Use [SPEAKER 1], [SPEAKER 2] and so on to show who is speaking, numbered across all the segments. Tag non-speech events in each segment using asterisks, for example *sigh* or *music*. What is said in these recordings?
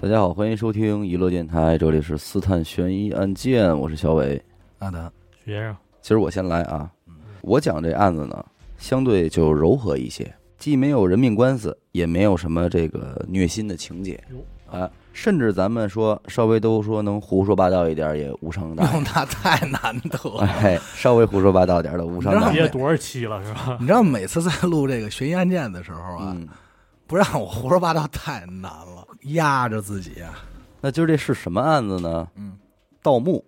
[SPEAKER 1] 大家好，欢迎收听娱乐电台，这里是私探悬疑案件，我是小伟。
[SPEAKER 2] 阿达，
[SPEAKER 3] *laughs* 许先生，
[SPEAKER 1] 其实我先来啊，我讲这案子呢，相对就柔和一些，既没有人命官司，也没有什么这个虐心的情节
[SPEAKER 3] 哟，
[SPEAKER 1] 啊，甚至咱们说稍微都说能胡说八道一点儿也无伤大雅，
[SPEAKER 2] *laughs* 那太难得了。
[SPEAKER 1] 哎，稍微胡说八道点儿的无伤大
[SPEAKER 2] 你知
[SPEAKER 1] 雅
[SPEAKER 2] 道
[SPEAKER 3] 憋多少期了是吧？
[SPEAKER 2] 你知道每次在录这个悬疑案件的时候啊，
[SPEAKER 1] 嗯，
[SPEAKER 2] 不让我胡说八道太难了，压着自己啊。
[SPEAKER 1] 那今儿这是什么案子呢？
[SPEAKER 2] 嗯，
[SPEAKER 1] 盗墓。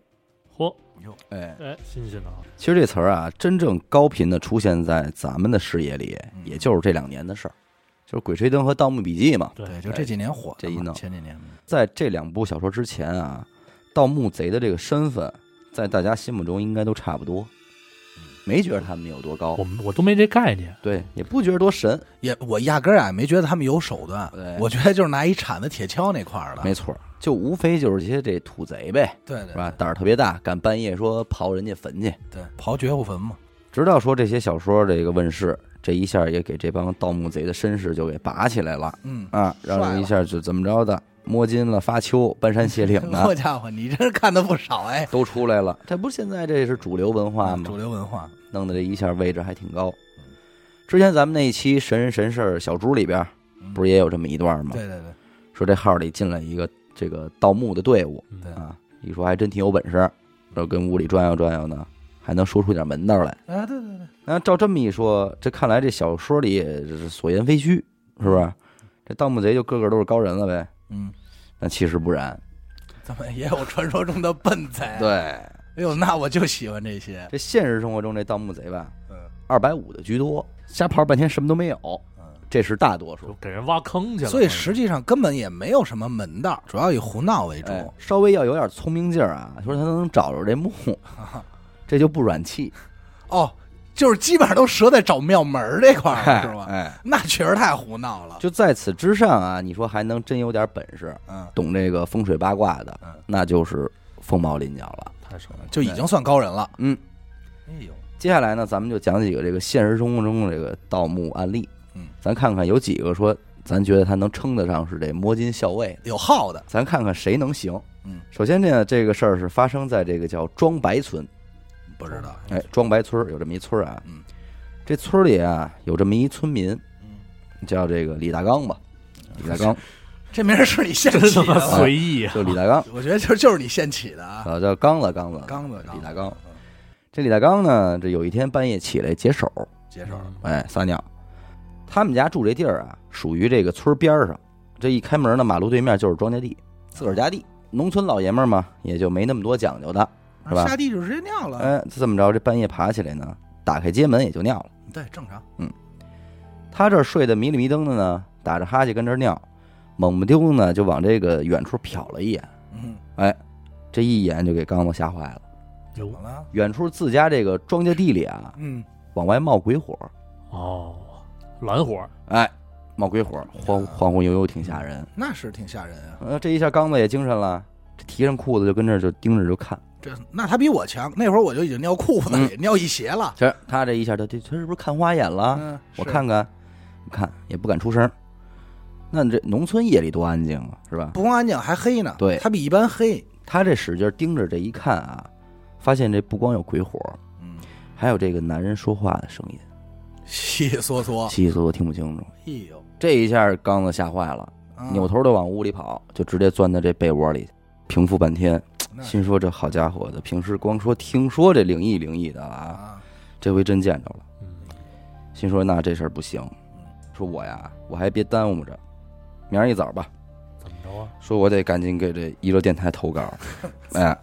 [SPEAKER 3] 嚯，
[SPEAKER 1] 哎，
[SPEAKER 3] 哎，新鲜的啊！
[SPEAKER 1] 其实这词儿啊，真正高频的出现在咱们的视野里，也就是这两年的事儿，就是《鬼吹灯》和《盗墓笔记》嘛。
[SPEAKER 3] 对
[SPEAKER 2] 对，就这几年火的嘛，
[SPEAKER 1] 这一弄
[SPEAKER 2] 前几年
[SPEAKER 1] 在这两部小说之前啊，盗墓贼的这个身份，在大家心目中应该都差不多，没觉得他们有多高
[SPEAKER 3] 我，们我都没这概念，
[SPEAKER 1] 对，也不觉得多神，
[SPEAKER 2] 也我压根儿啊没觉得他们有手段
[SPEAKER 1] 对，
[SPEAKER 2] 我觉得就是拿一铲子铁锹那块儿的，
[SPEAKER 1] 嗯没错儿，就无非就是一些这土贼呗，
[SPEAKER 2] 对对
[SPEAKER 1] 是吧？胆儿特别大，敢半夜说刨人家坟去。
[SPEAKER 2] 对，刨绝户坟嘛，
[SPEAKER 1] 直到说这些小说这个问世，这一下也给这帮盗墓贼的身世就给拔起来了
[SPEAKER 2] 嗯。
[SPEAKER 1] 啊，让人一下就怎么着的摸金了、发丘、搬山卸岭
[SPEAKER 2] *laughs* 好
[SPEAKER 1] 的
[SPEAKER 2] 家伙，你真是看的不少哎！
[SPEAKER 1] 都出来
[SPEAKER 2] *laughs*
[SPEAKER 1] 了。这不现在这是主流文化吗
[SPEAKER 2] 啊主？流嗯文化，
[SPEAKER 1] 弄得这一下位置还挺高。之前咱们那一期神人神事儿小猪里边儿，不是也有这么一段吗？
[SPEAKER 2] 嗯对对对
[SPEAKER 1] 说这号里进来一个这个盗墓的队伍
[SPEAKER 3] 嗯
[SPEAKER 2] 对
[SPEAKER 1] 啊，一说还真挺有本事，然后跟屋里转悠转悠呢，还能说出点门道来。，
[SPEAKER 2] 啊对对对，
[SPEAKER 1] 那照这么一说，这看来这小说里也是所言非虚，是不是？这盗墓贼就个个都是高人了呗？
[SPEAKER 2] 嗯，
[SPEAKER 1] 那其实不然，
[SPEAKER 2] 咱们也有传说中的笨贼，，
[SPEAKER 1] 对
[SPEAKER 2] 哎呦，那我就喜欢这些，
[SPEAKER 1] 这现实生活中这盗墓贼吧，
[SPEAKER 2] 嗯
[SPEAKER 1] 二百五的居多，瞎刨半天什么都没有，
[SPEAKER 2] 嗯。
[SPEAKER 1] 这是大多数
[SPEAKER 3] 就。给人挖坑去了。
[SPEAKER 2] 所以实际上根本也没有什么门道，主要以胡闹为主。
[SPEAKER 1] 哎，稍微要有点聪明劲儿啊，说他能找着这墓，这就不软气，
[SPEAKER 2] 哦，就是基本上都折在找庙门儿这块儿了，啊是吧？
[SPEAKER 1] 哎，
[SPEAKER 2] 那确实太胡闹了。
[SPEAKER 1] 就在此之上啊，你说还能真有点本事，
[SPEAKER 2] 嗯，
[SPEAKER 1] 懂这个风水八卦的
[SPEAKER 2] 嗯，
[SPEAKER 1] 那就是凤毛麟角了。
[SPEAKER 3] *laughs* 太少了，
[SPEAKER 2] *laughs* 就已经算高人了。
[SPEAKER 1] 嗯，
[SPEAKER 2] 哎呦，
[SPEAKER 1] 接下来呢，咱们就讲几个这个现实生活中的这个盗墓案例，
[SPEAKER 2] 嗯，
[SPEAKER 1] 咱看看有几个说咱觉得他能称得上是这摸金校尉的，
[SPEAKER 2] 有号的，
[SPEAKER 1] 咱看看谁能行。
[SPEAKER 2] 嗯，
[SPEAKER 1] 首先呢，这个事儿是发生在这个叫庄白村，
[SPEAKER 2] 不知道。
[SPEAKER 1] 哎，庄白村儿有这么一村儿啊，
[SPEAKER 2] 嗯，
[SPEAKER 1] 这村儿里啊有这么一村民
[SPEAKER 2] 嗯，
[SPEAKER 1] 叫这个李大刚吧，李大刚
[SPEAKER 2] 这名儿 *laughs* 是你现
[SPEAKER 3] 真
[SPEAKER 2] 起
[SPEAKER 3] 他妈
[SPEAKER 2] 的，
[SPEAKER 3] 随意啊！
[SPEAKER 1] 就李大刚，
[SPEAKER 2] 我觉得就就是你现起的啊。
[SPEAKER 1] 啊叫刚子刚子，
[SPEAKER 2] 刚嗯子，
[SPEAKER 1] 李大
[SPEAKER 2] 刚
[SPEAKER 1] 刚。这李大刚呢，这有一天半夜起来解手，
[SPEAKER 2] 接手，
[SPEAKER 1] 哎撒尿。他们家住这地儿啊，属于这个村儿边儿上，这一开门呢，马路对面就是庄稼地，自个儿家地。农村老爷们儿嘛，也就没那么多讲究的，是吧
[SPEAKER 2] 啊下地就直接尿了。
[SPEAKER 1] 哎，这么着，这半夜爬起来呢，打开街门也就尿了。
[SPEAKER 2] 对，正常。
[SPEAKER 1] 他这儿睡得迷里迷瞪的呢，打着哈欠跟这儿尿，猛不丁呢就往这个远处瞟了一眼，
[SPEAKER 2] 嗯，
[SPEAKER 1] 这一眼就给刚子吓坏了。
[SPEAKER 2] 怎
[SPEAKER 3] 有
[SPEAKER 2] 么了？
[SPEAKER 1] 远处自家这个庄稼地里啊，
[SPEAKER 2] 嗯，
[SPEAKER 1] 往外冒鬼火，
[SPEAKER 3] 哦，蓝火
[SPEAKER 1] 哎，冒鬼火，晃晃晃悠悠，挺吓人。
[SPEAKER 2] 那是挺吓人啊。
[SPEAKER 1] 呃，这一下刚子也精神了，这提上裤子就跟这儿就盯着就看。
[SPEAKER 2] 这那他比我强，那会儿我就已经尿裤子
[SPEAKER 1] 嗯
[SPEAKER 2] 里，尿一鞋了。
[SPEAKER 1] 其实他这一下他他他是不是看花眼了？
[SPEAKER 2] 嗯，
[SPEAKER 1] 啊我
[SPEAKER 2] 是
[SPEAKER 1] 看看，看也不敢出声。那这农村夜里多安静啊，是吧？
[SPEAKER 2] 不光安静还黑呢，
[SPEAKER 1] 对
[SPEAKER 2] 它比一般黑。
[SPEAKER 1] 他这使劲盯着这一看啊，发现这不光有鬼火，
[SPEAKER 2] 嗯，
[SPEAKER 1] 还有这个男人说话的声音，
[SPEAKER 2] 稀稀嗦嗦。
[SPEAKER 1] 稀稀嗦嗦听不清楚。
[SPEAKER 2] 哎呦，
[SPEAKER 1] 这一下刚子吓坏了，
[SPEAKER 2] 啊
[SPEAKER 1] 扭头就往屋里跑，就直接钻到这被窝里，平复半天，
[SPEAKER 2] 那是
[SPEAKER 1] 心说这好家伙的，平时光说听说这灵异灵异的啊，
[SPEAKER 2] 啊，
[SPEAKER 1] 这回真见着了，
[SPEAKER 3] 嗯，
[SPEAKER 1] 心说那这事儿不行，说我呀，我还别耽误着，明儿一早吧，
[SPEAKER 3] 怎么着啊？
[SPEAKER 1] 说我得赶紧给这娱乐电台投 *laughs* 稿，哎，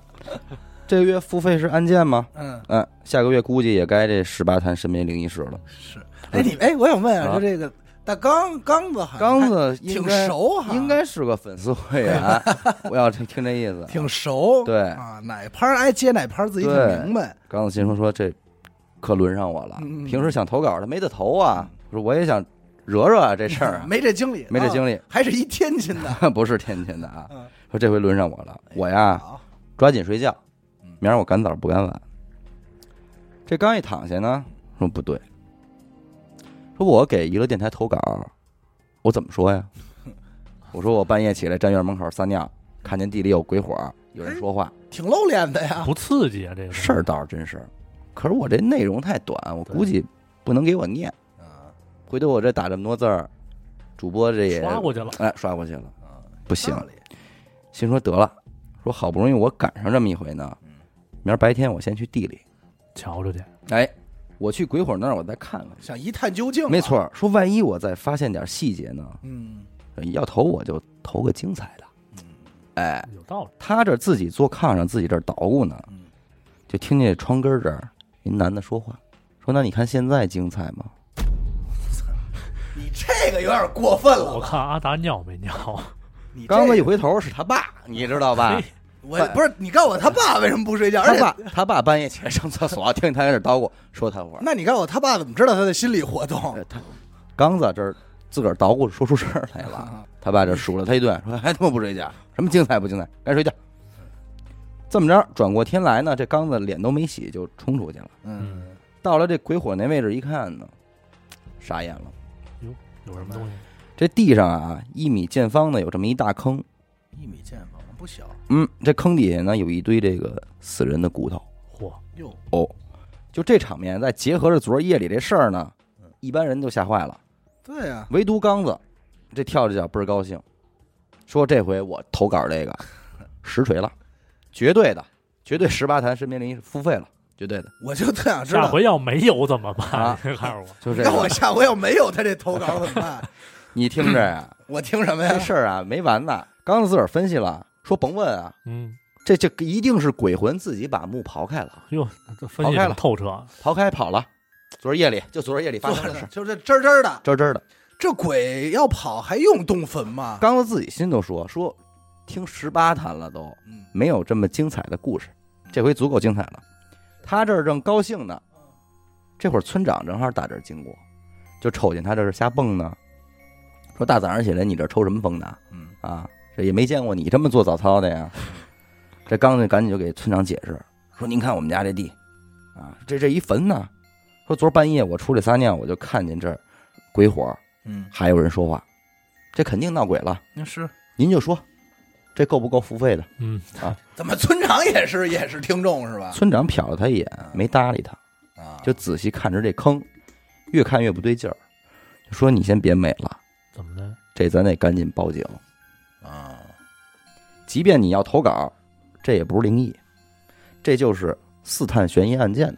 [SPEAKER 1] 这个月付费是案件吗？
[SPEAKER 2] 嗯，
[SPEAKER 1] 嗯，下个月估计也该这十八潭身边灵异事了。
[SPEAKER 2] 是。哎，你哎，我想问啊，
[SPEAKER 1] 啊
[SPEAKER 2] 就这个大刚刚子，好像
[SPEAKER 1] 刚子
[SPEAKER 2] 还挺
[SPEAKER 1] 应该
[SPEAKER 2] 熟哈，
[SPEAKER 1] *laughs* 应该是个粉丝会
[SPEAKER 2] *laughs*
[SPEAKER 1] 员，我要听听这意思。
[SPEAKER 2] 挺熟。
[SPEAKER 1] 对
[SPEAKER 2] 啊，哪拍儿挨接哪拍儿自己挺
[SPEAKER 1] 对
[SPEAKER 2] 明白。
[SPEAKER 1] 刚子心说说这可轮上我了，
[SPEAKER 2] 嗯嗯嗯
[SPEAKER 1] 平时想投稿他没得投啊，我说我也想惹惹啊这事儿啊，
[SPEAKER 2] 没这经历，
[SPEAKER 1] 没这
[SPEAKER 2] 历，
[SPEAKER 1] 经历，
[SPEAKER 2] 还是一天津的。
[SPEAKER 1] *laughs* 不是天津的啊
[SPEAKER 2] 嗯，
[SPEAKER 1] 说这回轮上我了，我呀
[SPEAKER 2] 好，
[SPEAKER 1] 抓紧睡觉
[SPEAKER 2] 嗯，
[SPEAKER 1] 明儿我赶早不赶晚。这刚一躺下呢，说不对，
[SPEAKER 2] *laughs*
[SPEAKER 1] 说我给娱乐电台投稿，我怎么说呀？我说我半夜起来站院门口撒尿，看见地里有鬼火，有
[SPEAKER 2] 哎
[SPEAKER 1] 人说话，
[SPEAKER 2] 挺露脸的呀。
[SPEAKER 3] 不刺激啊，这个
[SPEAKER 1] 事儿倒是真是。可是我这内容太短，我估计不能给我念。
[SPEAKER 2] 啊，
[SPEAKER 1] 回头我这打这么多字儿，主播这也
[SPEAKER 3] 刷过去了，
[SPEAKER 1] 哎，刷过去了，不行
[SPEAKER 2] 啊道。理
[SPEAKER 1] 心说得了，说好不容易我赶上这么一回
[SPEAKER 2] 嗯
[SPEAKER 1] 呢，明儿白天我先去地里，
[SPEAKER 3] 瞧着去。
[SPEAKER 1] 哎，我去鬼火那儿我再看看去。
[SPEAKER 2] 想一探究竟。啊
[SPEAKER 1] 没，错儿，说万一我再发现点细节呢，
[SPEAKER 2] 嗯，
[SPEAKER 1] 要投我就投个精彩的。哎，
[SPEAKER 3] 有道理，
[SPEAKER 1] 他这自己坐炕上自己这儿捣鼓呢
[SPEAKER 2] 嗯，
[SPEAKER 1] 就听见窗根儿这儿一男的说话，说那你看现在精彩吗？
[SPEAKER 2] 你这个有点过分
[SPEAKER 3] 我
[SPEAKER 2] 了吧。
[SPEAKER 3] 看阿达尿没尿？
[SPEAKER 2] 你这
[SPEAKER 1] 刚才一回头是他爸，你知道吧
[SPEAKER 3] 嘿？
[SPEAKER 2] 我不是你告诉我他爸为什么不睡觉？
[SPEAKER 1] *laughs* 他
[SPEAKER 2] 而且
[SPEAKER 1] 爸他爸半夜起来上厕所，听见他在那儿捣鼓，说他会儿。
[SPEAKER 2] 那你告诉我他爸怎么知道他的心理活动
[SPEAKER 1] 呃？他刚在这儿自个儿捣鼓说出事儿来
[SPEAKER 2] 啊嗯
[SPEAKER 1] 了，他爸这数了他一顿，说还哎他妈不睡觉，什么精彩不精彩，该睡觉。这么着，转过天来呢，这刚子脸都没洗就冲出去了。
[SPEAKER 2] 嗯，
[SPEAKER 3] 嗯，
[SPEAKER 1] 到了这鬼火那位置一看呢，傻眼了。
[SPEAKER 3] 有什么东西？
[SPEAKER 1] 这地上啊，一米见方呢有这么一大坑，
[SPEAKER 2] 一米见方不小
[SPEAKER 1] 嗯，这坑底下呢有一堆这个死人的骨头。
[SPEAKER 3] 嚯，
[SPEAKER 2] 哟，
[SPEAKER 1] 就这场面，再结合着昨儿夜里这事儿呢，一般人都吓坏了，
[SPEAKER 2] 对啊呀，
[SPEAKER 1] 唯独刚子这跳着脚倍儿高兴，说这回我投稿这个实锤了，绝对的，绝对十八坛身边灵异付费了，绝对的，
[SPEAKER 2] 我就特想知
[SPEAKER 3] 下
[SPEAKER 2] 道，
[SPEAKER 3] 回要没有怎么办
[SPEAKER 1] 啊？
[SPEAKER 3] 你告诉我，
[SPEAKER 1] 就这
[SPEAKER 2] 那我
[SPEAKER 1] 个。
[SPEAKER 2] 下回要没有他这投稿怎么办？ *laughs*
[SPEAKER 1] 你听着呀，
[SPEAKER 2] 我听什么呀
[SPEAKER 1] 这？事儿啊没完呢。刚子自个儿分析了，说甭问啊，
[SPEAKER 3] 嗯，
[SPEAKER 1] 这这一定是鬼魂自己把墓刨开了，
[SPEAKER 3] 哟，这分析
[SPEAKER 1] 跑开
[SPEAKER 3] 得
[SPEAKER 1] 了
[SPEAKER 3] 透彻，
[SPEAKER 1] 刨开跑了。昨儿夜里就昨儿夜里发
[SPEAKER 2] 坐
[SPEAKER 1] 生的事
[SPEAKER 2] 着
[SPEAKER 1] 儿，
[SPEAKER 2] 就这真真的，
[SPEAKER 1] 真真的。
[SPEAKER 2] 这鬼要跑还用动坟吗？
[SPEAKER 1] 刚子自己心都说说，听十八坛了都，
[SPEAKER 2] 嗯，
[SPEAKER 1] 没有这么精彩的故事，这回足够精彩了。他这儿正高兴呢，这会儿村长正好打这儿经过，就瞅见他这儿瞎蹦呢，说大早上起来你这儿抽什么风呢？
[SPEAKER 2] 嗯
[SPEAKER 1] 啊，这也没见过你这么做早操的呀。这刚子赶紧就给村长解释说：“您看我们家这地，啊，这这一坟呢，说昨儿半夜我出来撒尿，我就看见这儿鬼火，
[SPEAKER 2] 嗯，
[SPEAKER 1] 还有人说话，这肯定闹鬼了。
[SPEAKER 2] 那是
[SPEAKER 1] 您就说，这够不够付费的？”
[SPEAKER 3] 嗯，
[SPEAKER 2] 怎么？村长也是也是听众是吧？
[SPEAKER 1] 村长瞟了他一眼，没搭理他，
[SPEAKER 2] 啊，
[SPEAKER 1] 就仔细看着这坑，越看越不对劲儿，就说：“你先别美了，
[SPEAKER 3] 怎么的？
[SPEAKER 1] 这咱得赶紧报警。
[SPEAKER 2] 啊，
[SPEAKER 1] 即便你要投稿，这也不是灵异，这就是刺探悬疑案件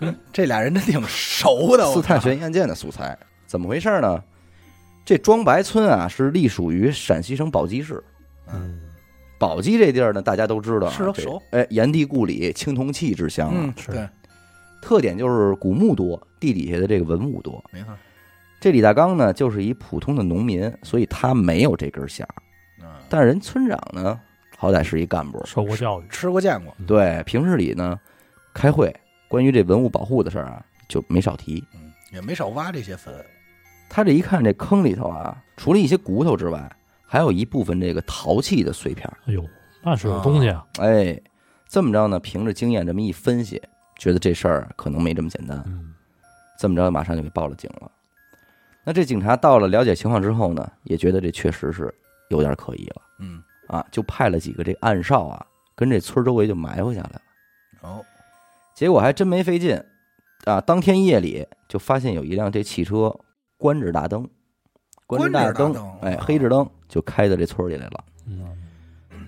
[SPEAKER 1] 的
[SPEAKER 2] 这俩人真挺熟 *laughs* 的，我
[SPEAKER 1] 刺探悬疑案件的素材。怎么回事呢？这庄白村啊，是隶属于陕西省宝鸡市。
[SPEAKER 3] 嗯，
[SPEAKER 1] 宝鸡这地儿呢，大家都知道啊，
[SPEAKER 2] 是啊
[SPEAKER 1] 这
[SPEAKER 2] 熟
[SPEAKER 1] 哎，炎帝故里，青铜器之乡啊、
[SPEAKER 2] 嗯，
[SPEAKER 3] 是
[SPEAKER 2] 对，
[SPEAKER 1] 特点就是古墓多，地底下的这个文物多。
[SPEAKER 2] 没错，
[SPEAKER 1] 这李大刚呢，就是一普通的农民，所以他没有这根弦儿。
[SPEAKER 2] 嗯，
[SPEAKER 1] 但是人村长呢，好歹是一干部，
[SPEAKER 3] 嗯受过教育，
[SPEAKER 2] 吃过见过，
[SPEAKER 1] 对平日里呢，开会关于这文物保护的事儿啊，就没少提。
[SPEAKER 2] 嗯，也没少挖这些坟，
[SPEAKER 1] 他这一看，这坑里头啊，除了一些骨头之外，还有一部分这个陶器的碎片儿。
[SPEAKER 3] 哎呦，那是有东西啊，
[SPEAKER 1] 哎，这么着呢，凭着经验这么一分析，觉得这事儿可能没这么简单。
[SPEAKER 3] 嗯，
[SPEAKER 1] 这么着，马上就给报了警了。那这警察到了了解情况之后呢，也觉得这确实是有点可疑了。
[SPEAKER 2] 嗯，
[SPEAKER 1] 啊，就派了几个这暗哨啊，跟这村儿周围就埋伏下来了。
[SPEAKER 2] 哦，
[SPEAKER 1] 结果还真没费劲啊，当天夜里就发现有一辆这汽车关着大灯，着大
[SPEAKER 2] 关着大
[SPEAKER 1] 灯，
[SPEAKER 2] 灯
[SPEAKER 1] 哎，
[SPEAKER 2] 哦
[SPEAKER 1] 黑着灯就开到这村儿里来了。
[SPEAKER 3] 嗯，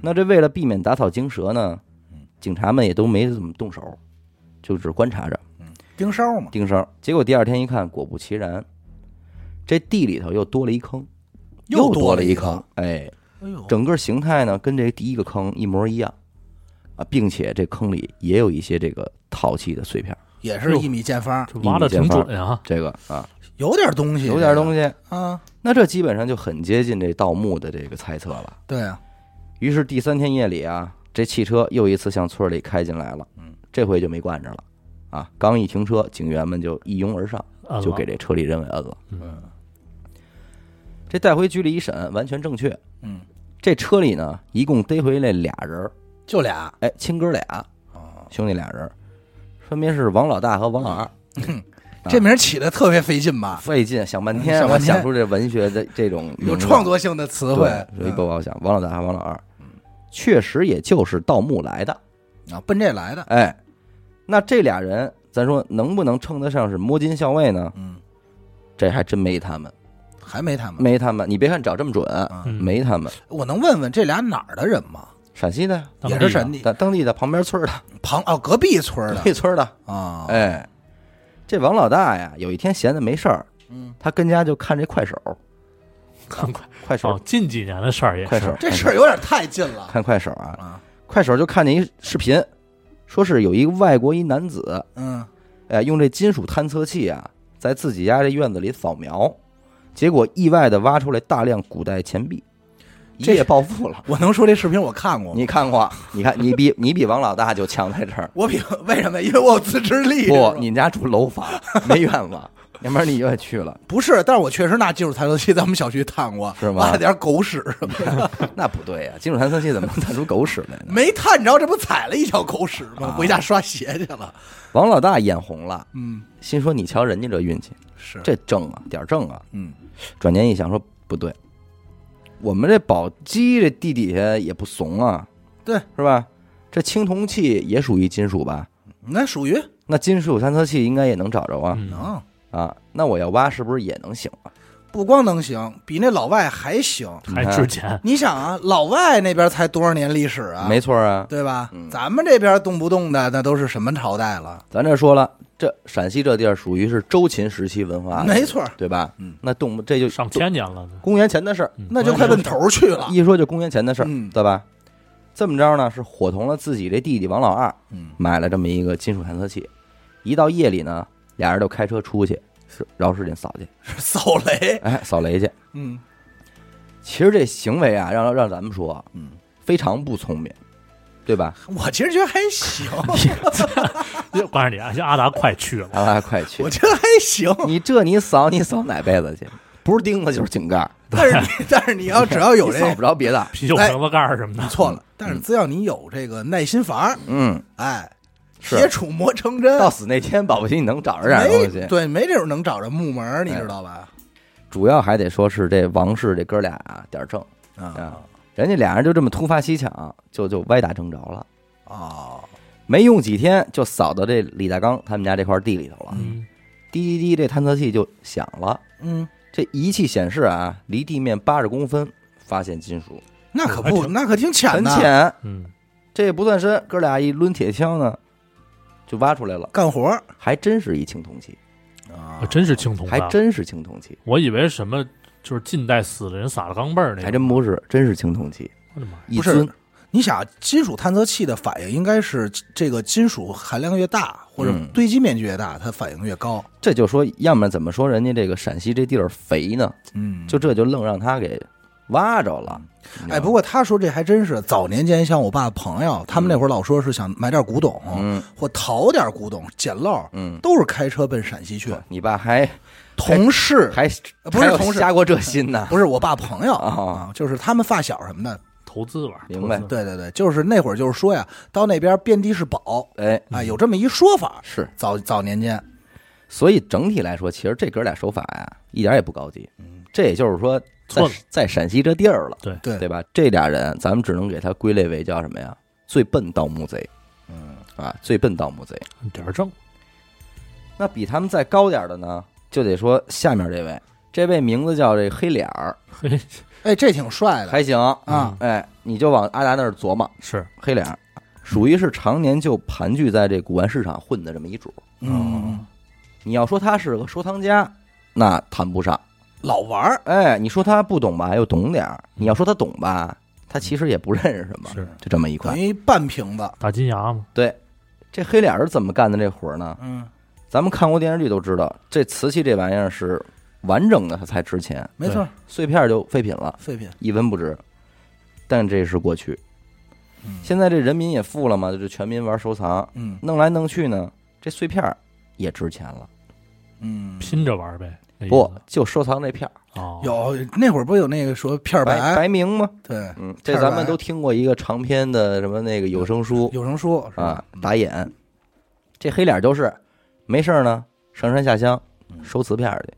[SPEAKER 1] 那这为了避免打草惊蛇呢
[SPEAKER 2] 嗯，
[SPEAKER 1] 警察们也都没怎么动手，就只观察着
[SPEAKER 2] 盯梢嘛，
[SPEAKER 1] 盯梢。结果第二天一看，果不其然，这地里头又多了一坑，又
[SPEAKER 2] 多
[SPEAKER 1] 了
[SPEAKER 2] 一
[SPEAKER 1] 坑，，哎，
[SPEAKER 2] 哎呦，
[SPEAKER 1] 整个形态呢跟这第一个坑一模一样啊，并且这坑里也有一些这个陶器的碎片儿，
[SPEAKER 2] 也是一米见方，
[SPEAKER 3] 这挖的挺准啊，
[SPEAKER 1] 这个啊
[SPEAKER 2] 有点东西，
[SPEAKER 1] 有点东西，
[SPEAKER 2] 西啊，
[SPEAKER 1] 那这基本上就很接近这盗墓的这个猜测了。
[SPEAKER 2] 对啊，
[SPEAKER 1] 于是第三天夜里啊，这汽车又一次向村里开进来了，
[SPEAKER 2] 嗯，
[SPEAKER 1] 这回就没惯着了啊，刚一停车，警员们就一拥而上，
[SPEAKER 3] 按了
[SPEAKER 1] 就给这车里人给摁了。
[SPEAKER 3] 嗯
[SPEAKER 1] 这带回局里一审，完全正确。
[SPEAKER 2] 嗯，
[SPEAKER 1] 这车里呢，一共逮回来俩人儿，
[SPEAKER 2] 就俩，
[SPEAKER 1] 哎，亲哥俩，
[SPEAKER 2] 啊，
[SPEAKER 1] 兄弟俩人儿，分别是王老大和王老二。啊
[SPEAKER 2] 这名儿起的特别费劲吧？
[SPEAKER 1] 费劲想半天，
[SPEAKER 2] 想
[SPEAKER 1] 我
[SPEAKER 2] 半天
[SPEAKER 1] 想出这文学的这种名字
[SPEAKER 2] 有创作性的词汇
[SPEAKER 1] 嗯
[SPEAKER 2] 嗯
[SPEAKER 1] 对所以不好想。王老大、王老二，确实也就是盗墓来的。
[SPEAKER 2] 嗯啊，奔这来的。
[SPEAKER 1] 哎，那这俩人，咱说能不能称得上是摸金校尉呢？
[SPEAKER 2] 嗯，
[SPEAKER 1] 这还真没他们，
[SPEAKER 2] 还没他们。
[SPEAKER 1] 没他们。你别看找这么准，
[SPEAKER 2] 啊，
[SPEAKER 3] 嗯，
[SPEAKER 1] 没他们。
[SPEAKER 2] 我能问问这俩哪儿的人吗？
[SPEAKER 1] 陕西的呀，
[SPEAKER 3] 当
[SPEAKER 2] 也
[SPEAKER 3] 地
[SPEAKER 2] 是
[SPEAKER 3] 的
[SPEAKER 2] 山地
[SPEAKER 1] 当当地的旁边村儿的，
[SPEAKER 2] 旁哦，隔壁村儿的
[SPEAKER 1] 那村儿的。
[SPEAKER 2] 啊。
[SPEAKER 1] 哎，这王老大呀，有一天闲的没事儿，
[SPEAKER 2] 嗯，
[SPEAKER 1] 他跟家就看这快手，
[SPEAKER 3] 很快
[SPEAKER 1] *laughs* 快手
[SPEAKER 3] 哦，，近几年的事儿也
[SPEAKER 1] 快
[SPEAKER 3] 是
[SPEAKER 1] 手，
[SPEAKER 2] 这事儿有点太近了
[SPEAKER 1] *laughs* 看快手啊，
[SPEAKER 2] 啊。
[SPEAKER 1] 快手就看见一视频，说是有一个外国一男子，
[SPEAKER 2] 嗯，
[SPEAKER 1] 哎，用这金属探测器啊，在自己家这院子里扫描，结果意外的挖出来大量古代钱币，一
[SPEAKER 2] 这
[SPEAKER 1] 夜暴富了。 *laughs*
[SPEAKER 2] 我能说这视频我看过吗？。
[SPEAKER 1] 你看过？你看，你比你比王老大就强在这儿
[SPEAKER 2] *laughs* 我比为什么？因为我有自制力。是吧
[SPEAKER 1] 不，你们家住楼房，没院子，要不然你也去了。
[SPEAKER 2] 不是，但是我确实拿技术探测器在我们小区探过，
[SPEAKER 1] 是吗嗯
[SPEAKER 2] 挖了点狗屎，
[SPEAKER 1] 那不对呀、金属探测器怎么能探出狗屎来呢？*laughs*
[SPEAKER 2] *laughs* 没探着，这不踩了一脚狗屎吗？
[SPEAKER 1] 啊
[SPEAKER 2] 回家刷鞋去了。
[SPEAKER 1] 王老大眼红了，
[SPEAKER 2] 嗯，
[SPEAKER 1] 心说：“你瞧人家这运气，
[SPEAKER 2] 是，
[SPEAKER 1] 这正啊，点儿正啊。”
[SPEAKER 2] 嗯，
[SPEAKER 1] 转念一想说不对，我们这宝鸡这地底下也不怂啊，
[SPEAKER 2] 对，
[SPEAKER 1] 是吧？这青铜器也属于金属吧？
[SPEAKER 2] 那属于
[SPEAKER 1] 那金属探测器应该也能找着啊、
[SPEAKER 3] 嗯
[SPEAKER 2] 能，
[SPEAKER 1] 啊！那我要挖是不是也能行啊？
[SPEAKER 2] 不光能行，比那老外还行。
[SPEAKER 3] 还值钱，
[SPEAKER 2] 你想啊，老外那边才多少年历史啊？
[SPEAKER 1] 没错啊，
[SPEAKER 2] 对吧？
[SPEAKER 1] 嗯
[SPEAKER 2] 咱们这边动不动的那都是什么朝代了？
[SPEAKER 1] 咱这说了，这陕西这地儿属于是周秦时期文化，
[SPEAKER 2] 没错，
[SPEAKER 1] 对吧？
[SPEAKER 2] 嗯，
[SPEAKER 1] 那动不这就
[SPEAKER 3] 上千年了呢。
[SPEAKER 1] 公元前的事儿，
[SPEAKER 3] 嗯
[SPEAKER 2] 那就快奔头去了。
[SPEAKER 1] 一说就公元前的事儿，
[SPEAKER 2] 嗯
[SPEAKER 1] 对吧？这么着呢，是伙同了自己这弟弟王老二，
[SPEAKER 2] 嗯，
[SPEAKER 1] 买了这么一个金属探测器。一到夜里呢，俩人就开车出去，是绕市井 *laughs* 扫去，
[SPEAKER 2] 扫雷。
[SPEAKER 1] 哎，扫雷去。
[SPEAKER 2] 嗯
[SPEAKER 1] 其实这行为啊，让让咱们说，
[SPEAKER 2] 嗯，
[SPEAKER 1] 非常不聪明，对吧？
[SPEAKER 2] 我其实觉得还
[SPEAKER 1] *laughs*
[SPEAKER 2] 行，
[SPEAKER 3] 就告诉你，啊，阿达快去了，
[SPEAKER 1] 咱俩快去
[SPEAKER 2] 我，觉得还行。
[SPEAKER 1] 你这你扫你扫哪辈子去？不是钉子就是井盖，
[SPEAKER 2] 但是
[SPEAKER 1] *laughs*
[SPEAKER 2] 你，但是你要只要有
[SPEAKER 1] 你
[SPEAKER 2] 这
[SPEAKER 1] 扫不着嗯别
[SPEAKER 2] *laughs*
[SPEAKER 1] 的。
[SPEAKER 3] 啤酒
[SPEAKER 2] 哎
[SPEAKER 3] 瓶子盖儿什么的，
[SPEAKER 2] 错了，但是只要你有这个耐心法儿，
[SPEAKER 1] 嗯，
[SPEAKER 2] 哎，
[SPEAKER 1] 是
[SPEAKER 2] 铁杵磨成针，
[SPEAKER 1] 到啊死那天，保不齐你能找着点东
[SPEAKER 2] 没
[SPEAKER 1] 西。
[SPEAKER 2] 对，没这种能找着木门儿，你
[SPEAKER 1] 哎
[SPEAKER 2] 知道吧？
[SPEAKER 1] 主要还得说是这王氏这哥俩啊点儿正，
[SPEAKER 2] 啊
[SPEAKER 1] 人家俩人就这么突发奇想，就就歪打正着了。
[SPEAKER 2] 哦，
[SPEAKER 1] 没用几天，就扫到这李大刚他们家这块地里头了。
[SPEAKER 3] 嗯，
[SPEAKER 1] 滴滴滴，这探测器就响了。
[SPEAKER 2] 嗯，
[SPEAKER 1] 这仪器显示啊，离地面八十公分发现金属，
[SPEAKER 2] 那可不，
[SPEAKER 3] 还挺
[SPEAKER 2] 那可挺浅
[SPEAKER 1] 很
[SPEAKER 2] 的，
[SPEAKER 1] 浅，
[SPEAKER 3] 嗯，
[SPEAKER 1] 这也不算深。哥俩一抡铁锹呢，就挖出来了，
[SPEAKER 2] 干活儿
[SPEAKER 1] 还真是一青铜器，
[SPEAKER 3] 啊
[SPEAKER 2] 啊
[SPEAKER 3] 真是青铜的，
[SPEAKER 1] 还真是青铜器，
[SPEAKER 3] 我以为什么就是近代死的人撒了钢镚儿那个，
[SPEAKER 1] 还真不是，真是青铜器，
[SPEAKER 3] 我的妈呀！
[SPEAKER 1] 一
[SPEAKER 2] 不是
[SPEAKER 1] 尊。
[SPEAKER 2] 你想，金属探测器的反应应该是这个金属含量越大，或者
[SPEAKER 1] 嗯
[SPEAKER 2] 堆积面积越大，它反应越高。
[SPEAKER 1] 这就说，要么怎么说人家这个陕西这地儿肥呢？
[SPEAKER 2] 嗯
[SPEAKER 1] 就这就愣让他给挖着了。你知道
[SPEAKER 2] 哎，
[SPEAKER 1] 吗
[SPEAKER 2] 不，过他说这还真是早年间，像我爸朋友，他们那会儿老说是想买点古董，
[SPEAKER 1] 嗯
[SPEAKER 2] 或淘点古董捡漏，
[SPEAKER 1] 嗯，
[SPEAKER 2] 都是开车奔陕西去。
[SPEAKER 1] 你爸还
[SPEAKER 2] 同事
[SPEAKER 1] 还
[SPEAKER 2] 嗯呃不是
[SPEAKER 1] 还有
[SPEAKER 2] 同事
[SPEAKER 1] 瞎过这心呢。
[SPEAKER 2] 不是我爸朋友
[SPEAKER 1] 啊
[SPEAKER 2] 啊，就是他们发小什么的。
[SPEAKER 3] 投资玩，
[SPEAKER 1] 明白
[SPEAKER 3] 投资
[SPEAKER 2] 对对对，就是那会儿就是说呀，到那边遍地是宝，
[SPEAKER 1] 哎，
[SPEAKER 2] 啊，有这么一说法。
[SPEAKER 1] 是
[SPEAKER 2] 早早年间，
[SPEAKER 1] 所以整体来说，其实这哥俩手法呀，一点也不高级。这也就是说，在
[SPEAKER 3] 错了
[SPEAKER 1] 在陕西这地儿了，
[SPEAKER 3] 嗯对
[SPEAKER 2] 对
[SPEAKER 1] 对吧？这俩人，咱们只能给他归类为叫什么呀？最笨盗墓贼，
[SPEAKER 2] 嗯，
[SPEAKER 1] 啊，最笨盗墓贼。
[SPEAKER 3] 点儿正，
[SPEAKER 1] 那比他们再高点儿的呢，就得说下面这位，这位名字叫这黑脸儿，
[SPEAKER 3] 嘿，
[SPEAKER 2] 哎，这挺帅的
[SPEAKER 1] 还行
[SPEAKER 2] 啊，
[SPEAKER 1] 哎，你就往阿达那儿琢磨，
[SPEAKER 3] 是
[SPEAKER 1] 黑脸儿属于是常年就盘踞在这古玩市场混的这么一主。
[SPEAKER 2] 嗯，
[SPEAKER 1] 你要说他是个收藏家，那谈不上。
[SPEAKER 2] 老玩儿，
[SPEAKER 1] 哎，你说他不懂吧，又懂点儿；
[SPEAKER 2] 嗯
[SPEAKER 1] 你要说他懂吧，他其实也不认识什么，
[SPEAKER 3] 是
[SPEAKER 1] 就这么一
[SPEAKER 2] 等
[SPEAKER 1] 块。
[SPEAKER 2] 于半瓶子。
[SPEAKER 3] 大金牙嘛，
[SPEAKER 1] 对，这黑脸儿怎么干的这活儿呢？
[SPEAKER 2] 嗯，
[SPEAKER 1] 咱们看过电视剧都知道，这瓷器这玩意儿是完整的它才值钱，
[SPEAKER 2] 没错，
[SPEAKER 1] 碎片儿就废品了，
[SPEAKER 2] 废品。
[SPEAKER 1] 一文不值。但这是过去，
[SPEAKER 2] 嗯
[SPEAKER 1] 现在这人民也富了嘛，就是全民玩收藏，
[SPEAKER 2] 嗯
[SPEAKER 1] 弄来弄去呢，这碎片儿也值钱了。
[SPEAKER 2] 嗯，
[SPEAKER 3] 拼着玩儿呗，
[SPEAKER 2] 哎
[SPEAKER 3] 那意
[SPEAKER 1] 不
[SPEAKER 3] 思
[SPEAKER 1] 就收藏这片儿
[SPEAKER 3] 哦，
[SPEAKER 2] 有那会儿不有那个说片儿
[SPEAKER 1] 白
[SPEAKER 2] 白，
[SPEAKER 1] 白明吗？
[SPEAKER 2] 对，
[SPEAKER 1] 嗯，
[SPEAKER 2] 片
[SPEAKER 1] 这
[SPEAKER 2] 儿
[SPEAKER 1] 咱们
[SPEAKER 2] 白
[SPEAKER 1] 都听过一个长篇的什么那个有声书，啊
[SPEAKER 2] 有声书是吧
[SPEAKER 1] 啊？，打眼。这黑脸就是没事儿呢，上山下乡
[SPEAKER 2] 嗯
[SPEAKER 1] 收瓷片儿去。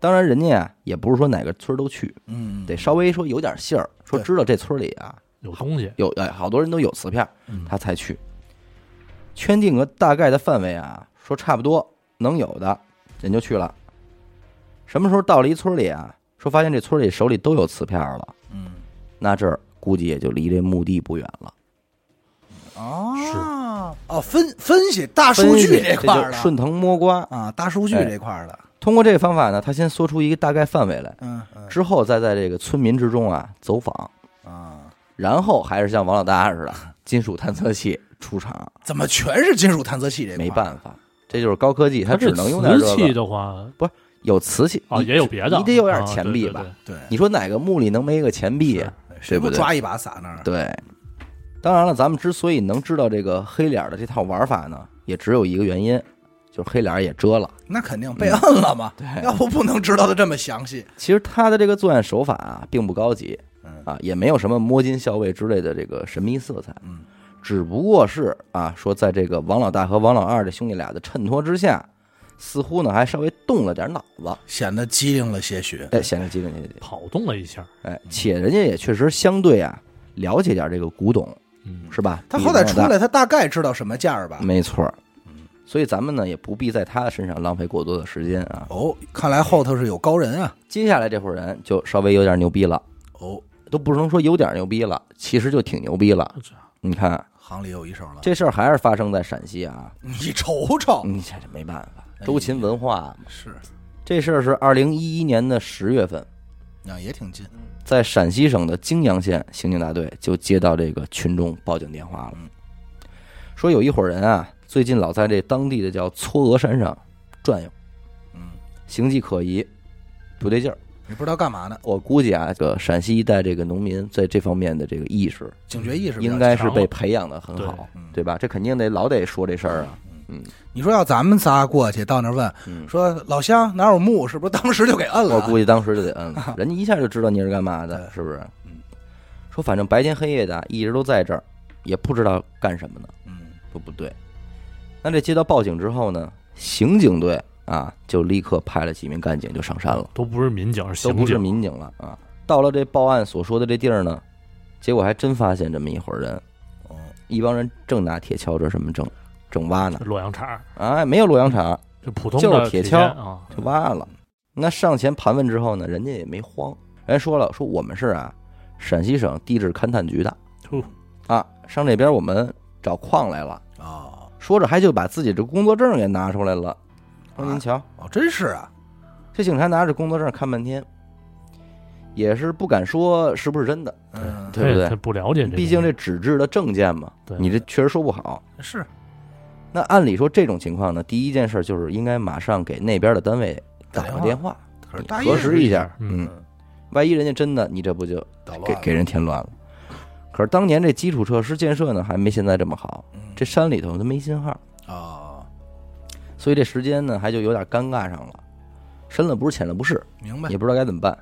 [SPEAKER 1] 当然，人家啊也不是说哪个村儿都去，
[SPEAKER 2] 嗯，
[SPEAKER 1] 得稍微说有点信儿，说
[SPEAKER 2] 对
[SPEAKER 1] 知道这村里啊
[SPEAKER 3] 有东西，
[SPEAKER 1] 有哎好多人都有瓷片儿
[SPEAKER 2] 嗯，
[SPEAKER 1] 他才去。圈定个大概的范围啊，说差不多能有的，人就去了。什么时候到了一村里啊，说发现这村里手里都有瓷片儿了，
[SPEAKER 2] 嗯
[SPEAKER 1] 那这儿估计也就离这墓地不远了。
[SPEAKER 2] 啊，哦，分分析大数
[SPEAKER 1] 分
[SPEAKER 2] 据
[SPEAKER 1] 析这
[SPEAKER 2] 块儿
[SPEAKER 1] 就
[SPEAKER 2] 的
[SPEAKER 1] 顺藤摸瓜。
[SPEAKER 2] 啊，大数据
[SPEAKER 1] 哎
[SPEAKER 2] 这块儿的，
[SPEAKER 1] 通过这个方法呢，他先缩出一个大概范围来，
[SPEAKER 2] 嗯嗯
[SPEAKER 1] 之后再在这个村民之中啊走访，
[SPEAKER 2] 啊，
[SPEAKER 1] 然后还是像王老大似的，金属探测器出场。
[SPEAKER 2] 怎么全是金属探测器这块儿？
[SPEAKER 1] 没办法，这就是高科技，它只
[SPEAKER 3] 这
[SPEAKER 1] 能用点
[SPEAKER 3] 瓷
[SPEAKER 1] 这
[SPEAKER 3] 器
[SPEAKER 1] 个。
[SPEAKER 3] 的话，
[SPEAKER 1] 有瓷器
[SPEAKER 3] 哦，
[SPEAKER 1] 你
[SPEAKER 3] 也有别的，
[SPEAKER 1] 你得有点
[SPEAKER 3] 啊
[SPEAKER 1] 钱币吧？
[SPEAKER 2] 对，
[SPEAKER 1] 你说哪个墓里能没一个钱币呀？对不
[SPEAKER 2] 不
[SPEAKER 1] 对？
[SPEAKER 2] 抓一把撒那儿？
[SPEAKER 1] 对，当然了，咱们之所以能知道这个黑脸的这套玩法呢，也只有一个原因，就是黑脸也遮了。
[SPEAKER 2] 那肯定被摁了嘛，
[SPEAKER 1] 对
[SPEAKER 2] 要不不能知道的这么详细。
[SPEAKER 1] 其实他的这个作案手法啊，并不高级
[SPEAKER 2] 嗯
[SPEAKER 1] 啊，也没有什么摸金校尉之类的这个神秘色彩，
[SPEAKER 2] 嗯，
[SPEAKER 1] 只不过是啊，说在这个王老大和王老二这兄弟俩的衬托之下，似乎呢还稍微动了点脑子，
[SPEAKER 2] 显得机灵了些许。
[SPEAKER 1] 哎，显得机灵些些，
[SPEAKER 3] 跑动了一下，
[SPEAKER 1] 哎，且人家也确实相对啊了解点这个古董，
[SPEAKER 3] 嗯，
[SPEAKER 1] 是吧？
[SPEAKER 2] 他
[SPEAKER 1] 比
[SPEAKER 2] 好歹
[SPEAKER 1] 王老
[SPEAKER 2] 出
[SPEAKER 1] 大
[SPEAKER 2] 来，他嗯大概知道什么价儿吧？
[SPEAKER 1] 没错儿，所以咱们呢也不必在他的身上浪费过多的时间啊。
[SPEAKER 2] 哦，看来后头是有高人啊。
[SPEAKER 1] 接下来这伙人就稍微有点牛逼了，
[SPEAKER 2] 哦，
[SPEAKER 1] 都不能说有点牛逼了，其实就挺牛逼了。
[SPEAKER 3] 这
[SPEAKER 1] 你看
[SPEAKER 2] 行里有一手了，
[SPEAKER 1] 这事儿还是发生在陕西啊，嗯
[SPEAKER 2] 你瞅瞅，
[SPEAKER 1] 哦
[SPEAKER 2] 哎
[SPEAKER 1] 你这这没办法，周秦文化
[SPEAKER 2] 是，
[SPEAKER 1] 这事儿是二零一一年的十月份，
[SPEAKER 2] 那啊也挺近。
[SPEAKER 1] 在陕西省的泾阳县刑警大队就接到这个群众报警电话了
[SPEAKER 2] 嗯，
[SPEAKER 1] 说有一伙人啊，最近老在这当地的叫嵯峨山上转悠，
[SPEAKER 2] 嗯，
[SPEAKER 1] 形迹可疑，不对劲儿。
[SPEAKER 2] 你不知道干嘛呢？
[SPEAKER 1] 我估计啊，这个陕西一带这个农民在这方面的这个意识，
[SPEAKER 2] 警觉意识比
[SPEAKER 1] 嗯
[SPEAKER 2] 较
[SPEAKER 1] 应该
[SPEAKER 2] 强
[SPEAKER 1] 是被培养的很好，
[SPEAKER 2] 嗯
[SPEAKER 1] 对吧？这肯定得老得说这事儿啊，嗯
[SPEAKER 2] 你说要咱们仨过去到那儿问，
[SPEAKER 1] 嗯，
[SPEAKER 2] 说老乡哪有墓，是不是当时就给摁
[SPEAKER 1] *laughs* 我
[SPEAKER 2] 了？
[SPEAKER 1] 估计当时就得
[SPEAKER 3] *laughs*
[SPEAKER 1] 摁了，人家一下就知道你是干嘛的，
[SPEAKER 2] 对
[SPEAKER 1] 是不是
[SPEAKER 2] 嗯？
[SPEAKER 1] 说反正白天黑夜的一直都在这儿，也不知道干什么呢，
[SPEAKER 2] 嗯，
[SPEAKER 1] 不不对。那这接到报警之后呢，刑警队啊就立刻派了几名干警就上山了，
[SPEAKER 3] 都不是民警，是
[SPEAKER 1] 都
[SPEAKER 3] 刑
[SPEAKER 1] 不是
[SPEAKER 3] 警，
[SPEAKER 1] 民警了啊。到了这报案所说的这地儿呢，结果还真发现这么一伙人，
[SPEAKER 2] 哦，
[SPEAKER 1] 一帮人正拿铁锹这什么正正挖呢
[SPEAKER 3] 是，洛阳铲，
[SPEAKER 1] 啊，没有洛阳铲
[SPEAKER 3] 就普通
[SPEAKER 1] 就是
[SPEAKER 3] 的
[SPEAKER 1] 铁
[SPEAKER 3] 锨
[SPEAKER 1] 锹
[SPEAKER 3] 啊，
[SPEAKER 1] 就挖了。那上前盘问之后呢，人家也没慌，人家说了，说我们是啊陕西省地质勘探局的
[SPEAKER 3] 哦
[SPEAKER 1] 啊，上这边我们找矿来了。
[SPEAKER 2] 哦，
[SPEAKER 1] 说着还就把自己这工作证也拿出来了。说您瞧，
[SPEAKER 2] 哦，真是啊，
[SPEAKER 1] 这警察拿着工作证看半天，也是不敢说是不是真的，
[SPEAKER 2] 嗯，
[SPEAKER 1] 对不对
[SPEAKER 3] 哎他不了解这东西，
[SPEAKER 1] 毕竟这纸质的证件嘛，
[SPEAKER 3] 对
[SPEAKER 1] 你这确实说不好。
[SPEAKER 2] 是，
[SPEAKER 1] 那按理说这种情况呢，第一件事就是应该马上给那边的单位打个电话，
[SPEAKER 2] 可是
[SPEAKER 1] 你
[SPEAKER 2] 大
[SPEAKER 1] 核
[SPEAKER 2] 意
[SPEAKER 1] 实一下
[SPEAKER 3] 下。
[SPEAKER 1] 嗯
[SPEAKER 2] 嗯，
[SPEAKER 1] 万一人家真的，你这不就
[SPEAKER 2] 捣乱
[SPEAKER 1] 给
[SPEAKER 2] 了
[SPEAKER 1] 给人添乱了？可是当年这基础设施建设呢，还没现在这么好，
[SPEAKER 2] 嗯
[SPEAKER 1] 这山里头都没信号，
[SPEAKER 2] 哦，
[SPEAKER 1] 所以这时间呢还就有点尴尬上了，深了不是浅了不是，
[SPEAKER 2] 明白
[SPEAKER 1] 也，不知道该怎么办。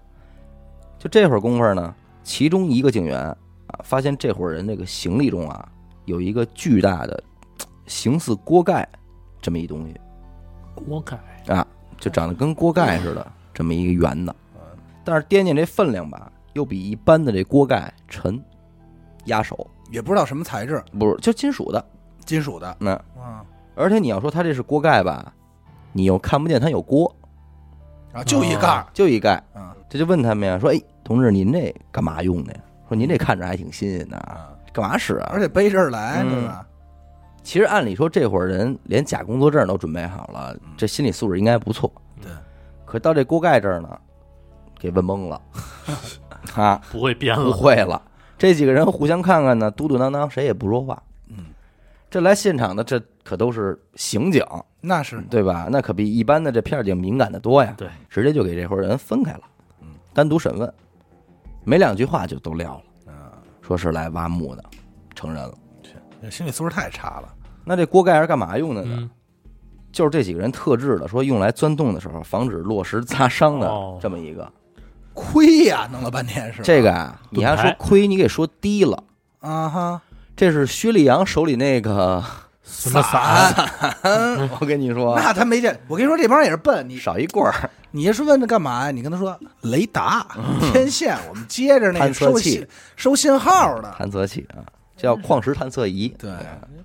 [SPEAKER 1] 就这会儿功夫呢，其中一个警员啊，发现这伙人那个行李中啊有一个巨大的嘖形似锅盖这么一东西，
[SPEAKER 3] 锅盖，
[SPEAKER 1] 就长得跟锅盖似的，这么一个圆的
[SPEAKER 2] 嗯。
[SPEAKER 1] 但是掂掂这分量吧，又比一般的这锅盖沉，压手
[SPEAKER 2] 也不知道什么材质，
[SPEAKER 1] 不是就金属的。
[SPEAKER 2] 金属的，
[SPEAKER 1] 那
[SPEAKER 2] 啊
[SPEAKER 1] 而且你要说它这是锅盖吧，你又看不见它有锅，
[SPEAKER 2] 啊，就一盖儿，
[SPEAKER 1] 就一盖。
[SPEAKER 2] 啊
[SPEAKER 1] 这就问他们呀，说哎，同志您这干嘛用的呀？说您这看着还挺新鲜的啊，
[SPEAKER 2] 啊，
[SPEAKER 1] 干嘛使啊
[SPEAKER 2] 而？且背这儿来，
[SPEAKER 1] 嗯
[SPEAKER 2] 对吧？
[SPEAKER 1] 其实按理说这伙人连假工作证都准备好了，这心理素质应该不错。
[SPEAKER 2] 对，
[SPEAKER 1] 可到这锅盖这儿呢，给问懵了，啊，
[SPEAKER 3] 不会编
[SPEAKER 1] 不
[SPEAKER 3] 了，
[SPEAKER 1] 会了。这几个人互相看看呢，嘟嘟囔囔，谁也不说话。
[SPEAKER 2] 嗯，
[SPEAKER 1] 这来现场的这可都是刑警，
[SPEAKER 2] 那是
[SPEAKER 1] 对吧？那可比一般的这片儿警敏感的多呀。
[SPEAKER 3] 对，
[SPEAKER 1] 直接就给这伙人分开了
[SPEAKER 2] 嗯，
[SPEAKER 1] 单独审问，没两句话就都撂了，
[SPEAKER 2] 啊，
[SPEAKER 1] 说是来挖墓的，承认了。
[SPEAKER 2] 这心理素质太差了，
[SPEAKER 1] 那这锅盖是干嘛用的呢？
[SPEAKER 3] 嗯，
[SPEAKER 1] 就是这几个人特制的，说用来钻洞的时候防止落石砸伤的
[SPEAKER 3] 哦
[SPEAKER 1] 这么一个。
[SPEAKER 2] 亏呀，弄了半天是吧
[SPEAKER 1] 这个啊，你还说亏，你给说低了。
[SPEAKER 2] 啊哈，
[SPEAKER 1] 这是薛立阳手里那个
[SPEAKER 3] 什么伞？
[SPEAKER 1] 我跟你说，啊
[SPEAKER 2] 那他没见。我跟你说，这帮人也是笨。你
[SPEAKER 1] 少一棍 *laughs* 儿，
[SPEAKER 2] 你是问这干嘛呀？你跟他说雷达、天线，我们接着那个
[SPEAKER 1] 探测
[SPEAKER 2] 收
[SPEAKER 1] 器
[SPEAKER 2] 信收信号的，
[SPEAKER 1] 探测器啊，叫矿石探测仪。
[SPEAKER 2] 对，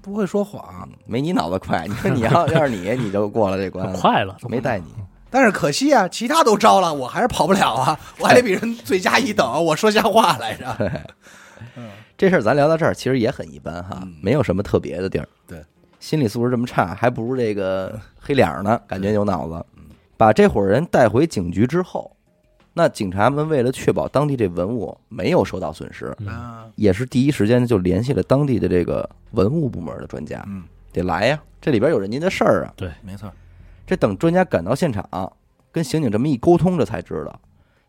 [SPEAKER 2] 不会说谎。
[SPEAKER 1] 没你脑子快。你说你 *laughs* 要要是你，你就过了这 *laughs* 关了，
[SPEAKER 3] 快了，
[SPEAKER 1] 没带你。
[SPEAKER 2] 但是可惜啊，其他都招了，我还是跑不了 *laughs* 啊，我还得比人最佳一等。我说瞎话来 *laughs* 着，
[SPEAKER 1] 这事儿咱聊到这儿，其实也很一般哈，没有什么特别的地儿。
[SPEAKER 2] 对，
[SPEAKER 1] 心理素质这么差，还不如这个黑脸儿呢，感觉有脑子。把这伙人带回警局之后，那警察们为了确保当地这文物没有受到损失，
[SPEAKER 2] 啊，
[SPEAKER 1] 也是第一时间就联系了当地的这个文物部门的专家，
[SPEAKER 2] 嗯，
[SPEAKER 1] 得来呀，这里边有人家的事儿啊。
[SPEAKER 2] 没错，
[SPEAKER 1] 这等专家赶到现场，跟刑警这么一沟通，这才知道，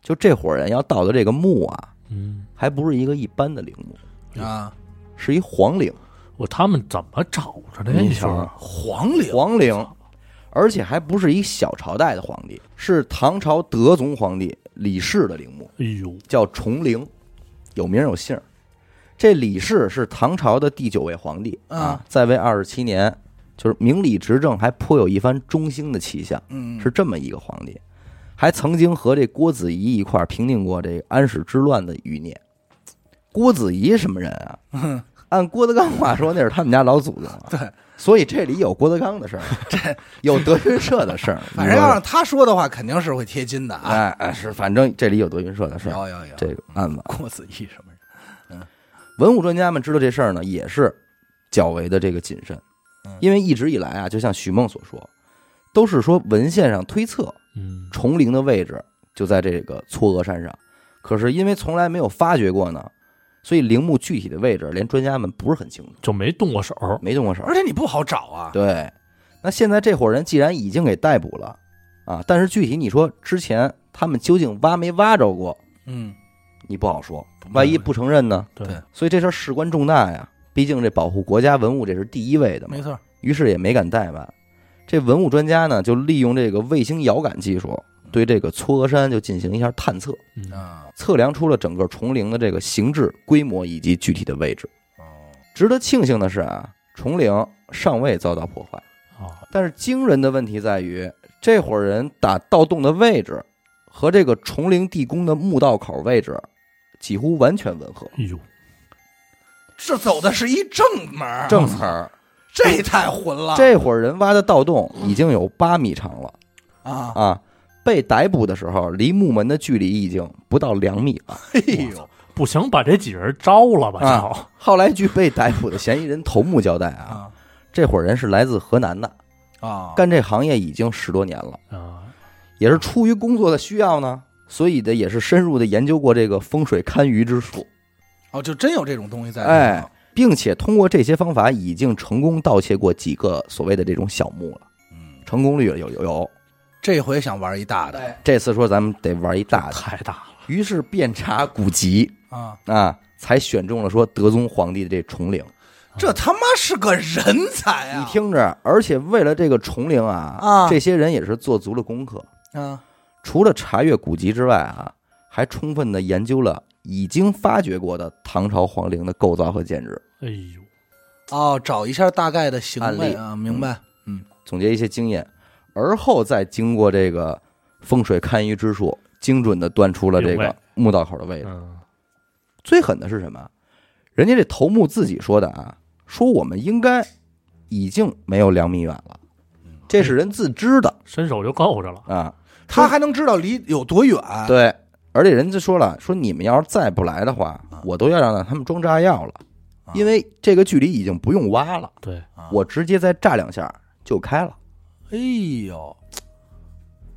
[SPEAKER 1] 就这伙人要盗的这个墓啊，
[SPEAKER 3] 嗯，
[SPEAKER 1] 还不是一个一般的陵墓，
[SPEAKER 2] 啊，
[SPEAKER 1] 是一皇陵，
[SPEAKER 3] 我他们怎么找着的呀？
[SPEAKER 1] 你
[SPEAKER 3] 你
[SPEAKER 1] 瞧
[SPEAKER 3] 说
[SPEAKER 1] 啊
[SPEAKER 2] 黄陵
[SPEAKER 1] 皇陵，而且还不是一小朝代的皇帝，是唐朝德宗皇帝李氏的陵墓，
[SPEAKER 3] 哎呦，
[SPEAKER 1] 叫崇陵，有名有姓儿。这李氏是唐朝的第九位皇帝啊
[SPEAKER 2] 啊，
[SPEAKER 1] 在位二十七年，就是明理执政，还颇有一番中兴的气象。
[SPEAKER 2] 嗯，
[SPEAKER 1] 是这么一个皇帝，还曾经和这郭子仪一块儿平定过这个安史之乱的余孽。郭子仪什么人啊？按郭德纲话说，那是他们家老祖宗、啊。
[SPEAKER 2] 嗯 *laughs* 对，
[SPEAKER 1] 所以这里有郭德纲的事
[SPEAKER 2] *laughs*
[SPEAKER 1] 儿，有德云社的事儿。
[SPEAKER 2] 反正
[SPEAKER 1] 你
[SPEAKER 2] 要
[SPEAKER 1] 说
[SPEAKER 2] 让他说的话，肯定是会贴金的啊。
[SPEAKER 1] 哎哎是，反正这里有德云社的事儿，
[SPEAKER 2] 有有有，嗯
[SPEAKER 1] 这个案子，
[SPEAKER 2] 郭子仪什么人？
[SPEAKER 1] 文物专家们知道这事儿呢，也是较为的这个谨慎
[SPEAKER 2] 嗯，
[SPEAKER 1] 因为一直以来啊，就像许梦所说，都是说文献上推测，
[SPEAKER 3] 嗯，
[SPEAKER 1] 崇陵的位置就在这个嵯峨山上，可是因为从来没有发掘过呢，所以陵墓具体的位置连专家们不是很清楚，
[SPEAKER 3] 就没动过手。
[SPEAKER 1] 没动过手
[SPEAKER 2] 而。且你不好找啊，
[SPEAKER 1] 对，那现在这伙人既然已经给逮捕了啊，但是具体你说之前他们究竟挖没挖着过，
[SPEAKER 2] 嗯，
[SPEAKER 1] 你不好说，万一不承认呢？
[SPEAKER 3] 对
[SPEAKER 2] 对
[SPEAKER 1] 所以这事儿事关重大呀，毕竟这保护国家文物这是第一位的嘛
[SPEAKER 2] 没。错，
[SPEAKER 1] 于是也没敢怠慢。这文物专家呢，就利用这个卫星遥感技术，对这个嵯峨山就进行一下探测。
[SPEAKER 3] 嗯
[SPEAKER 2] 啊，
[SPEAKER 1] 测量出了整个崇陵的这个形制、规模以及具体的位置。
[SPEAKER 2] 哦，
[SPEAKER 1] 值得庆幸的是啊，崇陵尚未遭到破坏，
[SPEAKER 3] 啊，
[SPEAKER 1] 但是惊人的问题在于，这伙人打盗洞的位置和这个崇陵地宫的墓道口位置几乎完全吻合，
[SPEAKER 3] 哎呦，
[SPEAKER 2] 这走的是一正门儿，啊
[SPEAKER 1] 正词儿。
[SPEAKER 2] 这太混了，
[SPEAKER 1] 这伙人挖的盗洞已经有八米长了
[SPEAKER 2] 啊，
[SPEAKER 1] 啊！被逮捕的时候，离墓门的距离已经不到两米了。
[SPEAKER 2] 哎呦，
[SPEAKER 3] 不行，把这几人招了吧？
[SPEAKER 1] 啊
[SPEAKER 3] 就
[SPEAKER 1] 后来据被逮捕的嫌疑人头目交代啊，
[SPEAKER 2] 啊
[SPEAKER 1] 这伙人是来自河南的，
[SPEAKER 2] 啊，
[SPEAKER 1] 干这行业已经十多年了，
[SPEAKER 3] 啊，
[SPEAKER 1] 也是出于工作的需要呢，所以的也是深入的研究过这个风水堪舆之术，
[SPEAKER 2] 哦，就真有这种东西在里头，
[SPEAKER 1] 哎，并且通过这些方法已经成功盗窃过几个所谓的这种小墓了，
[SPEAKER 2] 嗯，
[SPEAKER 1] 成功率有有有。
[SPEAKER 2] 这回想玩一大的
[SPEAKER 1] 这次说咱们得玩一大的，
[SPEAKER 3] 啊太大了，
[SPEAKER 1] 于是遍查古籍
[SPEAKER 2] 啊，
[SPEAKER 1] 啊，才选中了说德宗皇帝的这崇陵。
[SPEAKER 2] 这他妈是个人才啊！
[SPEAKER 1] 你听着，而且为了这个崇陵啊，
[SPEAKER 2] 啊
[SPEAKER 1] 这些人也是做足了功课，
[SPEAKER 2] 啊，
[SPEAKER 1] 除了查阅古籍之外啊，还充分的研究了已经发掘过的唐朝皇陵的构造和建制，
[SPEAKER 3] 哎呦，
[SPEAKER 2] 哦，找一下大概的行
[SPEAKER 1] 案例
[SPEAKER 2] 为啊，明白？嗯，
[SPEAKER 1] 总结一些经验，而后再经过这个风水堪舆之术，精准的断出了这
[SPEAKER 3] 明
[SPEAKER 1] 个
[SPEAKER 3] 白
[SPEAKER 1] 墓道口的位置。
[SPEAKER 3] 嗯，
[SPEAKER 1] 最狠的是什么？人家这头目自己说的啊，说我们应该已经没有两米远了，这是人自知的
[SPEAKER 3] 伸手就够着了。
[SPEAKER 1] 啊。
[SPEAKER 2] 他还能知道离有多远？
[SPEAKER 1] 对，而且人家说了，说你们要是再不来的话，我都要让他们装炸药了，因为这个距离已经不用挖了，
[SPEAKER 3] 对，
[SPEAKER 2] 啊
[SPEAKER 1] 我直接再炸两下就开了。
[SPEAKER 2] 哎呦，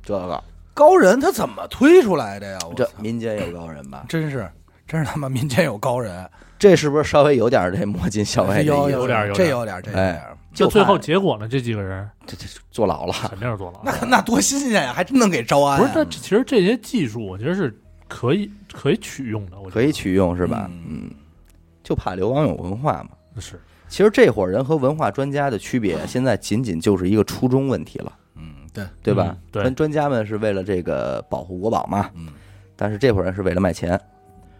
[SPEAKER 1] 这个
[SPEAKER 2] 高人他怎么推出来的呀？我
[SPEAKER 1] 这
[SPEAKER 2] 操
[SPEAKER 1] 民间有高人吧？
[SPEAKER 2] 真是，真是他妈民间有高人，
[SPEAKER 1] 这是不是稍微有点这摸金校尉的
[SPEAKER 2] 有
[SPEAKER 1] 意思？
[SPEAKER 3] 有点儿有
[SPEAKER 2] 这
[SPEAKER 3] 点儿
[SPEAKER 2] 有点儿，这有点儿。
[SPEAKER 1] 就
[SPEAKER 3] 这最后
[SPEAKER 1] 怕
[SPEAKER 3] 结果呢？这几个人
[SPEAKER 1] 这这坐牢了，
[SPEAKER 3] 肯定是坐牢。
[SPEAKER 2] 那那多新鲜呀！还真能给招安啊，
[SPEAKER 3] 不是，但其实这些技术，我觉得是可以可以取用的。我觉得
[SPEAKER 1] 可以取用是吧？
[SPEAKER 2] 嗯
[SPEAKER 1] 嗯，就怕刘邦有文化嘛。
[SPEAKER 3] 是
[SPEAKER 1] 其实这伙人和文化专家的区别，现在仅仅就是一个初衷问题了。
[SPEAKER 2] 嗯，对，
[SPEAKER 1] 对吧
[SPEAKER 3] 嗯？对
[SPEAKER 1] 咱专家们是为了这个保护国宝嘛，
[SPEAKER 2] 嗯，
[SPEAKER 1] 但是这伙人是为了卖钱，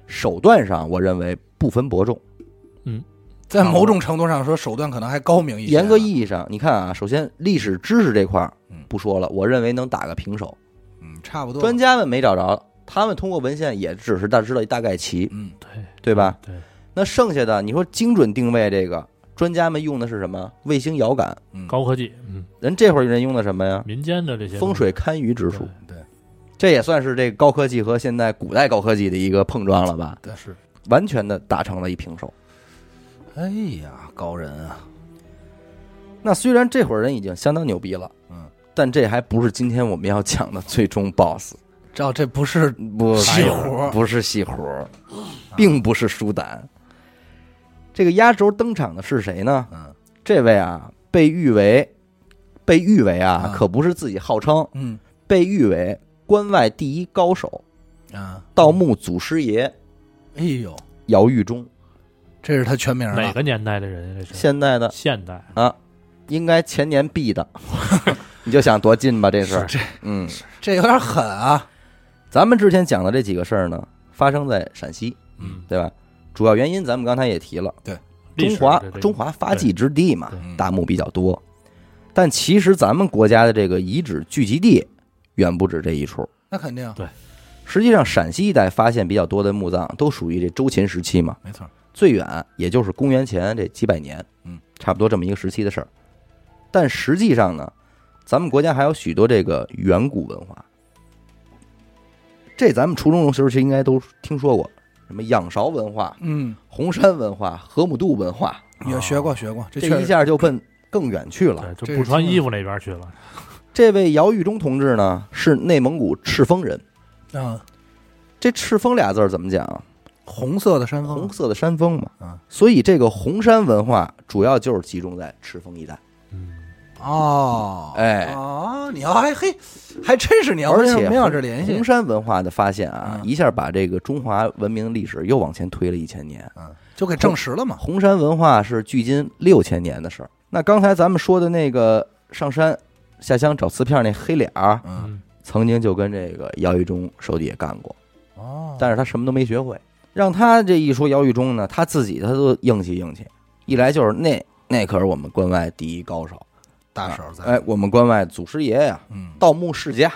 [SPEAKER 1] 手段上我认为不分伯仲，
[SPEAKER 3] 嗯，
[SPEAKER 2] 在某种程度上说，手段可能还高明一些。
[SPEAKER 1] 严格意，义上，你看啊，首先历史知识这块儿
[SPEAKER 2] 嗯
[SPEAKER 1] 不说了，我认为能打个平手。
[SPEAKER 2] 嗯，差不多。
[SPEAKER 1] 专家们没找着，他们通过文献也只是大知道一大概齐，
[SPEAKER 2] 嗯，
[SPEAKER 3] 对
[SPEAKER 1] 对吧？
[SPEAKER 3] 对，
[SPEAKER 1] 那剩下的你说精准定位这个，专家们用的是什么？卫星遥感，
[SPEAKER 2] 嗯，
[SPEAKER 3] 高科技，嗯，
[SPEAKER 1] 人这会儿人用的什么呀？
[SPEAKER 3] 民间的这些
[SPEAKER 1] 风水
[SPEAKER 3] 东
[SPEAKER 1] 堪舆指
[SPEAKER 3] 西
[SPEAKER 1] 数，
[SPEAKER 2] 对
[SPEAKER 1] 这也算是这个高科技和现代古代高科技的一个碰撞了吧？
[SPEAKER 2] 对是。
[SPEAKER 1] 完全的打成了一平手。
[SPEAKER 2] 哎呀，高人啊，
[SPEAKER 1] 那虽然这伙人已经相当牛逼了，
[SPEAKER 2] 嗯，
[SPEAKER 1] 但这还不是今天我们要讲的最终 BOSS，
[SPEAKER 2] 这这不是
[SPEAKER 1] 不
[SPEAKER 2] 西
[SPEAKER 1] 是
[SPEAKER 2] 湖
[SPEAKER 1] 哎不是西湖，并不是舒胆。这个压轴登场的是谁呢？
[SPEAKER 2] 嗯
[SPEAKER 1] 这位啊，被誉为，被誉为啊，
[SPEAKER 2] 啊
[SPEAKER 1] 可不是自己号称，
[SPEAKER 2] 嗯
[SPEAKER 1] 被誉为关外第一高手，
[SPEAKER 2] 啊，
[SPEAKER 1] 盗墓祖师爷
[SPEAKER 2] 哎呦，
[SPEAKER 1] 姚玉忠，
[SPEAKER 2] 这是他全名
[SPEAKER 3] 西哪
[SPEAKER 2] 了。
[SPEAKER 3] 个年代的人啊？这是
[SPEAKER 1] 现在的
[SPEAKER 3] 现代，
[SPEAKER 1] 啊，应该前年毙的， *laughs* 你就想多近吧，这事儿，
[SPEAKER 2] 这
[SPEAKER 1] 嗯，
[SPEAKER 2] 这有点狠啊。
[SPEAKER 1] 咱们之前讲的这几个事儿呢，发生在陕西，
[SPEAKER 3] 嗯，
[SPEAKER 1] 对吧？主要原因咱们刚才也提了，
[SPEAKER 3] 历
[SPEAKER 1] 中
[SPEAKER 3] 史
[SPEAKER 1] 华
[SPEAKER 3] 的这个
[SPEAKER 1] 中华发迹之地嘛
[SPEAKER 3] 对，
[SPEAKER 2] 嗯
[SPEAKER 1] 大墓比较多，但其实咱们国家的这个遗址聚集地远不止这一处。
[SPEAKER 2] 那肯定，
[SPEAKER 1] 实际上，陕西一带发现比较多的墓葬都属于这周秦时期嘛，
[SPEAKER 2] 没错。
[SPEAKER 1] 最远也就是公元前这几百年，
[SPEAKER 2] 嗯，
[SPEAKER 1] 差不多这么一个时期的事儿。但实际上呢，咱们国家还有许多这个远古文化，这咱们初中时候其实应该都听说过，什么仰韶文化、
[SPEAKER 2] 嗯，
[SPEAKER 1] 红山文化、河姆渡文化，
[SPEAKER 2] 也学过学过，这
[SPEAKER 1] 啊这
[SPEAKER 2] 确
[SPEAKER 1] 一
[SPEAKER 2] 实
[SPEAKER 1] 下就奔更远去了。
[SPEAKER 2] 这
[SPEAKER 3] 对，就不
[SPEAKER 2] 是
[SPEAKER 3] 穿
[SPEAKER 2] 中
[SPEAKER 3] 衣服那边去了，
[SPEAKER 1] 这位姚玉忠同志呢，是内蒙古赤峰人。
[SPEAKER 2] 啊，
[SPEAKER 1] 这赤峰俩字儿怎么讲？啊
[SPEAKER 2] 嗯红色的山峰
[SPEAKER 1] 红，色的山峰嘛。
[SPEAKER 2] 啊，
[SPEAKER 1] 所以这个红山文化主要就是集中在赤峰一带。
[SPEAKER 3] 嗯，
[SPEAKER 2] 哦，
[SPEAKER 1] 哎
[SPEAKER 2] 哦，你要还嘿，还真是你要，
[SPEAKER 1] 而且
[SPEAKER 2] 没往这联系
[SPEAKER 1] 红，山文化的发现啊，
[SPEAKER 2] 嗯
[SPEAKER 1] 一下把这个中华文明历史又往前推了一千年。
[SPEAKER 2] 嗯，就给证实了嘛。
[SPEAKER 1] 红山文化是距今六千年的事儿。那刚才咱们说的那个上山下乡找瓷片那黑脸儿，
[SPEAKER 2] 嗯，
[SPEAKER 3] 嗯
[SPEAKER 1] 曾经就跟这个姚玉忠手底下干过，
[SPEAKER 2] 哦，
[SPEAKER 1] 但是他什么都没学会。让他这一说姚玉忠呢，他自己他都硬气硬气，一来就是那那可是我们关外第一高手，
[SPEAKER 2] 大手在，
[SPEAKER 1] 哎，，我们关外祖师爷呀、
[SPEAKER 2] 嗯，
[SPEAKER 1] 盗墓世家，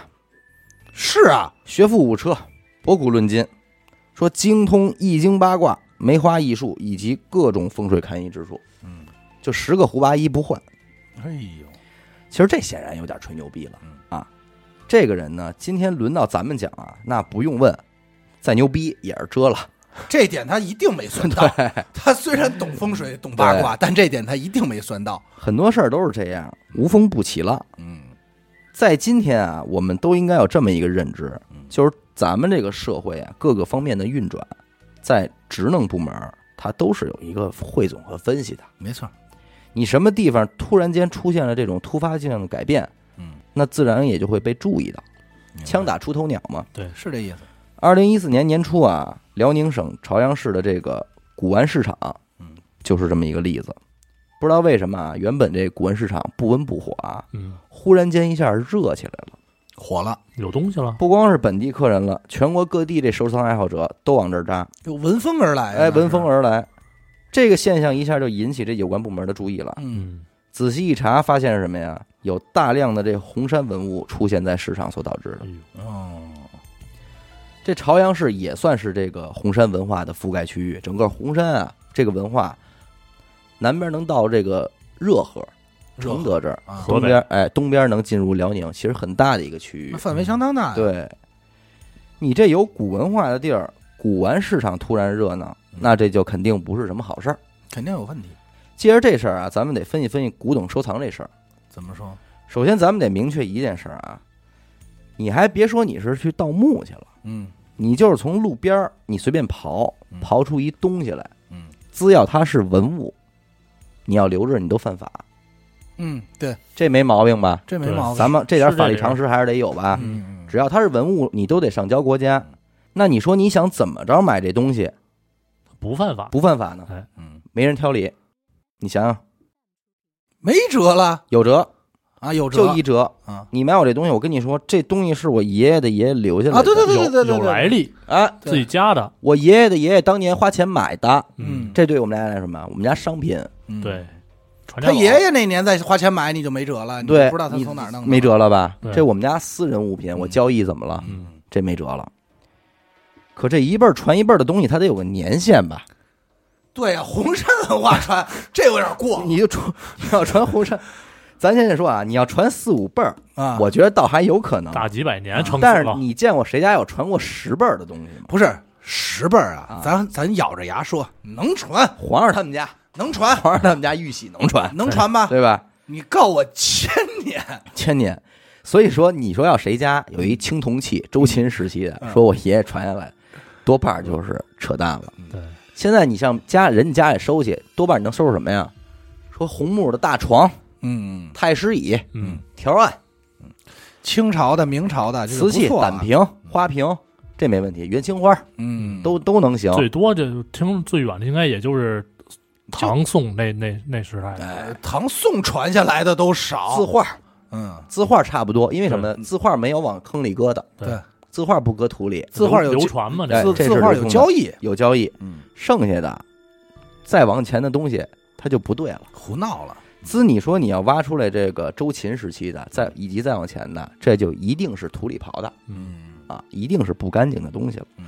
[SPEAKER 2] 是啊，
[SPEAKER 1] 学富五车，博古论今，说精通易经八卦、梅花易数以及各种风水堪舆之术，
[SPEAKER 2] 嗯，
[SPEAKER 1] 就十个胡八一不换。
[SPEAKER 2] 哎呦，
[SPEAKER 1] 其实这显然有点吹牛逼了
[SPEAKER 2] 嗯
[SPEAKER 1] 啊！这个人呢，今天轮到咱们讲啊，那不用问，再牛逼也是遮了。
[SPEAKER 2] 这点他一定没算到。他虽然懂风水、懂八卦，但这点他一定没算到。
[SPEAKER 1] 很多事儿都是这样，无风不起浪。
[SPEAKER 2] 嗯
[SPEAKER 1] 在今天啊，我们都应该有这么一个认知
[SPEAKER 2] 嗯，
[SPEAKER 1] 就是咱们这个社会啊，各个方面的运转，在职能部门儿它都是有一个汇总和分析的。，
[SPEAKER 2] 没错，
[SPEAKER 1] 你什么地方突然间出现了这种突发性的改变，
[SPEAKER 2] 嗯，
[SPEAKER 1] 那自然也就会被注意到。枪打出头鸟嘛。
[SPEAKER 2] 是这意思。
[SPEAKER 1] 二零一四年年初啊，辽宁省朝阳市的这个古玩市场，
[SPEAKER 2] 嗯，
[SPEAKER 1] 就是这么一个例子。不知道为什么啊，原本这古玩市场不温不火啊，
[SPEAKER 3] 嗯，
[SPEAKER 1] 忽然间一下热起来了。
[SPEAKER 2] 火了，
[SPEAKER 3] 有东西了，
[SPEAKER 1] 不光是本地客人了，全国各地这收藏爱好者都往这儿扎，
[SPEAKER 2] 就闻风而来啊。
[SPEAKER 1] 哎，闻风
[SPEAKER 2] 而
[SPEAKER 1] 而来。这个现象一下就引起这有关部门的注意了。
[SPEAKER 2] 嗯，
[SPEAKER 3] 嗯，
[SPEAKER 1] 仔细一查，发现是什么呀？有大量的这红山文物出现在市场所导致的
[SPEAKER 3] 哎。呦，
[SPEAKER 2] 哦，
[SPEAKER 1] 这朝阳市也算是这个红山文化的覆盖区域，整个红山啊，这个文化南边能到这个热河、
[SPEAKER 2] 热
[SPEAKER 1] 承
[SPEAKER 2] 河
[SPEAKER 1] 德这儿，
[SPEAKER 2] 啊
[SPEAKER 3] 河，
[SPEAKER 1] 东边哎东边能进入辽宁，其实很大的一个区域
[SPEAKER 2] 那。范围相当大呀。啊
[SPEAKER 1] 对，你这有古文化的地儿，古玩市场突然热闹，那这就肯定不是什么好事儿。
[SPEAKER 2] 肯定有问题。
[SPEAKER 1] 借着这事儿啊，咱们得分析分析古董收藏这事儿。
[SPEAKER 2] 怎么说？
[SPEAKER 1] 首先，咱们得明确一件事儿啊，你还别说你是去盗墓去了，
[SPEAKER 2] 嗯
[SPEAKER 1] 你就是从路边儿你随便刨
[SPEAKER 2] 嗯
[SPEAKER 1] 刨出一东西来，
[SPEAKER 2] 嗯
[SPEAKER 1] 只要它是文物，你要留着你都犯法，
[SPEAKER 2] 嗯，对，
[SPEAKER 1] 这没毛病吧？
[SPEAKER 2] 这没
[SPEAKER 3] 对
[SPEAKER 2] 毛病。
[SPEAKER 1] 咱们这点
[SPEAKER 3] 是这
[SPEAKER 1] 法律
[SPEAKER 3] 理儿
[SPEAKER 1] 常识还是得有吧？
[SPEAKER 2] 嗯嗯
[SPEAKER 1] 只要它是文物，你都得上交国家。那你说你想怎么着买这东西
[SPEAKER 3] 不犯法，
[SPEAKER 1] 不犯法呢？
[SPEAKER 2] 嗯，
[SPEAKER 1] 没人挑理，你想想
[SPEAKER 2] 没辙了。
[SPEAKER 1] 有辙，
[SPEAKER 2] 啊，有
[SPEAKER 1] 就
[SPEAKER 2] 辙
[SPEAKER 1] 一折。
[SPEAKER 2] 啊
[SPEAKER 1] 你买我这东西，我跟你说，这东西是我爷爷的爷爷留下来的。
[SPEAKER 2] 啊，对对对对对
[SPEAKER 3] 有
[SPEAKER 2] 对，
[SPEAKER 3] 有来
[SPEAKER 2] 历，
[SPEAKER 3] 历，
[SPEAKER 1] 哎，
[SPEAKER 2] 对
[SPEAKER 3] 自己家的，
[SPEAKER 1] 我爷爷的爷爷当年花钱买的，
[SPEAKER 2] 嗯，
[SPEAKER 1] 这对我们家来说什么？我们家商品，
[SPEAKER 2] 嗯，
[SPEAKER 3] 对，传家
[SPEAKER 2] 他
[SPEAKER 3] 宝
[SPEAKER 2] 爷爷那年再花钱买，你就没辙了，你
[SPEAKER 1] 对，
[SPEAKER 2] 不知道他
[SPEAKER 1] 你
[SPEAKER 2] 从哪儿弄的，
[SPEAKER 1] 没辙了吧？
[SPEAKER 3] 对
[SPEAKER 1] 这我们家私人物品，我交易怎么了？
[SPEAKER 3] 嗯
[SPEAKER 1] 这没辙了。可这一辈儿传一辈儿的东西，它得有个年限吧？
[SPEAKER 2] 对呀，红山文化传这有点过
[SPEAKER 1] *laughs* 你就传， *laughs* 你要传红 *laughs* 山，咱先说啊，你要传四五辈儿，
[SPEAKER 2] 啊，
[SPEAKER 1] 我觉得倒还有可能。
[SPEAKER 3] 大几百年撑死
[SPEAKER 1] 但是
[SPEAKER 3] 了，
[SPEAKER 1] 你见过谁家有传过十辈儿的东西吗？
[SPEAKER 2] 不是十辈儿
[SPEAKER 1] 啊
[SPEAKER 2] 啊，咱咱咬着牙说能传
[SPEAKER 1] 皇上他们家，
[SPEAKER 2] 能传
[SPEAKER 1] 皇上他们家玉玺能传，
[SPEAKER 2] 能传吧？
[SPEAKER 1] 对吧？
[SPEAKER 2] 你告我千年，
[SPEAKER 1] 啊千年。所以说，你说要谁家有一青铜器，周秦时期的，
[SPEAKER 2] 嗯
[SPEAKER 1] 说我爷爷传下来，多半儿就是扯淡了。
[SPEAKER 3] 对，
[SPEAKER 1] 现在你像家人家也收去，多半儿你能收拾什么呀？说红木的大床、
[SPEAKER 2] 嗯，
[SPEAKER 1] 太师椅、
[SPEAKER 3] 嗯，
[SPEAKER 1] 条案、
[SPEAKER 2] 清朝的、明朝的，这个
[SPEAKER 1] 瓷器、
[SPEAKER 2] 不错啊
[SPEAKER 1] 胆，瓶、花瓶，这没问题。元青花
[SPEAKER 2] 嗯，
[SPEAKER 1] 都都能行。
[SPEAKER 3] 最多就听最远的应该也就是唐宋那那那时代的，
[SPEAKER 2] 呃唐宋传下来的都
[SPEAKER 1] 字
[SPEAKER 2] 少，
[SPEAKER 1] 画，
[SPEAKER 2] 嗯，
[SPEAKER 1] 字画差不多，因为什么呢？字画没有往坑里搁的，
[SPEAKER 2] 对，
[SPEAKER 1] 字画不搁土里，
[SPEAKER 2] 字画有
[SPEAKER 3] 流
[SPEAKER 2] 交
[SPEAKER 3] 传嘛，
[SPEAKER 1] 哎
[SPEAKER 2] 字
[SPEAKER 3] 这
[SPEAKER 1] 这事儿
[SPEAKER 2] 字画
[SPEAKER 1] 流
[SPEAKER 2] 有
[SPEAKER 1] 通的
[SPEAKER 2] 交易，
[SPEAKER 1] 有交易。
[SPEAKER 2] 嗯，
[SPEAKER 1] 剩下的再往前的东西，它就不对了。
[SPEAKER 2] 胡闹了，
[SPEAKER 1] 滋，你说你要挖出来这个周秦时期的，再以及再往前的，这就一定是土里刨的
[SPEAKER 2] 嗯
[SPEAKER 1] 啊，一定是不干净的东西了
[SPEAKER 2] 嗯。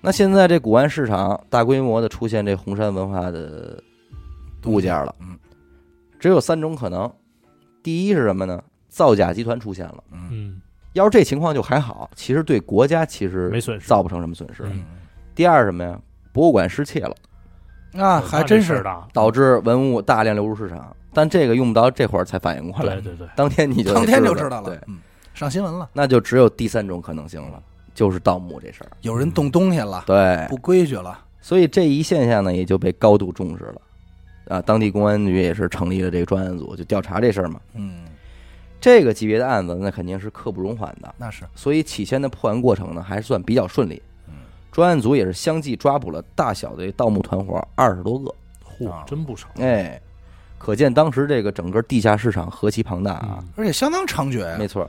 [SPEAKER 1] 那现在这古玩市场大规模的出现这红山文化的物件了，
[SPEAKER 2] 嗯，
[SPEAKER 1] 只有三种可能。第一是什么呢？造假集团出现了。
[SPEAKER 3] 嗯
[SPEAKER 1] 要是这情况就还好，其实对国家其实
[SPEAKER 3] 没损失
[SPEAKER 1] 造不成什么损失。
[SPEAKER 2] 嗯，
[SPEAKER 1] 第二是什么呀？博物馆失窃了，嗯
[SPEAKER 2] 啊，还真是，
[SPEAKER 3] 的，
[SPEAKER 1] 导致文物大量流入市场，但这个用不着这会儿才反应过来，
[SPEAKER 3] 对对对，
[SPEAKER 1] *laughs* 当天你就
[SPEAKER 2] 当天就
[SPEAKER 1] 知
[SPEAKER 2] 知道
[SPEAKER 1] 对
[SPEAKER 2] 了，，嗯，上新闻了，
[SPEAKER 1] 那就只有第三种可能性了，就是盗墓这事儿。
[SPEAKER 2] 有人动东西了，
[SPEAKER 1] 嗯对，
[SPEAKER 2] 不规矩了，
[SPEAKER 1] 所以这一现象呢，也就被高度重视了。啊，当地公安局也是成立了这个专案组，就调查这事儿嘛。
[SPEAKER 2] 嗯，
[SPEAKER 1] 这个级别的案子，那肯定是刻不容缓的，
[SPEAKER 2] 那是，
[SPEAKER 1] 所以起先的破案过程呢，还算比较顺利
[SPEAKER 2] 嗯。
[SPEAKER 1] 专案组也是相继抓捕了大小的盗墓团伙二十多个，啊
[SPEAKER 3] 嚯，真不少，
[SPEAKER 1] 哎，可见当时这个整个地下市场何其庞大啊！
[SPEAKER 3] 嗯
[SPEAKER 2] 而且相当猖獗呀
[SPEAKER 1] 没，错儿。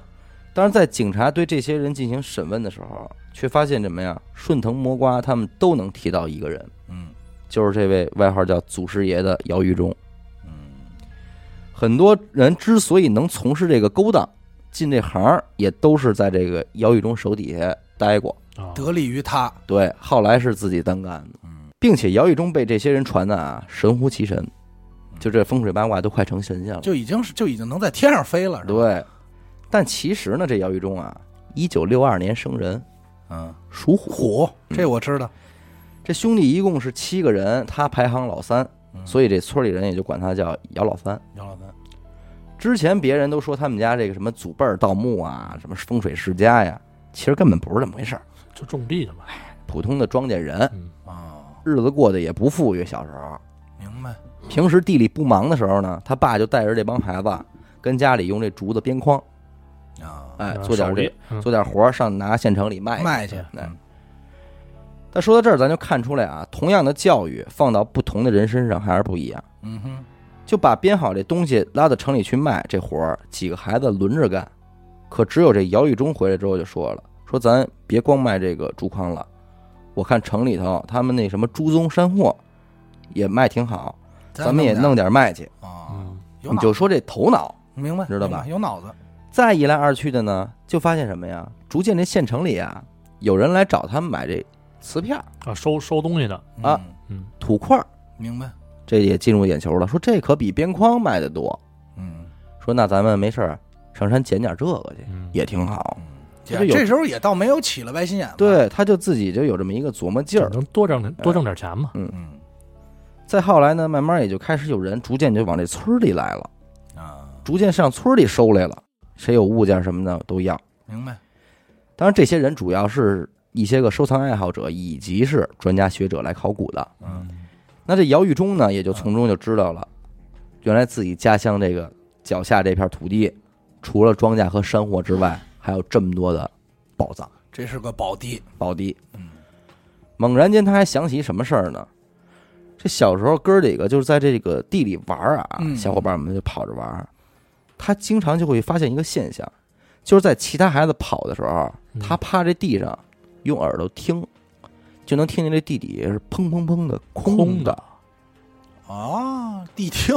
[SPEAKER 1] 当然，在警察对这些人进行审问的时候，却发现怎么样？顺藤摸瓜，他们都能提到一个人，
[SPEAKER 2] 嗯
[SPEAKER 1] 就是这位外号叫“祖师爷”的姚玉忠。
[SPEAKER 2] 嗯
[SPEAKER 1] 很多人之所以能从事这个勾当、进这行儿，也都是在这个姚玉忠手底下待过。
[SPEAKER 3] 啊，
[SPEAKER 2] 得利于他，
[SPEAKER 1] 对，后来是自己单干的，
[SPEAKER 2] 嗯
[SPEAKER 1] 并且姚玉忠被这些人传的啊神乎其神，就这风水八卦都快成神仙了。
[SPEAKER 2] 就已经是就已经能在天上飞了，是吧，
[SPEAKER 1] 对，但其实呢，这姚玉忠啊，一九六二年生人，
[SPEAKER 2] 嗯，
[SPEAKER 1] 属虎。嗯
[SPEAKER 2] 虎，这我知道，
[SPEAKER 1] 这兄弟一共是七个人，他排行老三，
[SPEAKER 2] 嗯
[SPEAKER 1] 所以这村里人也就管他叫姚老三。
[SPEAKER 2] 杨老三，
[SPEAKER 1] 之前别人都说他们家这个什么祖辈儿盗墓啊，什么风水世家呀，其实根本不是这么回事儿，
[SPEAKER 3] 就种地的嘛，
[SPEAKER 1] 普通的庄稼人，
[SPEAKER 3] 嗯，
[SPEAKER 2] 哦，
[SPEAKER 1] 日子过得也不富裕。小时候，
[SPEAKER 2] 明白，
[SPEAKER 1] 平时地里不忙的时候呢，他爸就带着这帮孩子跟家里用这竹子编筐，
[SPEAKER 2] 啊，
[SPEAKER 1] 哎，
[SPEAKER 3] 嗯
[SPEAKER 1] 做点
[SPEAKER 3] 手
[SPEAKER 1] 这
[SPEAKER 3] 艺，嗯
[SPEAKER 1] 做点活儿上拿县城里卖。
[SPEAKER 2] 卖去，嗯
[SPEAKER 1] 哎，但说到这儿，咱就看出来啊，同样的教育放到不同的人身上还是不一样。
[SPEAKER 2] 嗯哼，
[SPEAKER 1] 就把编好这东西拉到城里去卖，这活儿几个孩子轮着干。可只有这姚玉忠回来之后就说了，说咱别光卖这个竹筐了，我看城里头他们那什么猪鬃山货也卖挺好，咱们也弄点卖去。
[SPEAKER 2] 啊，
[SPEAKER 3] 嗯，
[SPEAKER 2] 有
[SPEAKER 1] 你
[SPEAKER 2] 脑
[SPEAKER 1] 就说这头脑。
[SPEAKER 2] 明白，
[SPEAKER 1] 知道吧
[SPEAKER 2] 明白有脑子，
[SPEAKER 1] 再一来二去的呢，就发现什么呀？逐渐这县城里啊，有人来找他们买这瓷片儿、
[SPEAKER 3] 啊，收收东西的，
[SPEAKER 1] 啊
[SPEAKER 2] 嗯，
[SPEAKER 3] 嗯，
[SPEAKER 1] 土块儿，
[SPEAKER 2] 明白，
[SPEAKER 1] 这也进入眼球了。说这可比边框卖的多。
[SPEAKER 2] 嗯，
[SPEAKER 1] 说那咱们没事儿上山捡点这个去，
[SPEAKER 3] 嗯
[SPEAKER 1] 也挺好。
[SPEAKER 2] 也
[SPEAKER 1] 这有
[SPEAKER 2] 这时候也倒没有起了歪心眼，，
[SPEAKER 1] 对，他就自己就有这么一个琢磨劲
[SPEAKER 3] 就
[SPEAKER 1] 儿。哎
[SPEAKER 3] 能多挣点多挣点钱嘛，
[SPEAKER 2] 嗯
[SPEAKER 1] 再后来呢，慢慢也就开始有人逐渐就往这村儿里来了，
[SPEAKER 2] 啊，
[SPEAKER 1] 逐渐上村儿里收来了，谁有物件什么的都要。
[SPEAKER 2] 明白，
[SPEAKER 1] 当然，这些人主要是一些个收藏爱好者以及是专家学者来考古的。
[SPEAKER 2] 嗯，
[SPEAKER 1] 那这姚玉忠呢，也就从中就知道了，原来自己家乡这个脚下这片土地，除了庄稼和山货之外，还有这么多的宝藏。
[SPEAKER 2] 这是个宝地，
[SPEAKER 1] 宝地
[SPEAKER 2] 嗯。
[SPEAKER 1] 猛然间，他还想起什么事儿呢？这小时候哥儿几个就是在这个地里玩儿啊，
[SPEAKER 2] 嗯
[SPEAKER 1] 小伙伴们就跑着玩儿。他经常就会发现一个现象，就是在其他孩子跑的时候，
[SPEAKER 3] 嗯
[SPEAKER 1] 他趴这地上用耳朵听，就能听见这地底下是砰砰砰的
[SPEAKER 3] 空
[SPEAKER 1] 的，
[SPEAKER 2] 啊，地听，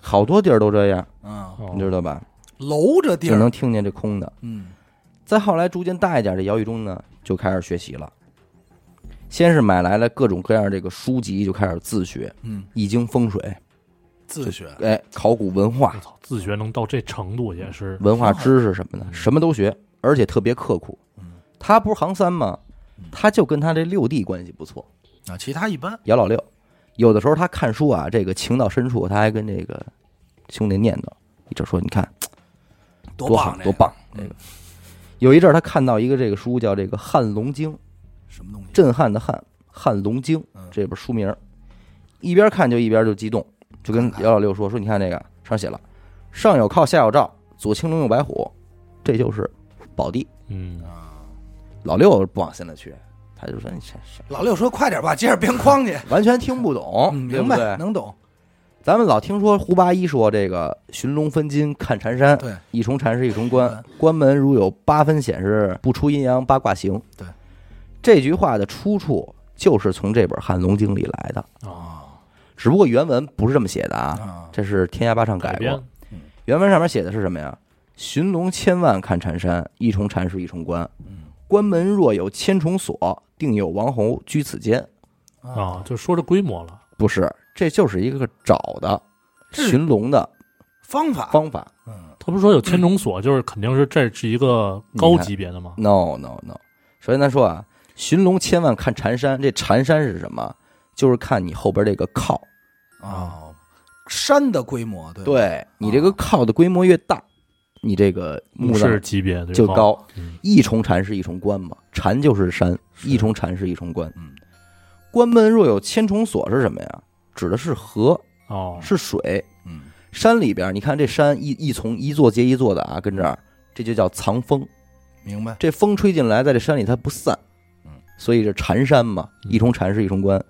[SPEAKER 1] 好多地儿都这样，
[SPEAKER 2] 嗯，
[SPEAKER 3] 哦
[SPEAKER 1] 你知道吧？
[SPEAKER 2] 楼这地
[SPEAKER 1] 就
[SPEAKER 2] 儿，
[SPEAKER 1] 能听见这空的。
[SPEAKER 2] 嗯
[SPEAKER 1] 再后来逐渐大一点，这姚玉忠呢就开始学习了，先是买来了各种各样这个书籍，就开始自学《
[SPEAKER 2] 嗯，
[SPEAKER 1] 易经》风水，
[SPEAKER 2] 自学，
[SPEAKER 1] 哎，考古文化
[SPEAKER 3] 我、操，自学能到这程度也是，
[SPEAKER 1] 文化知识什么的，
[SPEAKER 3] 嗯
[SPEAKER 1] 什么都学，而且特别刻苦
[SPEAKER 2] 嗯。
[SPEAKER 1] 他不是行三吗
[SPEAKER 2] 嗯？
[SPEAKER 1] 他就跟他这六弟关系不错，
[SPEAKER 2] 啊，其他一般，
[SPEAKER 1] 姚老六。有的时候他看书啊，这个情到深处，他还跟这个兄弟念叨，一直说：“你看
[SPEAKER 2] 多
[SPEAKER 1] 好
[SPEAKER 2] 棒，，
[SPEAKER 1] 多，棒！”这个有一阵儿他看到一个这个书叫这个《汉龙经》，
[SPEAKER 2] 什么东西？
[SPEAKER 1] 震撼的撼，《汉龙经》
[SPEAKER 2] 嗯
[SPEAKER 1] 这本书名儿，一边看就一边就激动，就跟姚老六说：“说你看这个上写了，上有靠，下有照，左青龙，右白虎，这就是宝地。”
[SPEAKER 3] 嗯，
[SPEAKER 1] 啊老六不往心里去，他就说你这是
[SPEAKER 2] 老六说快点吧，接着编框去，
[SPEAKER 1] 完全听不懂，哦
[SPEAKER 2] 嗯
[SPEAKER 1] 对
[SPEAKER 2] 明
[SPEAKER 1] 不
[SPEAKER 2] 白，
[SPEAKER 1] 对？
[SPEAKER 2] 能懂，
[SPEAKER 1] 咱们老听说胡八一说这个寻龙分金看缠山，
[SPEAKER 2] 对，
[SPEAKER 1] 一重禅是一重关
[SPEAKER 2] 嗯，
[SPEAKER 1] 关门如有八分显示，不出阴阳八卦行。
[SPEAKER 2] 对，
[SPEAKER 1] 这句话的出处就是从这本《汉龙经》里来的，
[SPEAKER 3] 啊，
[SPEAKER 1] 只不过原文不是这么写的啊，
[SPEAKER 2] 哦啊，
[SPEAKER 1] 这是天涯八唱改过
[SPEAKER 3] 编。
[SPEAKER 1] 原文上面写的是什么呀？寻龙千万看缠山，一重禅是一重关。
[SPEAKER 2] 嗯
[SPEAKER 1] 关门若有千重锁，定有王侯居此间。
[SPEAKER 3] 啊，就说这规模了，
[SPEAKER 1] 不是，这就是一个找的
[SPEAKER 2] 这是
[SPEAKER 1] 寻龙的
[SPEAKER 2] 方法，
[SPEAKER 1] 方法。
[SPEAKER 2] 嗯，
[SPEAKER 3] 他不是说有千种锁，就是肯定是这是一个高级别的吗？
[SPEAKER 1] No no no，首先咱说啊，寻龙千万看缠山，这缠山是什么？就是看你后边这个靠，
[SPEAKER 2] 哦，山的规模，对吧，
[SPEAKER 1] 啊对你这个靠的规模越大，你这个墓
[SPEAKER 3] 士
[SPEAKER 1] 葬
[SPEAKER 3] 级别的
[SPEAKER 1] 就
[SPEAKER 3] 高，
[SPEAKER 1] 高。
[SPEAKER 3] 嗯
[SPEAKER 1] 一重禅是一重关嘛，禅就是山，
[SPEAKER 3] 是
[SPEAKER 1] 一重禅是一重关。
[SPEAKER 2] 嗯，
[SPEAKER 1] 关门若有千重锁是什么呀？指的是河，
[SPEAKER 3] 哦，
[SPEAKER 1] 是水。
[SPEAKER 2] 嗯，
[SPEAKER 1] 山里边，你看这山一一丛一座接一座的啊，跟这儿，这就叫藏风。
[SPEAKER 2] 明白，
[SPEAKER 1] 这风吹进来，在这山里它不散，
[SPEAKER 2] 嗯，
[SPEAKER 1] 所以这缠山嘛，
[SPEAKER 3] 嗯
[SPEAKER 1] 一重缠是一重关，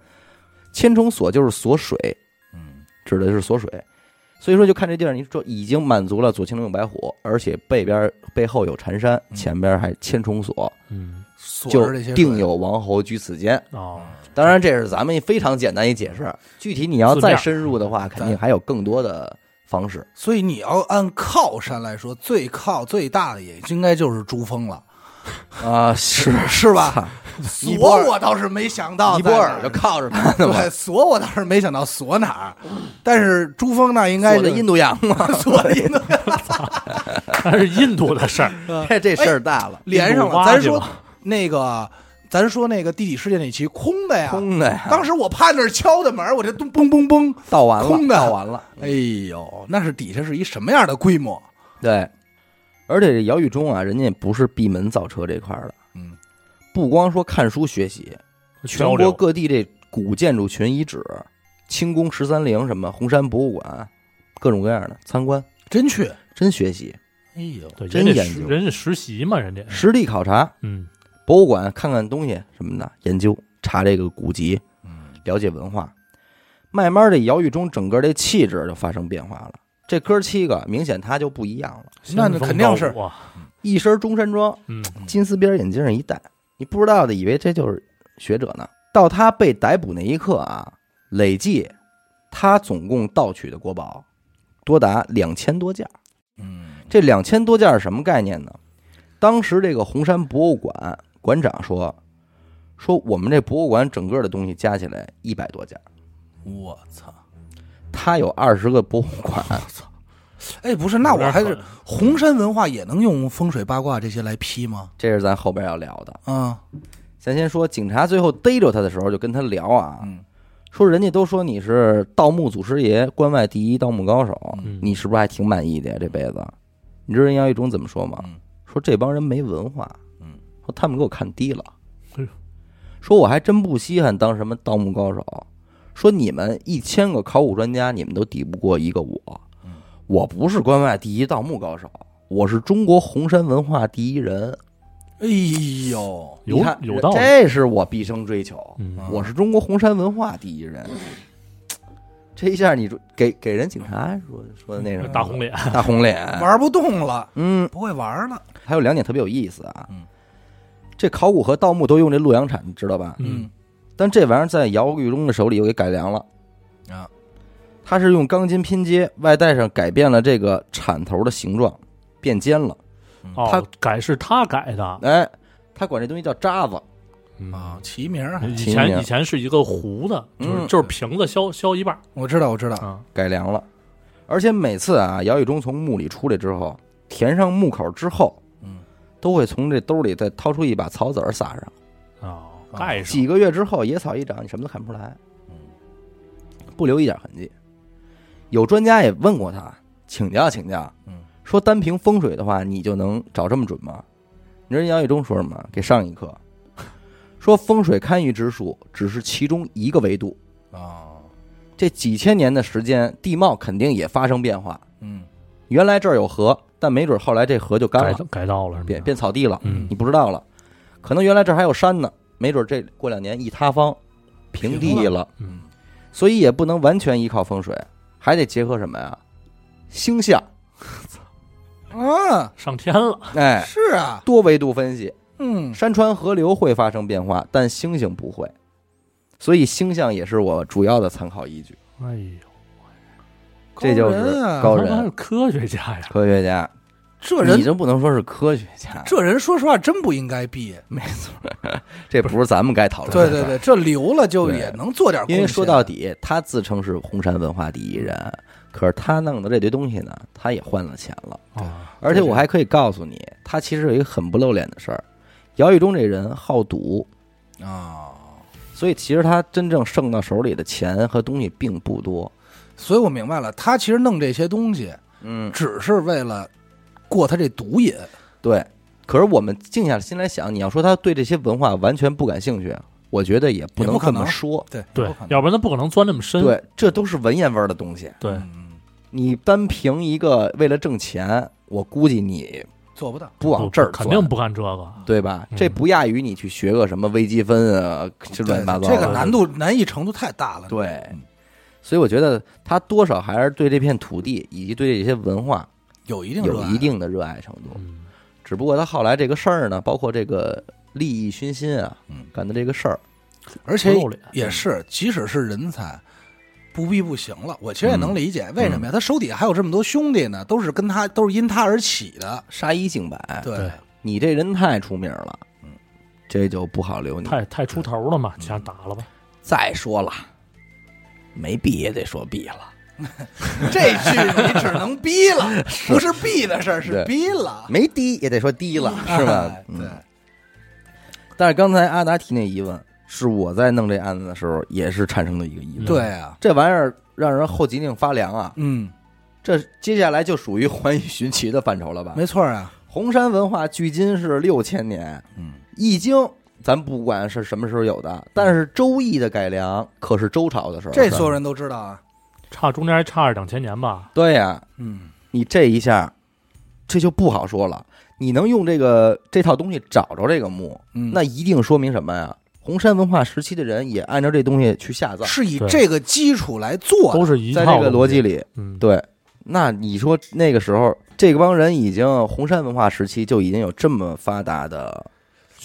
[SPEAKER 1] 千重锁就是锁水，
[SPEAKER 2] 嗯，
[SPEAKER 1] 指的是锁水，所以说就看这地儿，你说已经满足了左青龙右白虎，而且背边背后有缠山，
[SPEAKER 2] 嗯
[SPEAKER 1] 前边还千重锁， *laughs*
[SPEAKER 3] 嗯，
[SPEAKER 2] 锁
[SPEAKER 1] 就
[SPEAKER 2] 着这些
[SPEAKER 1] 定
[SPEAKER 2] 水，
[SPEAKER 1] 有王侯居此间。
[SPEAKER 3] 哦，
[SPEAKER 1] 当然，这是咱们非常简单一解释，具体你要再深入的
[SPEAKER 2] 嗯
[SPEAKER 1] 话，肯定还有更多的方式。
[SPEAKER 2] 所以你要按靠山来说，最靠最大的也应该就是珠峰了，
[SPEAKER 1] 啊， *laughs* 是
[SPEAKER 2] 是吧？
[SPEAKER 1] 尼泊尔
[SPEAKER 2] 锁我倒是没想到
[SPEAKER 1] 尼
[SPEAKER 2] 在
[SPEAKER 1] 泊
[SPEAKER 2] 哪儿，
[SPEAKER 1] 尔就靠着它呢嘛，
[SPEAKER 2] 对，锁我倒是没想到锁哪儿，但是珠峰 *laughs* 那应该
[SPEAKER 1] 锁的
[SPEAKER 2] 是
[SPEAKER 1] 印度洋
[SPEAKER 2] *laughs*
[SPEAKER 1] 嘛，
[SPEAKER 2] 锁的印度
[SPEAKER 3] 那是印度的事儿，
[SPEAKER 1] *laughs* 这这事儿大了，
[SPEAKER 2] 连上
[SPEAKER 3] 印度挖
[SPEAKER 2] 了。咱
[SPEAKER 3] 去
[SPEAKER 2] 说
[SPEAKER 3] 了
[SPEAKER 2] 那个，咱说那个地理世界那期空的呀，
[SPEAKER 1] 空的呀，
[SPEAKER 2] 当时我趴那儿敲的门，我这咚嘣嘣嘣，
[SPEAKER 1] 倒完了，
[SPEAKER 2] 空的
[SPEAKER 1] 倒完了。
[SPEAKER 2] 哎呦，那是底下是一什么样的规模？
[SPEAKER 1] 对，而且这姚玉忠啊，人家也不是闭门造车这块儿的，
[SPEAKER 2] 嗯，
[SPEAKER 1] 不光说看书学习，全
[SPEAKER 3] 交
[SPEAKER 1] 国
[SPEAKER 3] 流，
[SPEAKER 1] 各地这古建筑群遗址、清宫十三陵什么红山博物馆，各种各样的参观，
[SPEAKER 2] 真去，
[SPEAKER 1] 真学习，
[SPEAKER 2] 哎呦，
[SPEAKER 3] 对，
[SPEAKER 1] 真
[SPEAKER 3] 人家
[SPEAKER 1] 研
[SPEAKER 3] 实
[SPEAKER 1] 究
[SPEAKER 3] 人家实习嘛，人家，
[SPEAKER 1] 实地考察，
[SPEAKER 3] 嗯，
[SPEAKER 1] 博物馆看看东西什么的，研究查这个古籍，
[SPEAKER 2] 嗯，
[SPEAKER 1] 了解文化。慢慢的，姚玉忠整个这气质就发生变化了。这哥七个明显他就不一样了，
[SPEAKER 2] 那
[SPEAKER 3] 仙
[SPEAKER 2] 肯
[SPEAKER 3] 风
[SPEAKER 2] 定
[SPEAKER 3] 道
[SPEAKER 2] 是
[SPEAKER 3] 骨啊，
[SPEAKER 1] 一身中山装，
[SPEAKER 3] 嗯，
[SPEAKER 1] 金丝边眼镜一戴，你不知道的以为这就是学者呢。到他被逮捕那一刻啊，累计他总共盗取的国宝多达两千多件儿。
[SPEAKER 2] 嗯，
[SPEAKER 1] 这两千多件儿是什么概念呢？当时这个红山博物馆馆长说，说我们这博物馆整个的东西加起来一百多件儿，
[SPEAKER 2] 我操！
[SPEAKER 1] 他有二十个博物馆，
[SPEAKER 2] 哎，不是，那我还
[SPEAKER 3] 有
[SPEAKER 2] 是
[SPEAKER 3] 点狠
[SPEAKER 2] 红山文化也能用风水八卦这些来批吗？
[SPEAKER 1] 这是咱后边要聊的。
[SPEAKER 2] 啊，
[SPEAKER 1] 咱先说，警察最后逮着他的时候，就跟他聊啊，
[SPEAKER 2] 嗯
[SPEAKER 1] 说人家都说你是盗墓祖师爷，关外第一盗墓高手，
[SPEAKER 3] 嗯
[SPEAKER 1] 你是不是还挺满意的呀？这辈子，你知道人姚一中怎么说吗？
[SPEAKER 2] 嗯
[SPEAKER 1] 说这帮人没文化，
[SPEAKER 2] 嗯，
[SPEAKER 1] 说他们给我看低了
[SPEAKER 3] 哎呦，
[SPEAKER 1] 说我还真不稀罕当什么盗墓高手，说你们一千个考古专家，你们都抵不过一个我
[SPEAKER 2] 嗯，
[SPEAKER 1] 我不是关外第一盗墓高手，我是中国红山文化第一人，
[SPEAKER 2] 哎呦，
[SPEAKER 3] 有
[SPEAKER 1] 你看
[SPEAKER 3] 有道理，
[SPEAKER 2] 啊
[SPEAKER 1] 这是我毕生追求，
[SPEAKER 3] 嗯，
[SPEAKER 2] 嗯
[SPEAKER 1] 我是中国红山文化第一人。这一下你说给给人警察说说的那什么
[SPEAKER 3] 大红脸，
[SPEAKER 1] 大红脸，
[SPEAKER 2] 玩不动了，
[SPEAKER 1] 嗯，
[SPEAKER 2] 不会玩了。
[SPEAKER 1] 还有两点特别有意思啊
[SPEAKER 2] 嗯，
[SPEAKER 1] 这考古和盗墓都用这洛阳铲，你知道吧？
[SPEAKER 3] 嗯，
[SPEAKER 1] 但这玩意儿在姚玉忠的手里又给改良了
[SPEAKER 2] 啊，
[SPEAKER 1] 他是用钢筋拼接，外带上改变了这个铲头的形状，变尖了。他
[SPEAKER 3] 哦，改是他改
[SPEAKER 2] 啊
[SPEAKER 3] 的
[SPEAKER 1] 哎，他管这东西叫渣子，
[SPEAKER 2] 嗯啊
[SPEAKER 3] 嗯，
[SPEAKER 2] 齐名儿还，
[SPEAKER 3] 以
[SPEAKER 1] 秦岭
[SPEAKER 3] 前以前是一个糊的，就是
[SPEAKER 1] 嗯
[SPEAKER 3] 就是瓶子削削一半儿
[SPEAKER 2] 我知道，我知道，
[SPEAKER 3] 啊，
[SPEAKER 1] 改良了。而且每次啊，姚玉忠从墓里出来之后，填上墓口之后，
[SPEAKER 2] 嗯，
[SPEAKER 1] 都会从这兜里再掏出一把草籽儿撒上。
[SPEAKER 3] 哦，盖上
[SPEAKER 1] 几个月之后，野草一长，你什么都看不出来，
[SPEAKER 2] 哎嗯
[SPEAKER 1] 不留一点痕迹。有专家也问过他，请教请教，
[SPEAKER 2] 嗯，
[SPEAKER 1] 说单凭风水的话，你就能找这么准吗？你知道杨玉忠说什么吗？给上一课，说风水堪舆之术只是其中一个维度，
[SPEAKER 2] 啊，
[SPEAKER 1] 这几千年的时间，地貌肯定也发生变化。
[SPEAKER 2] 嗯
[SPEAKER 1] 原来这儿有河，但没准后来这河就干
[SPEAKER 3] 改
[SPEAKER 1] 了，
[SPEAKER 3] 改道了是吗？
[SPEAKER 1] 变变草地了，
[SPEAKER 3] 嗯
[SPEAKER 1] 你不知道了。可能原来这儿还有山呢，没准这过两年一塌方，平地
[SPEAKER 2] 平
[SPEAKER 1] 了，
[SPEAKER 3] 嗯
[SPEAKER 1] 所以也不能完全依靠风水，还得结合什么呀？星象，
[SPEAKER 2] 啊，
[SPEAKER 3] 上天了，
[SPEAKER 1] 哎，
[SPEAKER 2] 是啊，
[SPEAKER 1] 多维度分析。
[SPEAKER 2] 嗯
[SPEAKER 1] 山川河流会发生变化，但星星不会，所以星象也是我主要的参考依据。
[SPEAKER 3] 哎呦，
[SPEAKER 1] 这就是
[SPEAKER 2] 高人啊
[SPEAKER 1] 高人
[SPEAKER 3] 他妈是科学家呀，
[SPEAKER 1] 科学家，
[SPEAKER 2] 这
[SPEAKER 1] 你
[SPEAKER 2] 人
[SPEAKER 1] 这不能说是科学家，
[SPEAKER 2] 这人说实话真不应该毕业。
[SPEAKER 1] 没错，这不是咱们该讨论
[SPEAKER 2] 对
[SPEAKER 1] 的。
[SPEAKER 2] 对对，这留了就
[SPEAKER 1] 对
[SPEAKER 2] 也能做点贡献。
[SPEAKER 1] 因为说到底，他自称是红山文化第一人，可是他弄的这堆东西呢，他也换了钱了。
[SPEAKER 3] 啊，
[SPEAKER 1] 而且我还可以告诉你，他其实有一个很不露脸的事儿，姚玉忠这人好赌，
[SPEAKER 2] 啊，
[SPEAKER 1] 所以其实他真正剩到手里的钱和东西并不多。
[SPEAKER 2] 所以我明白了，他其实弄这些东西
[SPEAKER 1] 嗯，
[SPEAKER 2] 只是为了过他这毒瘾。
[SPEAKER 1] 对。可是我们静下心来想，你要说他对这些文化完全不感兴趣，我觉得也不
[SPEAKER 2] 也不
[SPEAKER 1] 能
[SPEAKER 2] 可
[SPEAKER 1] 这
[SPEAKER 2] 能
[SPEAKER 1] 么说。
[SPEAKER 2] 对，
[SPEAKER 3] 对
[SPEAKER 2] 有可，能
[SPEAKER 3] 要不然他不可能钻这么深，
[SPEAKER 1] 对，这都是文言文的东西。
[SPEAKER 3] 对，
[SPEAKER 2] 嗯，
[SPEAKER 1] 你单凭一个为了挣钱，我估计你
[SPEAKER 2] 做不到。
[SPEAKER 1] 不
[SPEAKER 3] 不
[SPEAKER 1] 往这儿
[SPEAKER 3] 肯
[SPEAKER 1] 钻
[SPEAKER 3] 定不干这个，
[SPEAKER 1] 对吧？
[SPEAKER 3] 嗯
[SPEAKER 1] 这不亚于你去学个什么微积分啊，这乱七八糟
[SPEAKER 2] 这
[SPEAKER 1] 的。
[SPEAKER 2] 个难度难易程度太大了。
[SPEAKER 1] 对，所以我觉得他多少还是对这片土地以及对这些文化
[SPEAKER 2] 有一定热
[SPEAKER 1] 有
[SPEAKER 2] 爱
[SPEAKER 1] 一定的热爱程度。
[SPEAKER 3] 嗯，
[SPEAKER 1] 只不过他后来这个事儿呢，包括这个利益熏心啊
[SPEAKER 2] 嗯，
[SPEAKER 1] 干的这个事儿，
[SPEAKER 2] 而
[SPEAKER 3] 不
[SPEAKER 2] 且
[SPEAKER 3] 露脸，嗯
[SPEAKER 2] 也是，即使是人才，不逼不行了。我其实也
[SPEAKER 1] 嗯
[SPEAKER 2] 能理解，为什么呀？他手底下还有这么多兄弟呢，都是跟他都是因他而起的。
[SPEAKER 1] 杀一儆百。
[SPEAKER 2] 对，
[SPEAKER 3] 对
[SPEAKER 1] 你这人太出名了，
[SPEAKER 2] 嗯
[SPEAKER 1] 这就不好留你。
[SPEAKER 3] 嗯太太出头了嘛，想打了吧，
[SPEAKER 1] 再说了，没毕也得说毕了，
[SPEAKER 2] 这句你只能逼
[SPEAKER 1] *laughs*
[SPEAKER 2] 了，不是逼的事儿，是
[SPEAKER 1] 对
[SPEAKER 2] 逼了，
[SPEAKER 1] 没低也得说低了，是吧
[SPEAKER 2] 啊哎？
[SPEAKER 1] 嗯
[SPEAKER 2] 对，
[SPEAKER 1] 但是刚才阿达提那疑问，是我在弄这案子的时候也是产生的一个疑问。
[SPEAKER 3] 嗯
[SPEAKER 2] 对啊，
[SPEAKER 1] 这玩意儿让人后脊梁发凉啊！
[SPEAKER 2] 嗯，
[SPEAKER 1] 这接下来就属于环宇寻奇的范畴了吧？
[SPEAKER 2] 没错啊，
[SPEAKER 1] 红山文化距今是六千年，
[SPEAKER 2] 嗯，
[SPEAKER 1] 易经咱不管是什么时候有的，但是周易的改良可是周朝的事儿。
[SPEAKER 2] 这所有人都知道啊，
[SPEAKER 3] 差中间还差着两千年吧，
[SPEAKER 1] 对呀、
[SPEAKER 2] 嗯，
[SPEAKER 1] 你这一下，这就不好说了。你能用这个这套东西找着这个墓，
[SPEAKER 2] 嗯
[SPEAKER 1] 那一定说明什么呀？红山文化时期的人也按照这东西去下葬，
[SPEAKER 2] 是以
[SPEAKER 3] 对
[SPEAKER 2] 这个基础来做
[SPEAKER 3] 都
[SPEAKER 2] 的，
[SPEAKER 3] 是一
[SPEAKER 1] 在
[SPEAKER 3] 套
[SPEAKER 1] 这个
[SPEAKER 3] 东
[SPEAKER 1] 逻
[SPEAKER 3] 西
[SPEAKER 1] 辑，里，
[SPEAKER 3] 嗯，
[SPEAKER 1] 对。那你说那个时候，这帮人已经红山文化时期就已经有这么发达的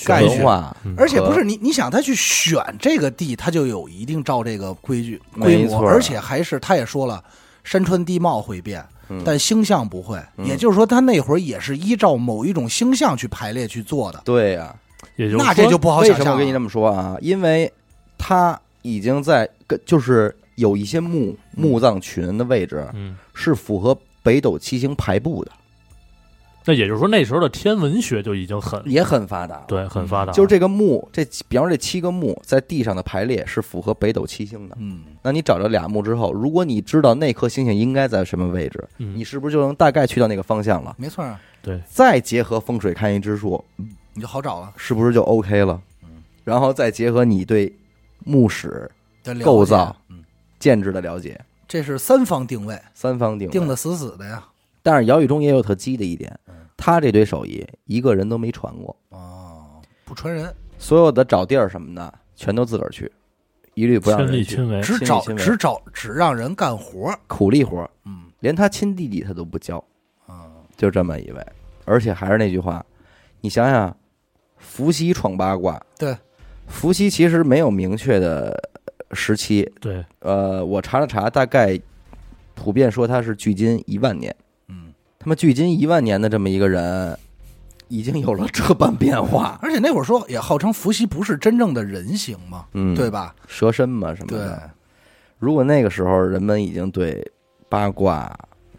[SPEAKER 2] 概念
[SPEAKER 1] 文化，
[SPEAKER 3] 嗯
[SPEAKER 2] 而且不是你，你想他去选这个地，他就有一定照这个规矩
[SPEAKER 1] 没
[SPEAKER 2] 规模，
[SPEAKER 1] 错
[SPEAKER 2] 而且还是他也说了，山川地貌会变，
[SPEAKER 1] 嗯
[SPEAKER 2] 但星象不会。也就是说，他那会儿也是依照某一种星象去排列去做的，
[SPEAKER 1] 对呀、
[SPEAKER 3] 也就是
[SPEAKER 2] 那这
[SPEAKER 3] 说
[SPEAKER 2] 就不好
[SPEAKER 1] 为
[SPEAKER 2] 想
[SPEAKER 1] 什么
[SPEAKER 2] 象
[SPEAKER 1] 我跟你这
[SPEAKER 2] 了。
[SPEAKER 1] 么说啊？因为他已经在跟就是有一些墓墓葬群的位置
[SPEAKER 3] 嗯，
[SPEAKER 1] 是符合北斗七星排布的，
[SPEAKER 3] 那也就是说那时候的天文学就已经很
[SPEAKER 1] 也很发达。，
[SPEAKER 3] 嗯对啊很发达，
[SPEAKER 1] 就是这个墓，这比方说这七个墓在地上的排列是符合北斗七星的。
[SPEAKER 2] 嗯，
[SPEAKER 1] 那你找着俩墓之后，如果你知道那颗星星应该在什么位置，
[SPEAKER 3] 嗯
[SPEAKER 1] 你是不是就能大概去到那个方向了？
[SPEAKER 2] 没错啊，
[SPEAKER 3] 对
[SPEAKER 1] 再结合风水堪舆之术，
[SPEAKER 2] 你就好找了。
[SPEAKER 1] 是不是就 OK 了？
[SPEAKER 2] 嗯
[SPEAKER 1] 然后再结合你对墓室
[SPEAKER 2] 得了解
[SPEAKER 1] 构造，
[SPEAKER 2] 嗯，
[SPEAKER 1] 建制的了解，
[SPEAKER 2] 这是三方定位，
[SPEAKER 1] 三方定位
[SPEAKER 2] 定的死死的呀。
[SPEAKER 1] 但是姚玉忠也有特鸡的一点，
[SPEAKER 2] 嗯
[SPEAKER 1] 他这堆手艺一个人都没传过，
[SPEAKER 2] 哦，不传人，
[SPEAKER 1] 所有的找地儿什么的全都自个儿去，一律不让
[SPEAKER 3] 亲
[SPEAKER 1] 人
[SPEAKER 3] 力
[SPEAKER 1] 去
[SPEAKER 3] 亲为，
[SPEAKER 2] 只
[SPEAKER 1] 亲力
[SPEAKER 2] 找
[SPEAKER 1] 亲为
[SPEAKER 2] 只找只让人干活儿，
[SPEAKER 1] 苦力活儿，
[SPEAKER 2] 嗯
[SPEAKER 1] 连他亲弟弟他都不教，
[SPEAKER 2] 啊，
[SPEAKER 1] 就这么一位。而且还是那句话，你想想，伏羲创八卦，
[SPEAKER 2] 对，
[SPEAKER 1] 伏羲其实没有明确的呃时期，
[SPEAKER 3] 对，
[SPEAKER 1] 呃，我查了查，大概普遍说他是距今一万年。
[SPEAKER 2] 嗯，
[SPEAKER 1] 他妈距今一万年的这么一个人，已经有了这般变化，
[SPEAKER 2] 而且那会儿说也号称伏羲不是真正的人形嘛，
[SPEAKER 1] 嗯，
[SPEAKER 2] 对？吧？
[SPEAKER 1] 蛇身嘛什么
[SPEAKER 2] 对，
[SPEAKER 1] 的。如果那个时候人们已经对八卦、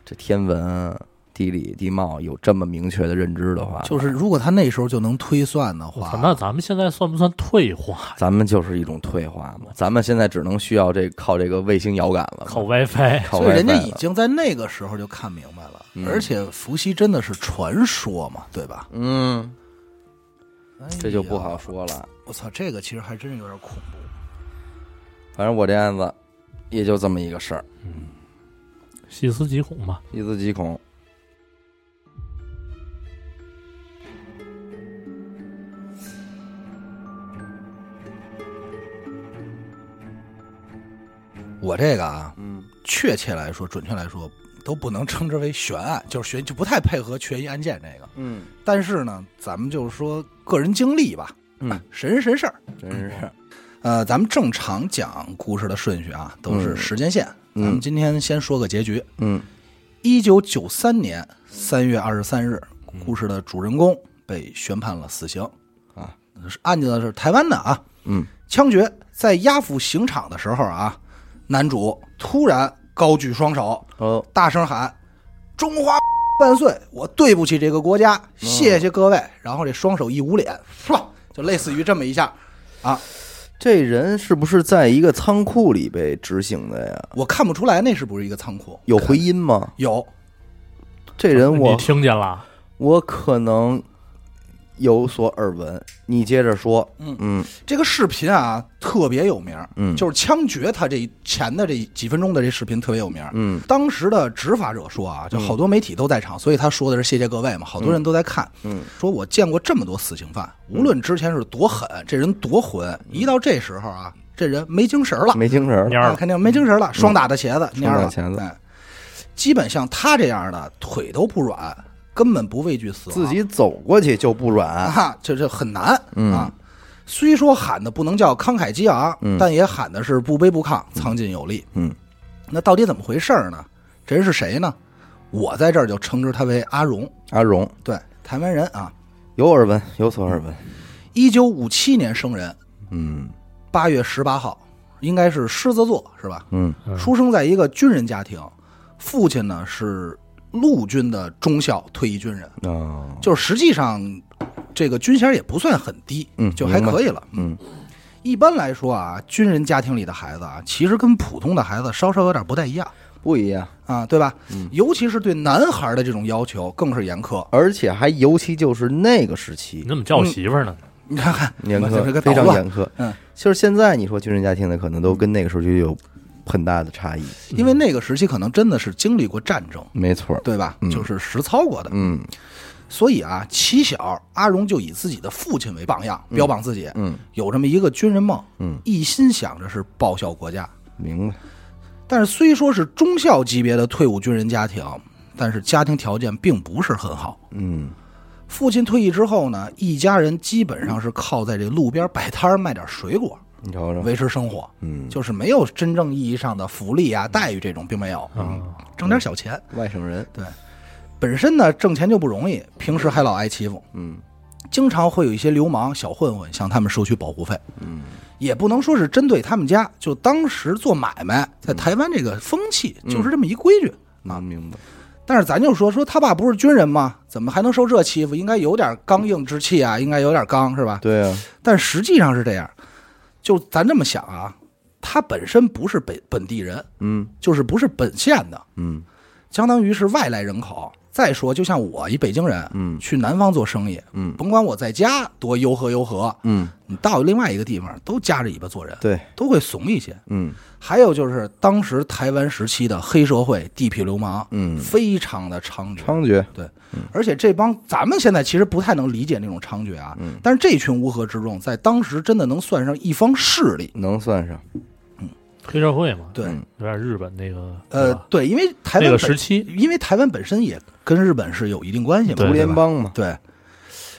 [SPEAKER 1] 这天文、地理、地貌有这么明确的认知的话，
[SPEAKER 2] 就是如果他那时候就能推算的
[SPEAKER 3] 我
[SPEAKER 2] 话
[SPEAKER 3] 操，，那咱们现在算不算退化？
[SPEAKER 1] 咱们就是一种退化嘛。咱们现在只能需要这靠这个卫星遥感了嘛，
[SPEAKER 3] 靠 WiFi，
[SPEAKER 1] 靠
[SPEAKER 2] 所以人家
[SPEAKER 1] WiFi
[SPEAKER 2] 已
[SPEAKER 1] 了
[SPEAKER 2] 经在那个时候就看明白了，
[SPEAKER 1] 嗯
[SPEAKER 2] 而且伏羲真的是传说嘛，对吧？
[SPEAKER 1] 嗯，这就不
[SPEAKER 2] 哎
[SPEAKER 1] 好
[SPEAKER 2] 呀。
[SPEAKER 1] 说了。
[SPEAKER 2] 我操，这个其实还真是有点恐怖。
[SPEAKER 1] 反正我这案子也就这么一个事儿，
[SPEAKER 3] 细思极恐嘛。
[SPEAKER 1] 一字极恐。
[SPEAKER 2] 我这个啊，
[SPEAKER 1] 嗯，
[SPEAKER 2] 确切来说，准确来说，都不能称之为悬案，就是悬就不太配合悬疑案件这个。
[SPEAKER 1] 嗯
[SPEAKER 2] 但是呢，咱们就是说个人经历吧，啊
[SPEAKER 1] 嗯，
[SPEAKER 2] 神人神事儿。
[SPEAKER 1] 真是，
[SPEAKER 2] 呃，咱们正常讲故事的顺序啊，都是
[SPEAKER 1] 嗯
[SPEAKER 2] 时间线。
[SPEAKER 1] 嗯
[SPEAKER 2] 咱们今天先说个结局。
[SPEAKER 1] 嗯
[SPEAKER 2] 一九九三年三月二十三日，故事的主人公被宣判了死刑。
[SPEAKER 1] 啊，
[SPEAKER 2] 是案件是台湾的啊，
[SPEAKER 1] 嗯
[SPEAKER 2] 枪决在押赴刑场的时候啊，男主突然高举双手，
[SPEAKER 1] 哦，
[SPEAKER 2] 大声喊：“中华 *laughs* 万岁！我对不起这个国家，
[SPEAKER 1] 嗯
[SPEAKER 2] 谢谢各位。然后这双手一捂脸，唰，就类似于这么一下。
[SPEAKER 1] 这人是不是在一个仓库里被执行的呀？
[SPEAKER 2] 我看不出来那是不是一个仓库，
[SPEAKER 1] 有回音吗？
[SPEAKER 2] 有
[SPEAKER 1] 这人
[SPEAKER 3] 你
[SPEAKER 1] 我
[SPEAKER 3] 听见了？
[SPEAKER 1] 我可能有所耳闻，你接着说。
[SPEAKER 2] 嗯
[SPEAKER 1] 嗯
[SPEAKER 2] 这个视频啊，特别有名。
[SPEAKER 1] 嗯，
[SPEAKER 2] 就是枪决他这前的这几分钟的这视频特别有名。
[SPEAKER 1] 嗯
[SPEAKER 2] 当时的执法者说啊，就好多媒体都在场，所以他说的是谢谢各位嘛，好多人都在看。
[SPEAKER 1] 嗯，
[SPEAKER 2] 说我见过这么多死刑犯，无论之前是多狠，这人多混，
[SPEAKER 1] 嗯
[SPEAKER 2] 一到这时候啊，这人没精神了，
[SPEAKER 1] 没精神儿
[SPEAKER 3] 蔫
[SPEAKER 2] 啊
[SPEAKER 3] 儿，
[SPEAKER 2] 肯定没精神了，双打的茄子蔫儿了，
[SPEAKER 1] 嗯双打茄子
[SPEAKER 2] 哎基本像他这样的腿都不软，根本不畏惧死亡
[SPEAKER 1] 自己走过去就不软。
[SPEAKER 2] 啊，这这很难、
[SPEAKER 1] 嗯
[SPEAKER 2] 啊。虽说喊的不能叫慷慨激昂，但也喊的是不卑不亢、苍劲有力。
[SPEAKER 1] 嗯
[SPEAKER 2] 那到底怎么回事儿呢？这人是谁呢？我在这儿就称之他为阿荣，
[SPEAKER 1] 阿荣
[SPEAKER 2] 对，台湾人啊，
[SPEAKER 1] 有耳闻，有所耳闻。
[SPEAKER 2] 一九五七年生人，
[SPEAKER 1] 嗯
[SPEAKER 2] 八月十八号，应该是狮子座是吧？
[SPEAKER 1] 嗯
[SPEAKER 3] 嗯
[SPEAKER 2] 出生在一个军人家庭，父亲呢是陆军的中校退役军人，
[SPEAKER 1] 哦
[SPEAKER 2] 就是实际上这个军衔也不算很低，
[SPEAKER 1] 嗯
[SPEAKER 2] 就还可以了。
[SPEAKER 1] 嗯
[SPEAKER 2] 一般来说啊，军人家庭里的孩子啊，其实跟普通的孩子稍稍有点不太一样
[SPEAKER 1] 不一样，
[SPEAKER 2] 啊，对吧？
[SPEAKER 1] 嗯
[SPEAKER 2] 尤其是对男孩的这种要求更是严苛。 *laughs*
[SPEAKER 1] 而且还尤其就是那个时期
[SPEAKER 3] 你怎么叫我媳妇儿呢？
[SPEAKER 2] 你看看，
[SPEAKER 1] 严
[SPEAKER 2] 我这嗯是
[SPEAKER 1] 苛，
[SPEAKER 2] 个
[SPEAKER 1] 非
[SPEAKER 2] 捣
[SPEAKER 1] 常
[SPEAKER 2] 乱
[SPEAKER 1] 严苛。
[SPEAKER 2] 嗯，
[SPEAKER 1] 就是现在你说军人家庭的，可能都跟那个时候就有很大的差异。
[SPEAKER 2] 因为那个时期可能真的是经历过战争，
[SPEAKER 1] 没错儿，
[SPEAKER 2] 对吧？
[SPEAKER 1] 嗯
[SPEAKER 2] 就是实操过的。
[SPEAKER 1] 嗯
[SPEAKER 2] 所以啊，起小阿荣就以自己的父亲为榜样，标榜自己
[SPEAKER 1] 嗯，
[SPEAKER 2] 有这么一个军人梦，
[SPEAKER 1] 嗯，
[SPEAKER 2] 一心想着是报效国家。
[SPEAKER 1] 明白。
[SPEAKER 2] 但是虽说是中校级别的退伍军人家庭，但是家庭条件并不是很好。
[SPEAKER 1] 嗯
[SPEAKER 2] 父亲退役之后呢，一家人基本上是靠在这路边摆摊儿卖点水果
[SPEAKER 1] 你瞅瞅，
[SPEAKER 2] 维持生活，
[SPEAKER 1] 嗯，
[SPEAKER 2] 就是没有真正意义上的福利啊、待遇这种，并没有，
[SPEAKER 3] 嗯，
[SPEAKER 2] 挣点小钱。
[SPEAKER 1] 外省人，
[SPEAKER 2] 本身呢，挣钱就不容易，平时还老挨欺负，
[SPEAKER 1] 嗯
[SPEAKER 2] 经常会有一些流氓小混混向他们收取保护费。
[SPEAKER 1] 嗯，
[SPEAKER 2] 也不能说是针对他们家，就当时做买卖，在台湾这个风气
[SPEAKER 1] 嗯
[SPEAKER 2] 就是这么一规矩。
[SPEAKER 1] 能嗯明白。
[SPEAKER 2] 但是咱就说说他爸不是军人吗？怎么还能受这欺负？应该有点刚硬之气啊，应该有点刚是吧？
[SPEAKER 1] 对啊，
[SPEAKER 2] 但实际上是这样，就咱这么想啊，他本身不是本本地人，
[SPEAKER 1] 嗯
[SPEAKER 2] 就是不是本县的，
[SPEAKER 1] 嗯
[SPEAKER 2] 相当于是外来人口，再说，就像我一北京人
[SPEAKER 1] 嗯
[SPEAKER 2] 去南方做生意，
[SPEAKER 1] 嗯
[SPEAKER 2] 甭管我在家多悠和悠和，
[SPEAKER 1] 嗯，
[SPEAKER 2] 你到另外一个地方都夹着尾巴做人，
[SPEAKER 1] 对，
[SPEAKER 2] 都会怂一些。
[SPEAKER 1] 嗯
[SPEAKER 2] 还有就是当时台湾时期的黑社会、地痞流氓，
[SPEAKER 1] 嗯，
[SPEAKER 2] 非常的猖獗，
[SPEAKER 1] 猖獗，
[SPEAKER 2] 而且这帮咱们现在其实不太能理解那种猖獗啊，
[SPEAKER 1] 嗯
[SPEAKER 2] 但是这群乌合之众在当时真的能算上一方势力。
[SPEAKER 1] 能算上，
[SPEAKER 3] 黑社会嘛，
[SPEAKER 2] 对，
[SPEAKER 1] 嗯
[SPEAKER 3] 有点日本那个
[SPEAKER 2] 呃
[SPEAKER 3] 是，吧
[SPEAKER 2] 对，因为台湾
[SPEAKER 3] 那
[SPEAKER 2] 本
[SPEAKER 3] 个时期，
[SPEAKER 2] 因为台湾本身也跟日本是有一定关系嘛，
[SPEAKER 3] 对
[SPEAKER 1] 竹
[SPEAKER 2] 对
[SPEAKER 1] 联
[SPEAKER 2] 吧
[SPEAKER 1] 帮嘛，
[SPEAKER 2] 对，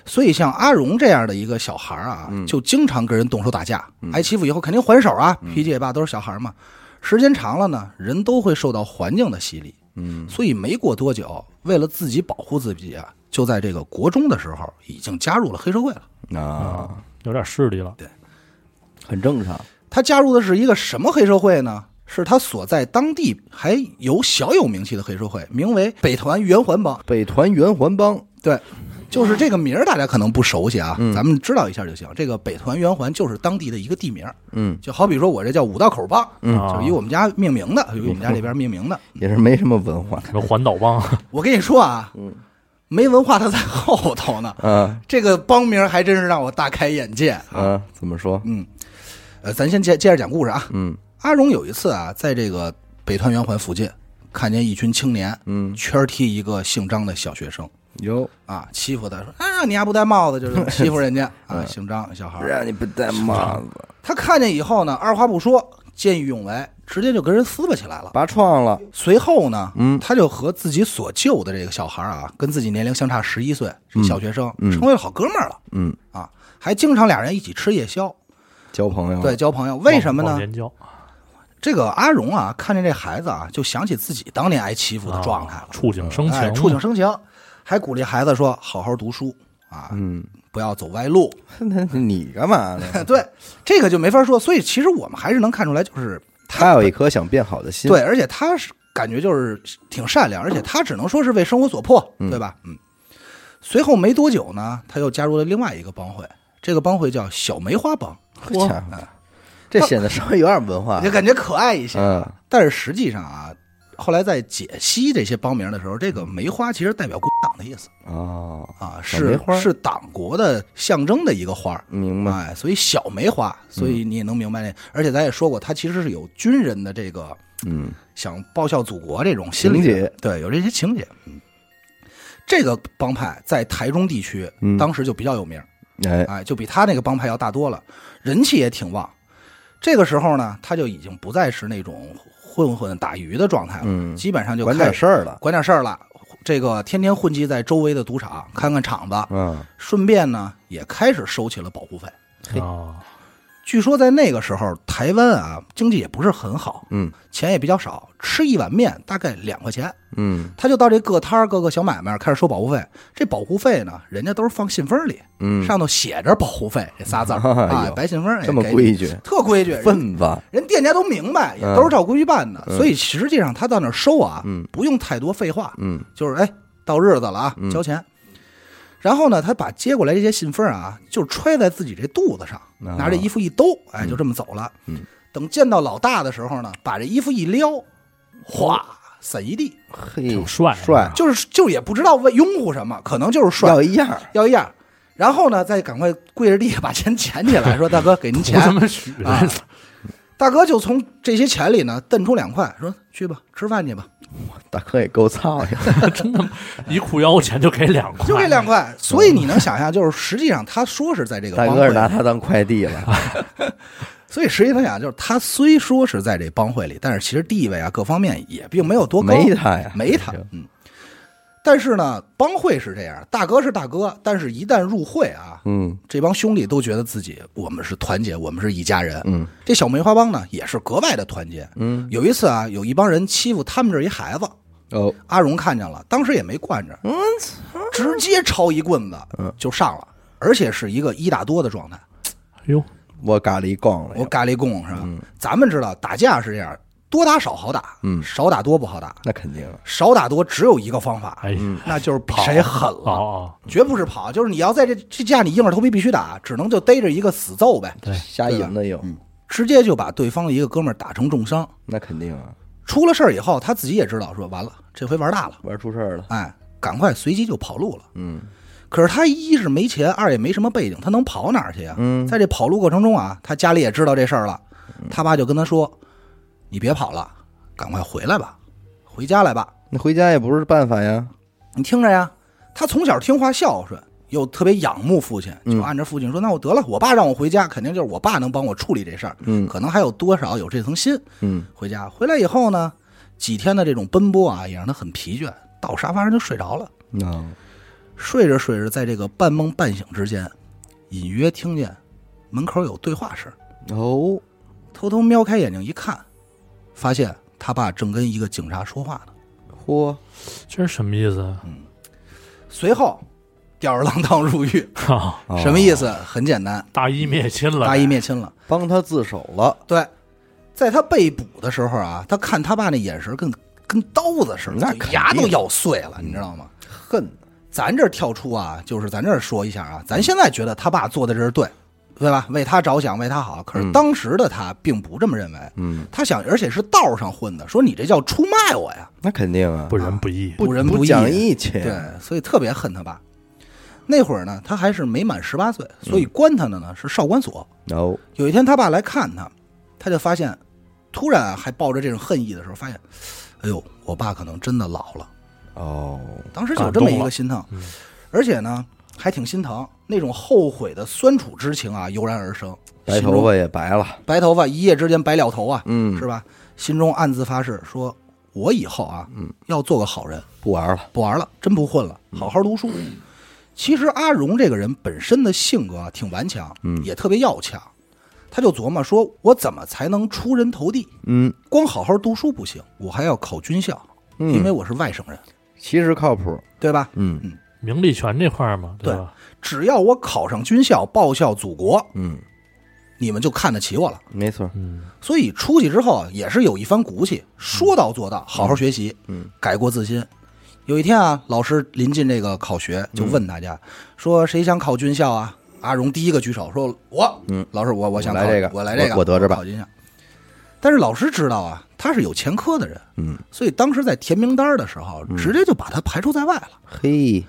[SPEAKER 2] 所以像阿荣这样的一个小挨儿啊，
[SPEAKER 1] 嗯
[SPEAKER 2] 就经常跟人动手打架，挨欺负以后肯定还手啊，
[SPEAKER 1] 嗯
[SPEAKER 2] 脾气也罢，都是小孩儿嘛。时间长了呢，人都会受到环境的洗礼，
[SPEAKER 1] 嗯
[SPEAKER 2] 所以没过多久，为了自己保护自己啊，就在这个国中的时候已经加入了黑社会了。嗯
[SPEAKER 1] 啊，
[SPEAKER 3] 有点势力了，
[SPEAKER 1] 很正常，
[SPEAKER 2] 他加入的是一个什么黑社会呢？是他所在当地还有小有名气的黑社会，名为北团圆环帮。
[SPEAKER 1] 北团圆环帮，
[SPEAKER 2] 对，就是这个名儿，大家可能不熟悉啊，
[SPEAKER 1] 嗯
[SPEAKER 2] 咱们知道一下就行。这个北团圆环就是当地的一个地名儿，
[SPEAKER 1] 嗯，
[SPEAKER 2] 就好比说我这叫五道口帮，
[SPEAKER 1] 嗯
[SPEAKER 2] 就
[SPEAKER 3] 啊
[SPEAKER 2] 是以我们家命名的，就以我们家这边命名的。
[SPEAKER 1] 也是没什么文化，
[SPEAKER 3] 什么环岛帮，
[SPEAKER 2] 我跟你说啊，
[SPEAKER 1] 嗯
[SPEAKER 2] 没文化它在后头呢。
[SPEAKER 1] 啊
[SPEAKER 2] 这个帮名儿还真是让我大开眼界。
[SPEAKER 1] 啊，怎么说？
[SPEAKER 2] 嗯，呃，咱先接接着讲故事啊。
[SPEAKER 1] 嗯
[SPEAKER 2] 阿荣有一次啊，在这个北团圆环附近，看见一群青年
[SPEAKER 1] 嗯，
[SPEAKER 2] 圈踢一个姓张的小学生
[SPEAKER 1] 有
[SPEAKER 2] 啊，欺负他说啊，你还不戴帽
[SPEAKER 1] *laughs*
[SPEAKER 2] 子，就是欺负人家啊，
[SPEAKER 1] 嗯
[SPEAKER 2] 姓张小孩儿。
[SPEAKER 1] 让你不戴帽子，
[SPEAKER 2] 他看见以后呢，二话不说，见义勇为，直接就跟人撕巴起来了。
[SPEAKER 1] 拔创了，
[SPEAKER 2] 随后呢，
[SPEAKER 1] 嗯
[SPEAKER 2] 他就和自己所救的这个小孩儿啊，跟自己年龄相差十一岁，这小学生、
[SPEAKER 1] 嗯
[SPEAKER 2] 成为了好哥们儿了
[SPEAKER 1] 嗯，
[SPEAKER 2] 啊，还经常俩人一起吃夜宵，
[SPEAKER 1] 交朋友，
[SPEAKER 2] 对，，交朋友。 *laughs* 为什么
[SPEAKER 3] 忘
[SPEAKER 2] 呢？
[SPEAKER 3] 年交
[SPEAKER 2] 这个阿荣啊，看见这孩子啊，就想起自己当年挨欺负的状态了
[SPEAKER 3] 啊，触景生
[SPEAKER 2] 哎，
[SPEAKER 3] 情，啊
[SPEAKER 2] 触景生情，还鼓励孩子说好好读书啊，
[SPEAKER 1] 嗯，
[SPEAKER 2] 不要走歪路。
[SPEAKER 1] *laughs* 那你干嘛呢？
[SPEAKER 2] *laughs* 对，这个就没法说。所以其实我们还是能看出来，就是
[SPEAKER 1] 他有一颗想变好的心，
[SPEAKER 2] 对，而且他是感觉就是挺善良，而且他只能说是为生活所迫，对吧？嗯。随后没多久呢，他又加入了另外一个帮会，这个帮会叫小梅花帮，嗯
[SPEAKER 1] 好家伙，这显得稍微有点文化
[SPEAKER 2] 就，感觉可爱一些。
[SPEAKER 1] 嗯
[SPEAKER 2] 但是实际上啊，后来在解析这些帮名的时候，这个梅花其实代表国民党的意思
[SPEAKER 1] 哦，
[SPEAKER 2] 啊，
[SPEAKER 1] 小梅
[SPEAKER 2] 是
[SPEAKER 1] 花
[SPEAKER 2] 是党国的象征的一个花儿。
[SPEAKER 1] 明白，
[SPEAKER 2] 哎，所以小梅花，所以
[SPEAKER 1] 嗯
[SPEAKER 2] 你也能明白那，而且咱也说过，他其实是有军人的这个
[SPEAKER 1] 嗯
[SPEAKER 2] 想报效祖国这种心理
[SPEAKER 1] 情节
[SPEAKER 2] 的，对，有这些情节。嗯，这个帮派在台中地区
[SPEAKER 1] 嗯
[SPEAKER 2] 当时就比较有名，
[SPEAKER 1] 哎，
[SPEAKER 2] 哎，就比他那个帮派要大多了，人气也挺旺。这个时候呢，他就已经不再是那种混混打鱼的状态了，
[SPEAKER 1] 嗯
[SPEAKER 2] 基本上就
[SPEAKER 1] 管
[SPEAKER 2] 开
[SPEAKER 1] 点事儿了，
[SPEAKER 2] 管点事儿了。这个天天混迹在周围的赌场，看看场子，
[SPEAKER 1] 嗯，
[SPEAKER 2] 顺便呢也开始收起了保护费。
[SPEAKER 1] 嘿
[SPEAKER 3] 啊，
[SPEAKER 2] 据说在那个时候，台湾啊经济也不是很好，
[SPEAKER 1] 嗯
[SPEAKER 2] 钱也比较少，吃一碗面大概两块钱，
[SPEAKER 1] 嗯
[SPEAKER 2] 他就到这各摊儿、各个小买卖开始收保护费。这保护费呢，人家都是放信封里，
[SPEAKER 1] 嗯，
[SPEAKER 2] 上头写着“保护费”这仨字儿、
[SPEAKER 1] *laughs* 哎
[SPEAKER 2] 啊
[SPEAKER 1] 呦，
[SPEAKER 2] 白信封哎
[SPEAKER 1] 这么
[SPEAKER 2] 给你
[SPEAKER 1] 规矩，
[SPEAKER 2] 特规矩，人
[SPEAKER 1] 份子，
[SPEAKER 2] 人店家都明白，也都是照规矩办的。所以实际上他到那儿收啊，
[SPEAKER 1] 嗯
[SPEAKER 2] 不用太多废话，
[SPEAKER 1] 嗯
[SPEAKER 2] 就是哎，到日子了啊，交钱。然后呢，他把接过来这些信封啊，就揣在自己这肚子上，
[SPEAKER 1] 啊
[SPEAKER 2] 拿着衣服一兜，哎，就这么走了。
[SPEAKER 1] 嗯
[SPEAKER 2] 等见到老大的时候呢，把这衣服一撩，哗，散一地，
[SPEAKER 1] 嘿
[SPEAKER 3] 挺，帅的
[SPEAKER 1] 帅，
[SPEAKER 2] 就是就也不知道为拥护什么，可能就是帅
[SPEAKER 1] 要一样儿，
[SPEAKER 2] 要一样。然后呢，再赶快跪着地下把钱捡起
[SPEAKER 1] *laughs*
[SPEAKER 2] 来，说：“大哥，给您
[SPEAKER 3] 不他
[SPEAKER 2] 钱。
[SPEAKER 3] 妈许人
[SPEAKER 2] 啊” *laughs* 大哥就从这些钱里呢瞪出两块，说：“去吧，吃饭去吧。”
[SPEAKER 1] 大哥也够操心，
[SPEAKER 3] 一裤腰钱就给两块，
[SPEAKER 2] 就这
[SPEAKER 1] *laughs*
[SPEAKER 2] 两块，所以你能想象，就是实际上他说是在这个
[SPEAKER 1] 大
[SPEAKER 2] 帮
[SPEAKER 1] 哥
[SPEAKER 2] 会
[SPEAKER 1] 是，拿他当快递 *laughs* 了，
[SPEAKER 2] 所以实际上想就是他虽说是在这帮会里，但是其实地位啊各方面也并没有多高，
[SPEAKER 1] 没他呀，
[SPEAKER 2] 没他，嗯。但是呢，帮会是这样，大哥是大哥，但是一旦入会啊，
[SPEAKER 1] 嗯
[SPEAKER 2] 这帮兄弟都觉得自己我们是团结，我们是一家人。
[SPEAKER 1] 嗯，
[SPEAKER 2] 这小梅花帮呢也是格外的团结。
[SPEAKER 1] 嗯，
[SPEAKER 2] 有一次啊，有一帮人欺负他们这一孩子，
[SPEAKER 1] 哦，
[SPEAKER 2] 阿荣看见了，当时也没惯着，嗯，直接抄一棍子
[SPEAKER 1] 嗯
[SPEAKER 2] 就上了，而且是一个一打多的状态。
[SPEAKER 3] 哎呦，
[SPEAKER 1] 我咖喱逛了
[SPEAKER 2] 我
[SPEAKER 1] 呀，
[SPEAKER 2] 嘎了一供是吧？咱们知道打架是这样，多打少好打，
[SPEAKER 1] 嗯
[SPEAKER 2] 少打多不好打，
[SPEAKER 1] 那肯定啊，
[SPEAKER 2] 少打多只有一个方法，
[SPEAKER 3] 哎呀，
[SPEAKER 2] 那就是比谁狠
[SPEAKER 3] 哦
[SPEAKER 2] 了，
[SPEAKER 3] 哦，
[SPEAKER 2] 绝不是跑，就是你要在这这架你硬着头皮必须打，只能就逮着一个死揍呗，
[SPEAKER 3] 对，
[SPEAKER 1] 瞎引的又，
[SPEAKER 2] 直接就把对方的一个哥们儿打成重伤。
[SPEAKER 1] 那肯定啊，
[SPEAKER 2] 出了事儿以后，他自己也知道说完了，这回玩大了，
[SPEAKER 1] 玩出事儿了，
[SPEAKER 2] 哎，赶快随即就跑路了。
[SPEAKER 1] 嗯
[SPEAKER 2] 可是他一是没钱，二也没什么背景，他能跑哪儿去呀、
[SPEAKER 1] 嗯，
[SPEAKER 2] 在这跑路过程中啊，他家里也知道这事儿了，他爸就跟他说：“你别跑了，赶快回来吧，回家来吧。”
[SPEAKER 1] 那回家也不是办法 *laughs* 呀。
[SPEAKER 2] 你听着呀，他从小听话孝顺，又特别仰慕父亲，
[SPEAKER 1] 嗯
[SPEAKER 2] 就按着父亲说：“那我得了，我爸让我回家，肯定就是我爸能帮我处理这事儿，
[SPEAKER 1] 嗯
[SPEAKER 2] 可能还有多少有这层心。
[SPEAKER 1] 嗯”
[SPEAKER 2] 回家回来以后呢，几天的这种奔波啊，也让他很疲倦，到沙发上就睡着了。
[SPEAKER 1] 啊
[SPEAKER 2] 睡着睡着，在这个半梦半醒之间，隐约听见门口有对话声，
[SPEAKER 1] 哦，
[SPEAKER 2] 偷偷瞄开眼睛一看，发现他爸正跟一个警察说话呢。
[SPEAKER 1] 嚯，
[SPEAKER 3] 这是什么意思啊？
[SPEAKER 2] 嗯
[SPEAKER 3] *laughs*
[SPEAKER 2] 随后，吊儿郎当入狱，
[SPEAKER 3] 哈，
[SPEAKER 1] 哦
[SPEAKER 2] 什么意思？很简单，
[SPEAKER 3] 大义灭亲了，
[SPEAKER 2] 大义灭亲了。
[SPEAKER 1] 帮他自首了，
[SPEAKER 2] 对，在他被捕的时候啊，他看他爸那眼神跟跟刀子似的，
[SPEAKER 1] 那
[SPEAKER 2] 就
[SPEAKER 1] 肯定
[SPEAKER 2] 牙都咬碎了，你知道吗？
[SPEAKER 1] 恨
[SPEAKER 2] 咱这儿跳出啊，就是咱这儿说一下啊，咱现在觉得他爸做的这是对，对吧？为他着想，为他好。可是当时的他并不这么认为，
[SPEAKER 1] 嗯，
[SPEAKER 2] 他想，而且是道上混的，说你这叫出卖我呀，
[SPEAKER 1] 那肯定啊，
[SPEAKER 3] 不仁不义，
[SPEAKER 2] 不仁
[SPEAKER 1] 不
[SPEAKER 2] 义。
[SPEAKER 1] 讲义啊气，哦
[SPEAKER 2] 对，所以特别恨他爸。那会儿呢，他还是没满十八岁，所以关他的呢是少管所。
[SPEAKER 1] 哦，
[SPEAKER 2] 有一天他爸来看他，他就发现，突然还抱着这种恨意的时候，发现，哎呦，我爸可能真的老了。
[SPEAKER 1] 哦，
[SPEAKER 2] 当时就有这么一
[SPEAKER 3] 感动
[SPEAKER 2] 个
[SPEAKER 3] 了
[SPEAKER 2] 心疼
[SPEAKER 3] 嗯，
[SPEAKER 2] 而且呢还挺心疼，那种后悔的酸楚之情啊油然而生。
[SPEAKER 1] 白
[SPEAKER 2] 心中
[SPEAKER 1] 头发也白了，
[SPEAKER 2] 白头发一夜之间白了头啊，
[SPEAKER 1] 嗯
[SPEAKER 2] 是吧？心中暗自发誓说，我以后啊，
[SPEAKER 1] 嗯
[SPEAKER 2] 要做个好人，
[SPEAKER 1] 不玩了，
[SPEAKER 2] 不玩了，真不混了，
[SPEAKER 1] 嗯
[SPEAKER 2] 好好读书。其实阿荣这个人本身的性格啊挺顽强，
[SPEAKER 1] 嗯
[SPEAKER 2] 也特别要强。他就琢磨说，我怎么才能出人头地？
[SPEAKER 1] 嗯，
[SPEAKER 2] 光好好读书不行，我还要考军校，因为我是外省人，
[SPEAKER 1] 其实靠谱，
[SPEAKER 2] 对吧？
[SPEAKER 1] 嗯
[SPEAKER 3] 名利权这块儿嘛，
[SPEAKER 2] 对
[SPEAKER 3] 吧？
[SPEAKER 2] 只要我考上军校，报效祖国，
[SPEAKER 1] 嗯，
[SPEAKER 2] 你们就看得起我了。
[SPEAKER 1] 没错，
[SPEAKER 3] 嗯，
[SPEAKER 2] 所以出去之后啊也是有一番骨气，说到做到，好好学习，
[SPEAKER 1] 嗯，
[SPEAKER 2] 改过自新。有一天啊，老师临近这个考学，
[SPEAKER 1] 嗯
[SPEAKER 2] 就问大家、说谁想考军校啊？阿荣第一个举手说：“我，
[SPEAKER 1] 嗯，
[SPEAKER 2] 老师，我我想考
[SPEAKER 1] 我来这个
[SPEAKER 2] 我来这个，
[SPEAKER 1] 我我得着吧
[SPEAKER 2] 考军校。”但是老师知道啊，他是有前科的人，
[SPEAKER 1] 嗯，
[SPEAKER 2] 所以当时在填名单的时候，直接就把他排除在外了。
[SPEAKER 1] 嘿，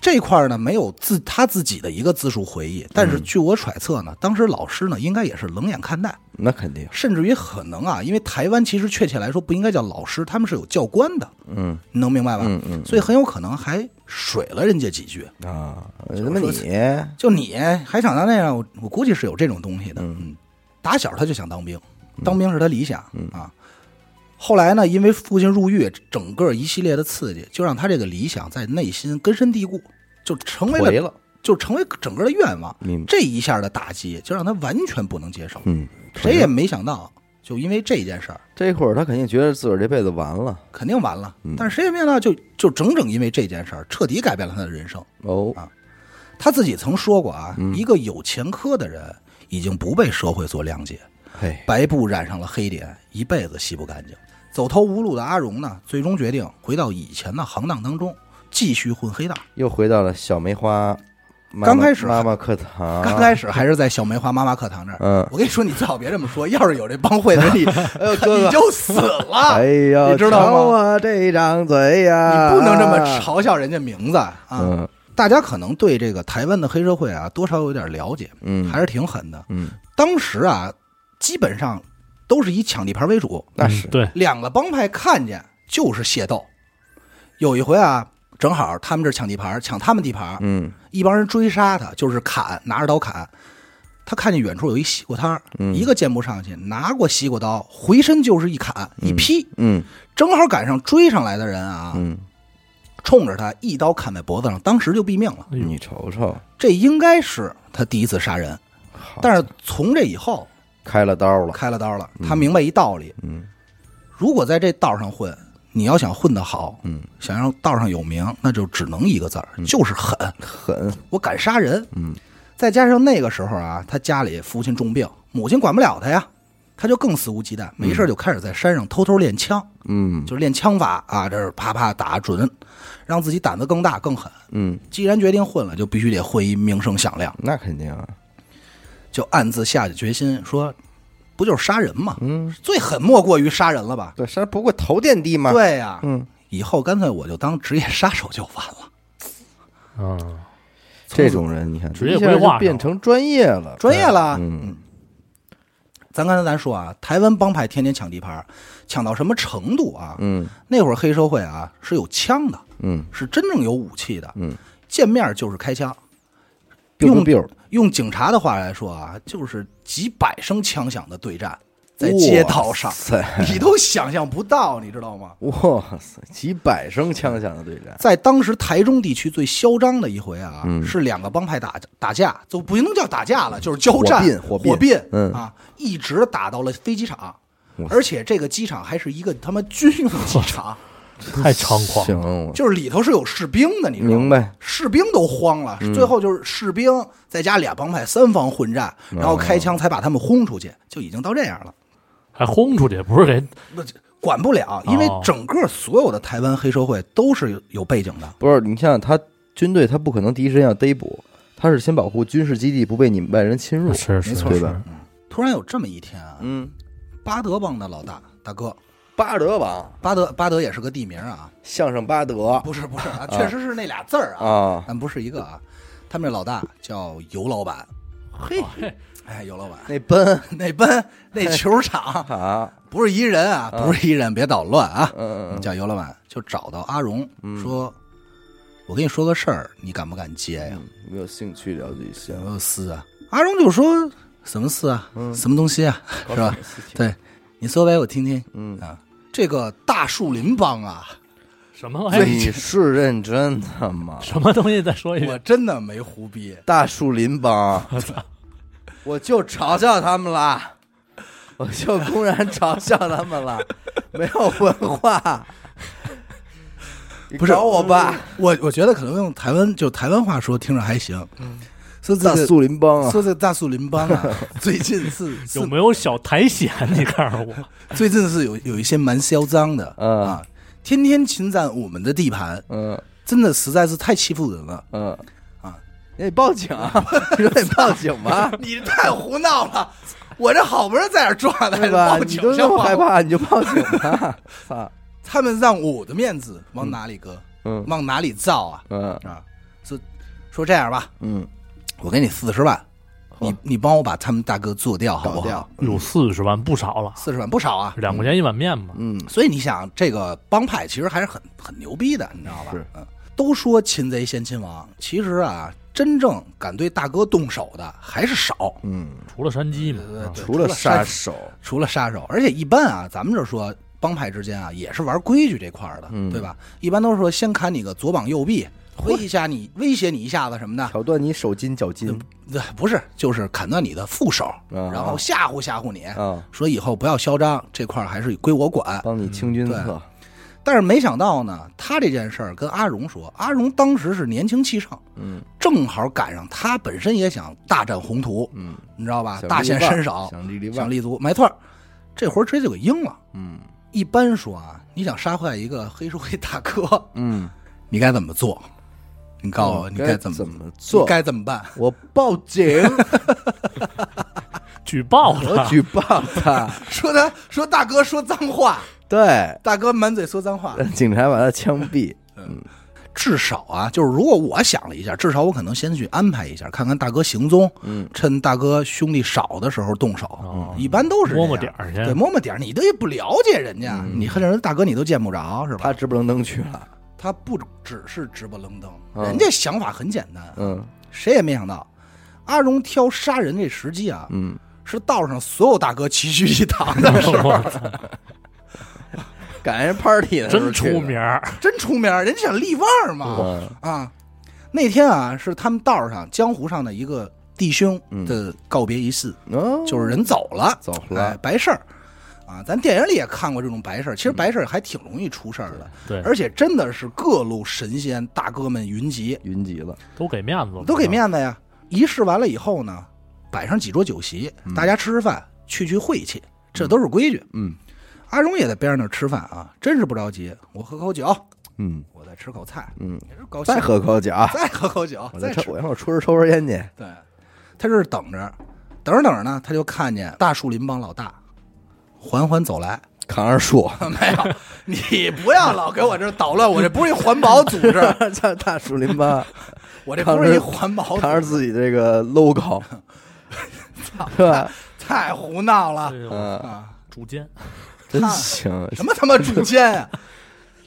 [SPEAKER 2] 这块儿呢，没有自他自己的一个自述回忆，但
[SPEAKER 1] 嗯
[SPEAKER 2] 是据我揣测呢，当时老师呢应该也是冷眼看待，
[SPEAKER 1] 那肯定，
[SPEAKER 2] 甚至于可能啊，因为台湾其实确切来说不应该叫老师，他们是有教官的，
[SPEAKER 1] 嗯
[SPEAKER 2] 你能明白吧？
[SPEAKER 1] 嗯嗯
[SPEAKER 2] 所以很有可能还水了人家几句，
[SPEAKER 1] 啊，那么
[SPEAKER 2] 说
[SPEAKER 1] 你
[SPEAKER 2] 就你还想当那样，我我估计是有这种东西的。嗯，打小他就想当兵，
[SPEAKER 1] 嗯
[SPEAKER 2] 当兵是他理想、啊。后来呢，因为父亲入狱，整个一系列的刺激，就让他这个理想在内心根深蒂固，就成为
[SPEAKER 1] 回
[SPEAKER 2] 了
[SPEAKER 1] 了，
[SPEAKER 2] 就成为整个的愿望。
[SPEAKER 1] 明白，
[SPEAKER 2] 这一下的打击就让他完全不能接受，
[SPEAKER 1] 嗯，
[SPEAKER 2] 谁也没想到，就因为这件事儿
[SPEAKER 1] 这会儿他肯定觉得自个儿这辈子完了，
[SPEAKER 2] 肯定完了。
[SPEAKER 1] 嗯
[SPEAKER 2] 但是谁也没想到就，就整整因为这件事儿彻底改变了他的人生。
[SPEAKER 1] 哦，
[SPEAKER 2] 他自己曾说过啊，
[SPEAKER 1] 嗯
[SPEAKER 2] 一个有前科的人已经不被社会所谅解，
[SPEAKER 1] 嘿，
[SPEAKER 2] 白布染上了黑点，一辈子洗不干净。走投无路的阿荣呢，最终决定回到以前的行当当中，继续混黑道。
[SPEAKER 1] 又回到了小梅花，妈妈
[SPEAKER 2] 刚开始啊
[SPEAKER 1] 妈妈课堂，
[SPEAKER 2] 刚开始还是在小梅花妈妈课堂这儿。
[SPEAKER 1] 啊嗯哎
[SPEAKER 2] 我跟你说，你最好别这么说。要是有这帮会的
[SPEAKER 1] *laughs*
[SPEAKER 2] 人，你
[SPEAKER 1] 哥
[SPEAKER 2] 你就死了。
[SPEAKER 1] 哎呀，
[SPEAKER 2] 啊你知道吗
[SPEAKER 1] 瞧我这张嘴呀，
[SPEAKER 2] 你不能这么嘲笑人家名字啊！
[SPEAKER 1] 嗯
[SPEAKER 2] 大家可能对这个台湾的黑社会啊，多少有点了解，
[SPEAKER 1] 嗯
[SPEAKER 2] 还是挺狠的。
[SPEAKER 1] 嗯，
[SPEAKER 2] 当时啊，基本上都是以抢地盘为主，
[SPEAKER 1] 那是
[SPEAKER 3] 嗯对，
[SPEAKER 2] 两个帮派看见就是械斗。有一回啊，正好他们这儿抢地盘，抢他们地盘，
[SPEAKER 1] 嗯
[SPEAKER 2] 一帮人追杀他，就是砍，拿着刀砍。他看见远处有一西瓜摊儿，
[SPEAKER 1] 嗯
[SPEAKER 2] 一个箭步上去，拿过西瓜刀，回身就是一砍一劈，
[SPEAKER 1] 嗯
[SPEAKER 2] 正好赶上追上来的人啊，
[SPEAKER 1] 嗯，
[SPEAKER 2] 冲着他一刀砍在脖子上，当时就毙命了。
[SPEAKER 3] 哎呦
[SPEAKER 1] 你瞅瞅，
[SPEAKER 2] 这应该是他第一次杀人，
[SPEAKER 1] 好
[SPEAKER 2] 但是从这以后
[SPEAKER 1] 开了刀了，
[SPEAKER 2] 开了刀了，他明白一道理：
[SPEAKER 1] 嗯
[SPEAKER 2] 如果在这道上混，你要想混得好，
[SPEAKER 1] 嗯，
[SPEAKER 2] 想要道上有名，那就只能一个字儿，就是狠。
[SPEAKER 1] 狠，
[SPEAKER 2] 我敢杀人。
[SPEAKER 1] 嗯，
[SPEAKER 2] 再加上那个时候啊，他家里父亲重病，母亲管不了他呀，他就更肆无忌惮，没事就开始在山上偷偷练枪，
[SPEAKER 1] 嗯
[SPEAKER 2] 就练枪法啊，这儿啪啪打准，让自己胆子更大更狠。
[SPEAKER 1] 嗯，
[SPEAKER 2] 既然决定混了，就必须得混一名声响亮。
[SPEAKER 1] 那肯定啊，
[SPEAKER 2] 就暗自下决心说，不就是杀人吗？嗯，最狠莫过于杀人了吧？
[SPEAKER 1] 对，杀不过头点低嘛，
[SPEAKER 2] 对呀、
[SPEAKER 1] 嗯，
[SPEAKER 2] 以后干脆我就当职业杀手就完了。
[SPEAKER 3] 嗯，
[SPEAKER 1] 这种人，你看
[SPEAKER 3] 职业
[SPEAKER 1] 一下
[SPEAKER 3] 规划
[SPEAKER 1] 就变成专业了，
[SPEAKER 2] 专业了，
[SPEAKER 1] 嗯，
[SPEAKER 2] 咱刚才咱说啊，台湾帮派天天抢地盘，抢到什么程度啊？
[SPEAKER 1] 嗯
[SPEAKER 2] 那会儿黑社会啊是有枪的，
[SPEAKER 1] 嗯
[SPEAKER 2] 是真正有武器的，
[SPEAKER 1] 嗯，
[SPEAKER 2] 见面就是开枪。
[SPEAKER 1] ，biu
[SPEAKER 2] 用
[SPEAKER 1] biu，
[SPEAKER 2] 用警察的话来说啊，就是几百声枪响的对战，在街道上
[SPEAKER 1] 哇，塞，
[SPEAKER 2] 你都想象不到，你知道吗？
[SPEAKER 1] 哇塞，几百声枪响的对战，
[SPEAKER 2] 在当时台中地区最嚣张的一回啊，
[SPEAKER 1] 嗯
[SPEAKER 2] 是两个帮派打打架，就不能叫打架了，就是交战
[SPEAKER 1] 火并火并嗯
[SPEAKER 2] 啊，一直打到了飞机场
[SPEAKER 1] 哇，塞
[SPEAKER 2] 而且这个机场还是一个他妈军用机
[SPEAKER 1] *laughs*
[SPEAKER 2] 场，
[SPEAKER 3] 太猖狂了，
[SPEAKER 1] 行，我
[SPEAKER 2] 就是里头是有士兵的，你知道吗？
[SPEAKER 1] 明白，嗯
[SPEAKER 2] 士兵都慌了，最后就是士兵再加俩帮派三方混战，
[SPEAKER 1] 哦
[SPEAKER 2] 然后开枪才把他们轰出去，就已经到这样了。
[SPEAKER 3] 还轰出去，不是给
[SPEAKER 2] 不管不了，因为
[SPEAKER 3] 哦
[SPEAKER 2] 整个所有的台湾黑社会都是有有背景的，
[SPEAKER 1] 不是你像他军队，他不可能第一时间要逮捕，他是先保护军事基地不被你们外人侵入，
[SPEAKER 3] 啊是
[SPEAKER 2] 没
[SPEAKER 3] 是
[SPEAKER 2] 错
[SPEAKER 1] 对
[SPEAKER 3] 是嗯
[SPEAKER 1] 吧，
[SPEAKER 2] 突然有这么一天啊，
[SPEAKER 1] 嗯，
[SPEAKER 2] 巴德帮的老大大哥，
[SPEAKER 1] 巴德王，
[SPEAKER 2] 巴德巴德也是个地名啊，
[SPEAKER 1] 相声巴德
[SPEAKER 2] 不是不是啊，确实是那俩字儿啊，
[SPEAKER 1] 啊，
[SPEAKER 2] 但不是一个啊。他们这老大叫尤老板，
[SPEAKER 1] 嘿，
[SPEAKER 2] 哎，尤老板 *laughs*
[SPEAKER 1] 那奔
[SPEAKER 2] 那奔那球场
[SPEAKER 1] 啊，
[SPEAKER 2] 不是一人啊，不是一人，别捣乱啊。
[SPEAKER 1] 嗯嗯
[SPEAKER 2] 叫尤老板就找到阿荣说：“我跟你说个事儿，你敢不敢接呀
[SPEAKER 1] 嗯，有没有兴趣了解一
[SPEAKER 3] *laughs*
[SPEAKER 1] 下？”
[SPEAKER 2] 有事啊？阿荣就说：“什么事啊？什么东西啊？是吧？对，你说呗，我听听。
[SPEAKER 1] 嗯
[SPEAKER 2] 啊，这个大树林帮啊，
[SPEAKER 3] *laughs* 什么玩意
[SPEAKER 1] 你是认真的吗
[SPEAKER 3] 儿？什么东西？再说一
[SPEAKER 2] 我
[SPEAKER 3] 遍，
[SPEAKER 2] 真的没胡逼。
[SPEAKER 1] 大树林帮，我就嘲笑他们了，我就公然嘲笑他们了，没有文化，你
[SPEAKER 2] 不是
[SPEAKER 1] 找我吧？
[SPEAKER 2] 我我觉得可能用台湾就台湾话说听着还行。嗯，说这
[SPEAKER 1] 大
[SPEAKER 2] 个
[SPEAKER 1] 树林帮啊，
[SPEAKER 2] 说这大树林帮
[SPEAKER 1] *laughs*
[SPEAKER 2] 啊，最近是是
[SPEAKER 3] 有没有小苔藓？你告诉我，
[SPEAKER 2] 最近是有有一些蛮嚣张的
[SPEAKER 1] 嗯
[SPEAKER 2] 啊，天天侵占我们的地盘，
[SPEAKER 1] 嗯
[SPEAKER 2] 真的实在是太欺负人了。
[SPEAKER 1] 嗯
[SPEAKER 2] 啊，？
[SPEAKER 1] 你得报警啊，你说得报警吧
[SPEAKER 2] *laughs* *laughs* 你这太胡闹了！我这好不容易在这儿抓的，
[SPEAKER 1] 对吧？
[SPEAKER 2] 报
[SPEAKER 1] 你
[SPEAKER 2] 警嗯
[SPEAKER 1] 都那
[SPEAKER 2] 上
[SPEAKER 1] 么
[SPEAKER 2] 报
[SPEAKER 1] 害怕，你就报警
[SPEAKER 2] *laughs*
[SPEAKER 1] 吧！操，
[SPEAKER 2] 他们让我的面子往哪里搁？
[SPEAKER 1] 嗯
[SPEAKER 2] 往哪里造啊？
[SPEAKER 1] 嗯
[SPEAKER 2] 啊，说说这样吧，
[SPEAKER 1] 嗯，
[SPEAKER 2] 我给你四十万，你你帮我把他们大哥做掉，好不
[SPEAKER 1] 搞
[SPEAKER 2] 好
[SPEAKER 1] 掉？，
[SPEAKER 3] 有四十万不少了，
[SPEAKER 2] 四十万不少啊。
[SPEAKER 3] 两块钱一碗面嘛，
[SPEAKER 1] 嗯，
[SPEAKER 2] 所以你想，这个帮派其实还是很很牛逼的，你知道吧？
[SPEAKER 1] 是
[SPEAKER 2] 嗯，都说擒贼先擒王，其实啊，真正敢对大哥动手的还是少。
[SPEAKER 1] 嗯，
[SPEAKER 3] 除了山鸡嘛，
[SPEAKER 2] 对
[SPEAKER 3] 啊
[SPEAKER 2] 对
[SPEAKER 1] 除了杀
[SPEAKER 2] 杀
[SPEAKER 1] 手，
[SPEAKER 2] 除了杀手，而且一般啊，咱们这说帮派之间啊，也是玩规矩这块儿的，
[SPEAKER 1] 嗯
[SPEAKER 2] 对吧？一般都是说先砍你个左膀右臂，威一下你，威胁你一下子什么的。
[SPEAKER 1] 挑断你手筋脚筋
[SPEAKER 2] 对，不是，就是砍断你的副手，嗯然后吓唬吓唬你，
[SPEAKER 1] 嗯啊，
[SPEAKER 2] 说以后不要嚣张，这块儿还是归我管。
[SPEAKER 1] 帮你清君
[SPEAKER 2] 嗯
[SPEAKER 1] 侧，
[SPEAKER 2] 但是没想到呢，他这件事儿跟阿荣说，阿荣当时是年轻气盛，
[SPEAKER 1] 嗯，
[SPEAKER 2] 正好赶上他本身也想大展宏图，
[SPEAKER 1] 嗯，
[SPEAKER 2] 你知道吧？
[SPEAKER 1] 想
[SPEAKER 2] 啊大
[SPEAKER 1] 立
[SPEAKER 2] 显
[SPEAKER 1] 腕
[SPEAKER 2] 身手，
[SPEAKER 1] 想立立腕
[SPEAKER 2] 想，立足，没错儿，这活儿直接就给应了。
[SPEAKER 1] 嗯
[SPEAKER 2] 一般说啊，你想杀坏一个黑社会大哥，
[SPEAKER 1] 嗯，
[SPEAKER 2] 你该怎么做？你告诉我，
[SPEAKER 1] 嗯
[SPEAKER 2] 你
[SPEAKER 1] 该
[SPEAKER 2] 怎么
[SPEAKER 1] 怎么做
[SPEAKER 2] 你该怎么办？ *laughs*
[SPEAKER 1] 我报警，
[SPEAKER 3] 举报
[SPEAKER 1] 我
[SPEAKER 3] 他，
[SPEAKER 1] 举报
[SPEAKER 2] *laughs*
[SPEAKER 1] 他，
[SPEAKER 2] 说他说大哥说脏话，
[SPEAKER 1] 对，
[SPEAKER 2] 大哥满嘴说脏话。
[SPEAKER 1] 让警察把他枪毙，
[SPEAKER 2] 至少啊，就是如果我想了一下，至少我可能先去安排一下，看看大哥行踪，
[SPEAKER 1] 嗯，
[SPEAKER 2] 趁大哥兄弟少的时候动手。
[SPEAKER 3] 哦
[SPEAKER 2] 一般都是这样
[SPEAKER 3] 摸摸点儿去
[SPEAKER 2] 对，摸摸点儿。你都也不了解人家，
[SPEAKER 1] 嗯
[SPEAKER 2] 你恨人大哥你都见不着是吧？
[SPEAKER 1] 他直不愣登去了，
[SPEAKER 2] 他不只是直不愣登，
[SPEAKER 1] 嗯
[SPEAKER 2] 人家想法很简单，
[SPEAKER 1] 嗯
[SPEAKER 2] 谁也没想到，阿荣挑杀人这时机啊，
[SPEAKER 1] 嗯，
[SPEAKER 2] 是道上所有大哥齐聚一堂
[SPEAKER 1] *laughs*
[SPEAKER 2] 的时候，
[SPEAKER 3] 我操
[SPEAKER 1] 赶上 party 了，
[SPEAKER 3] *laughs* 真出名儿，
[SPEAKER 2] 真出名儿，人家想立腕儿嘛
[SPEAKER 1] 嗯
[SPEAKER 2] 啊！那天啊，是他们道上江湖上的一个弟兄的告别仪式，
[SPEAKER 1] 哦，
[SPEAKER 2] 就是人走了，
[SPEAKER 1] 嗯走
[SPEAKER 2] 哎
[SPEAKER 1] 了，，
[SPEAKER 2] 白事儿啊，咱电影里也看过这种白事儿，
[SPEAKER 1] 嗯
[SPEAKER 2] 其实白事儿还挺容易出事儿的，
[SPEAKER 3] 对，
[SPEAKER 2] 而且真的是各路神仙大哥们云集，
[SPEAKER 1] 云集了，
[SPEAKER 3] 都给面子了，
[SPEAKER 2] 都给面子呀。仪式完了以后呢，摆上几桌酒席，大家吃吃饭，去去晦气，这都是规矩。
[SPEAKER 1] 嗯
[SPEAKER 2] 阿荣也在边上那儿吃饭啊，真是不着急。我喝口酒，
[SPEAKER 1] 嗯
[SPEAKER 2] 我再吃口菜，
[SPEAKER 1] 嗯，
[SPEAKER 2] 也是高兴
[SPEAKER 1] 再，喝口酒啊，
[SPEAKER 2] 再喝口酒
[SPEAKER 1] 我，再
[SPEAKER 2] 再
[SPEAKER 1] 抽，
[SPEAKER 2] 吃
[SPEAKER 1] 我。一会儿出去抽根烟去，
[SPEAKER 2] 对，他这是等着，等着等着呢，他就看见大树林帮老大缓缓走来，
[SPEAKER 1] 扛着树，
[SPEAKER 2] *laughs* 没有，你不要老给我这捣乱，我这不是一环保组 *laughs* 织，
[SPEAKER 1] 在 *laughs* 大树林吧，
[SPEAKER 2] 我这不是一环保
[SPEAKER 1] 扛着
[SPEAKER 2] 组织，
[SPEAKER 1] 自己这个 *laughs* logo，是吧？
[SPEAKER 2] 太胡闹了
[SPEAKER 3] 这种
[SPEAKER 1] 嗯，
[SPEAKER 2] 啊！
[SPEAKER 3] 主监，
[SPEAKER 1] 真行，
[SPEAKER 2] 什么他妈主见呀、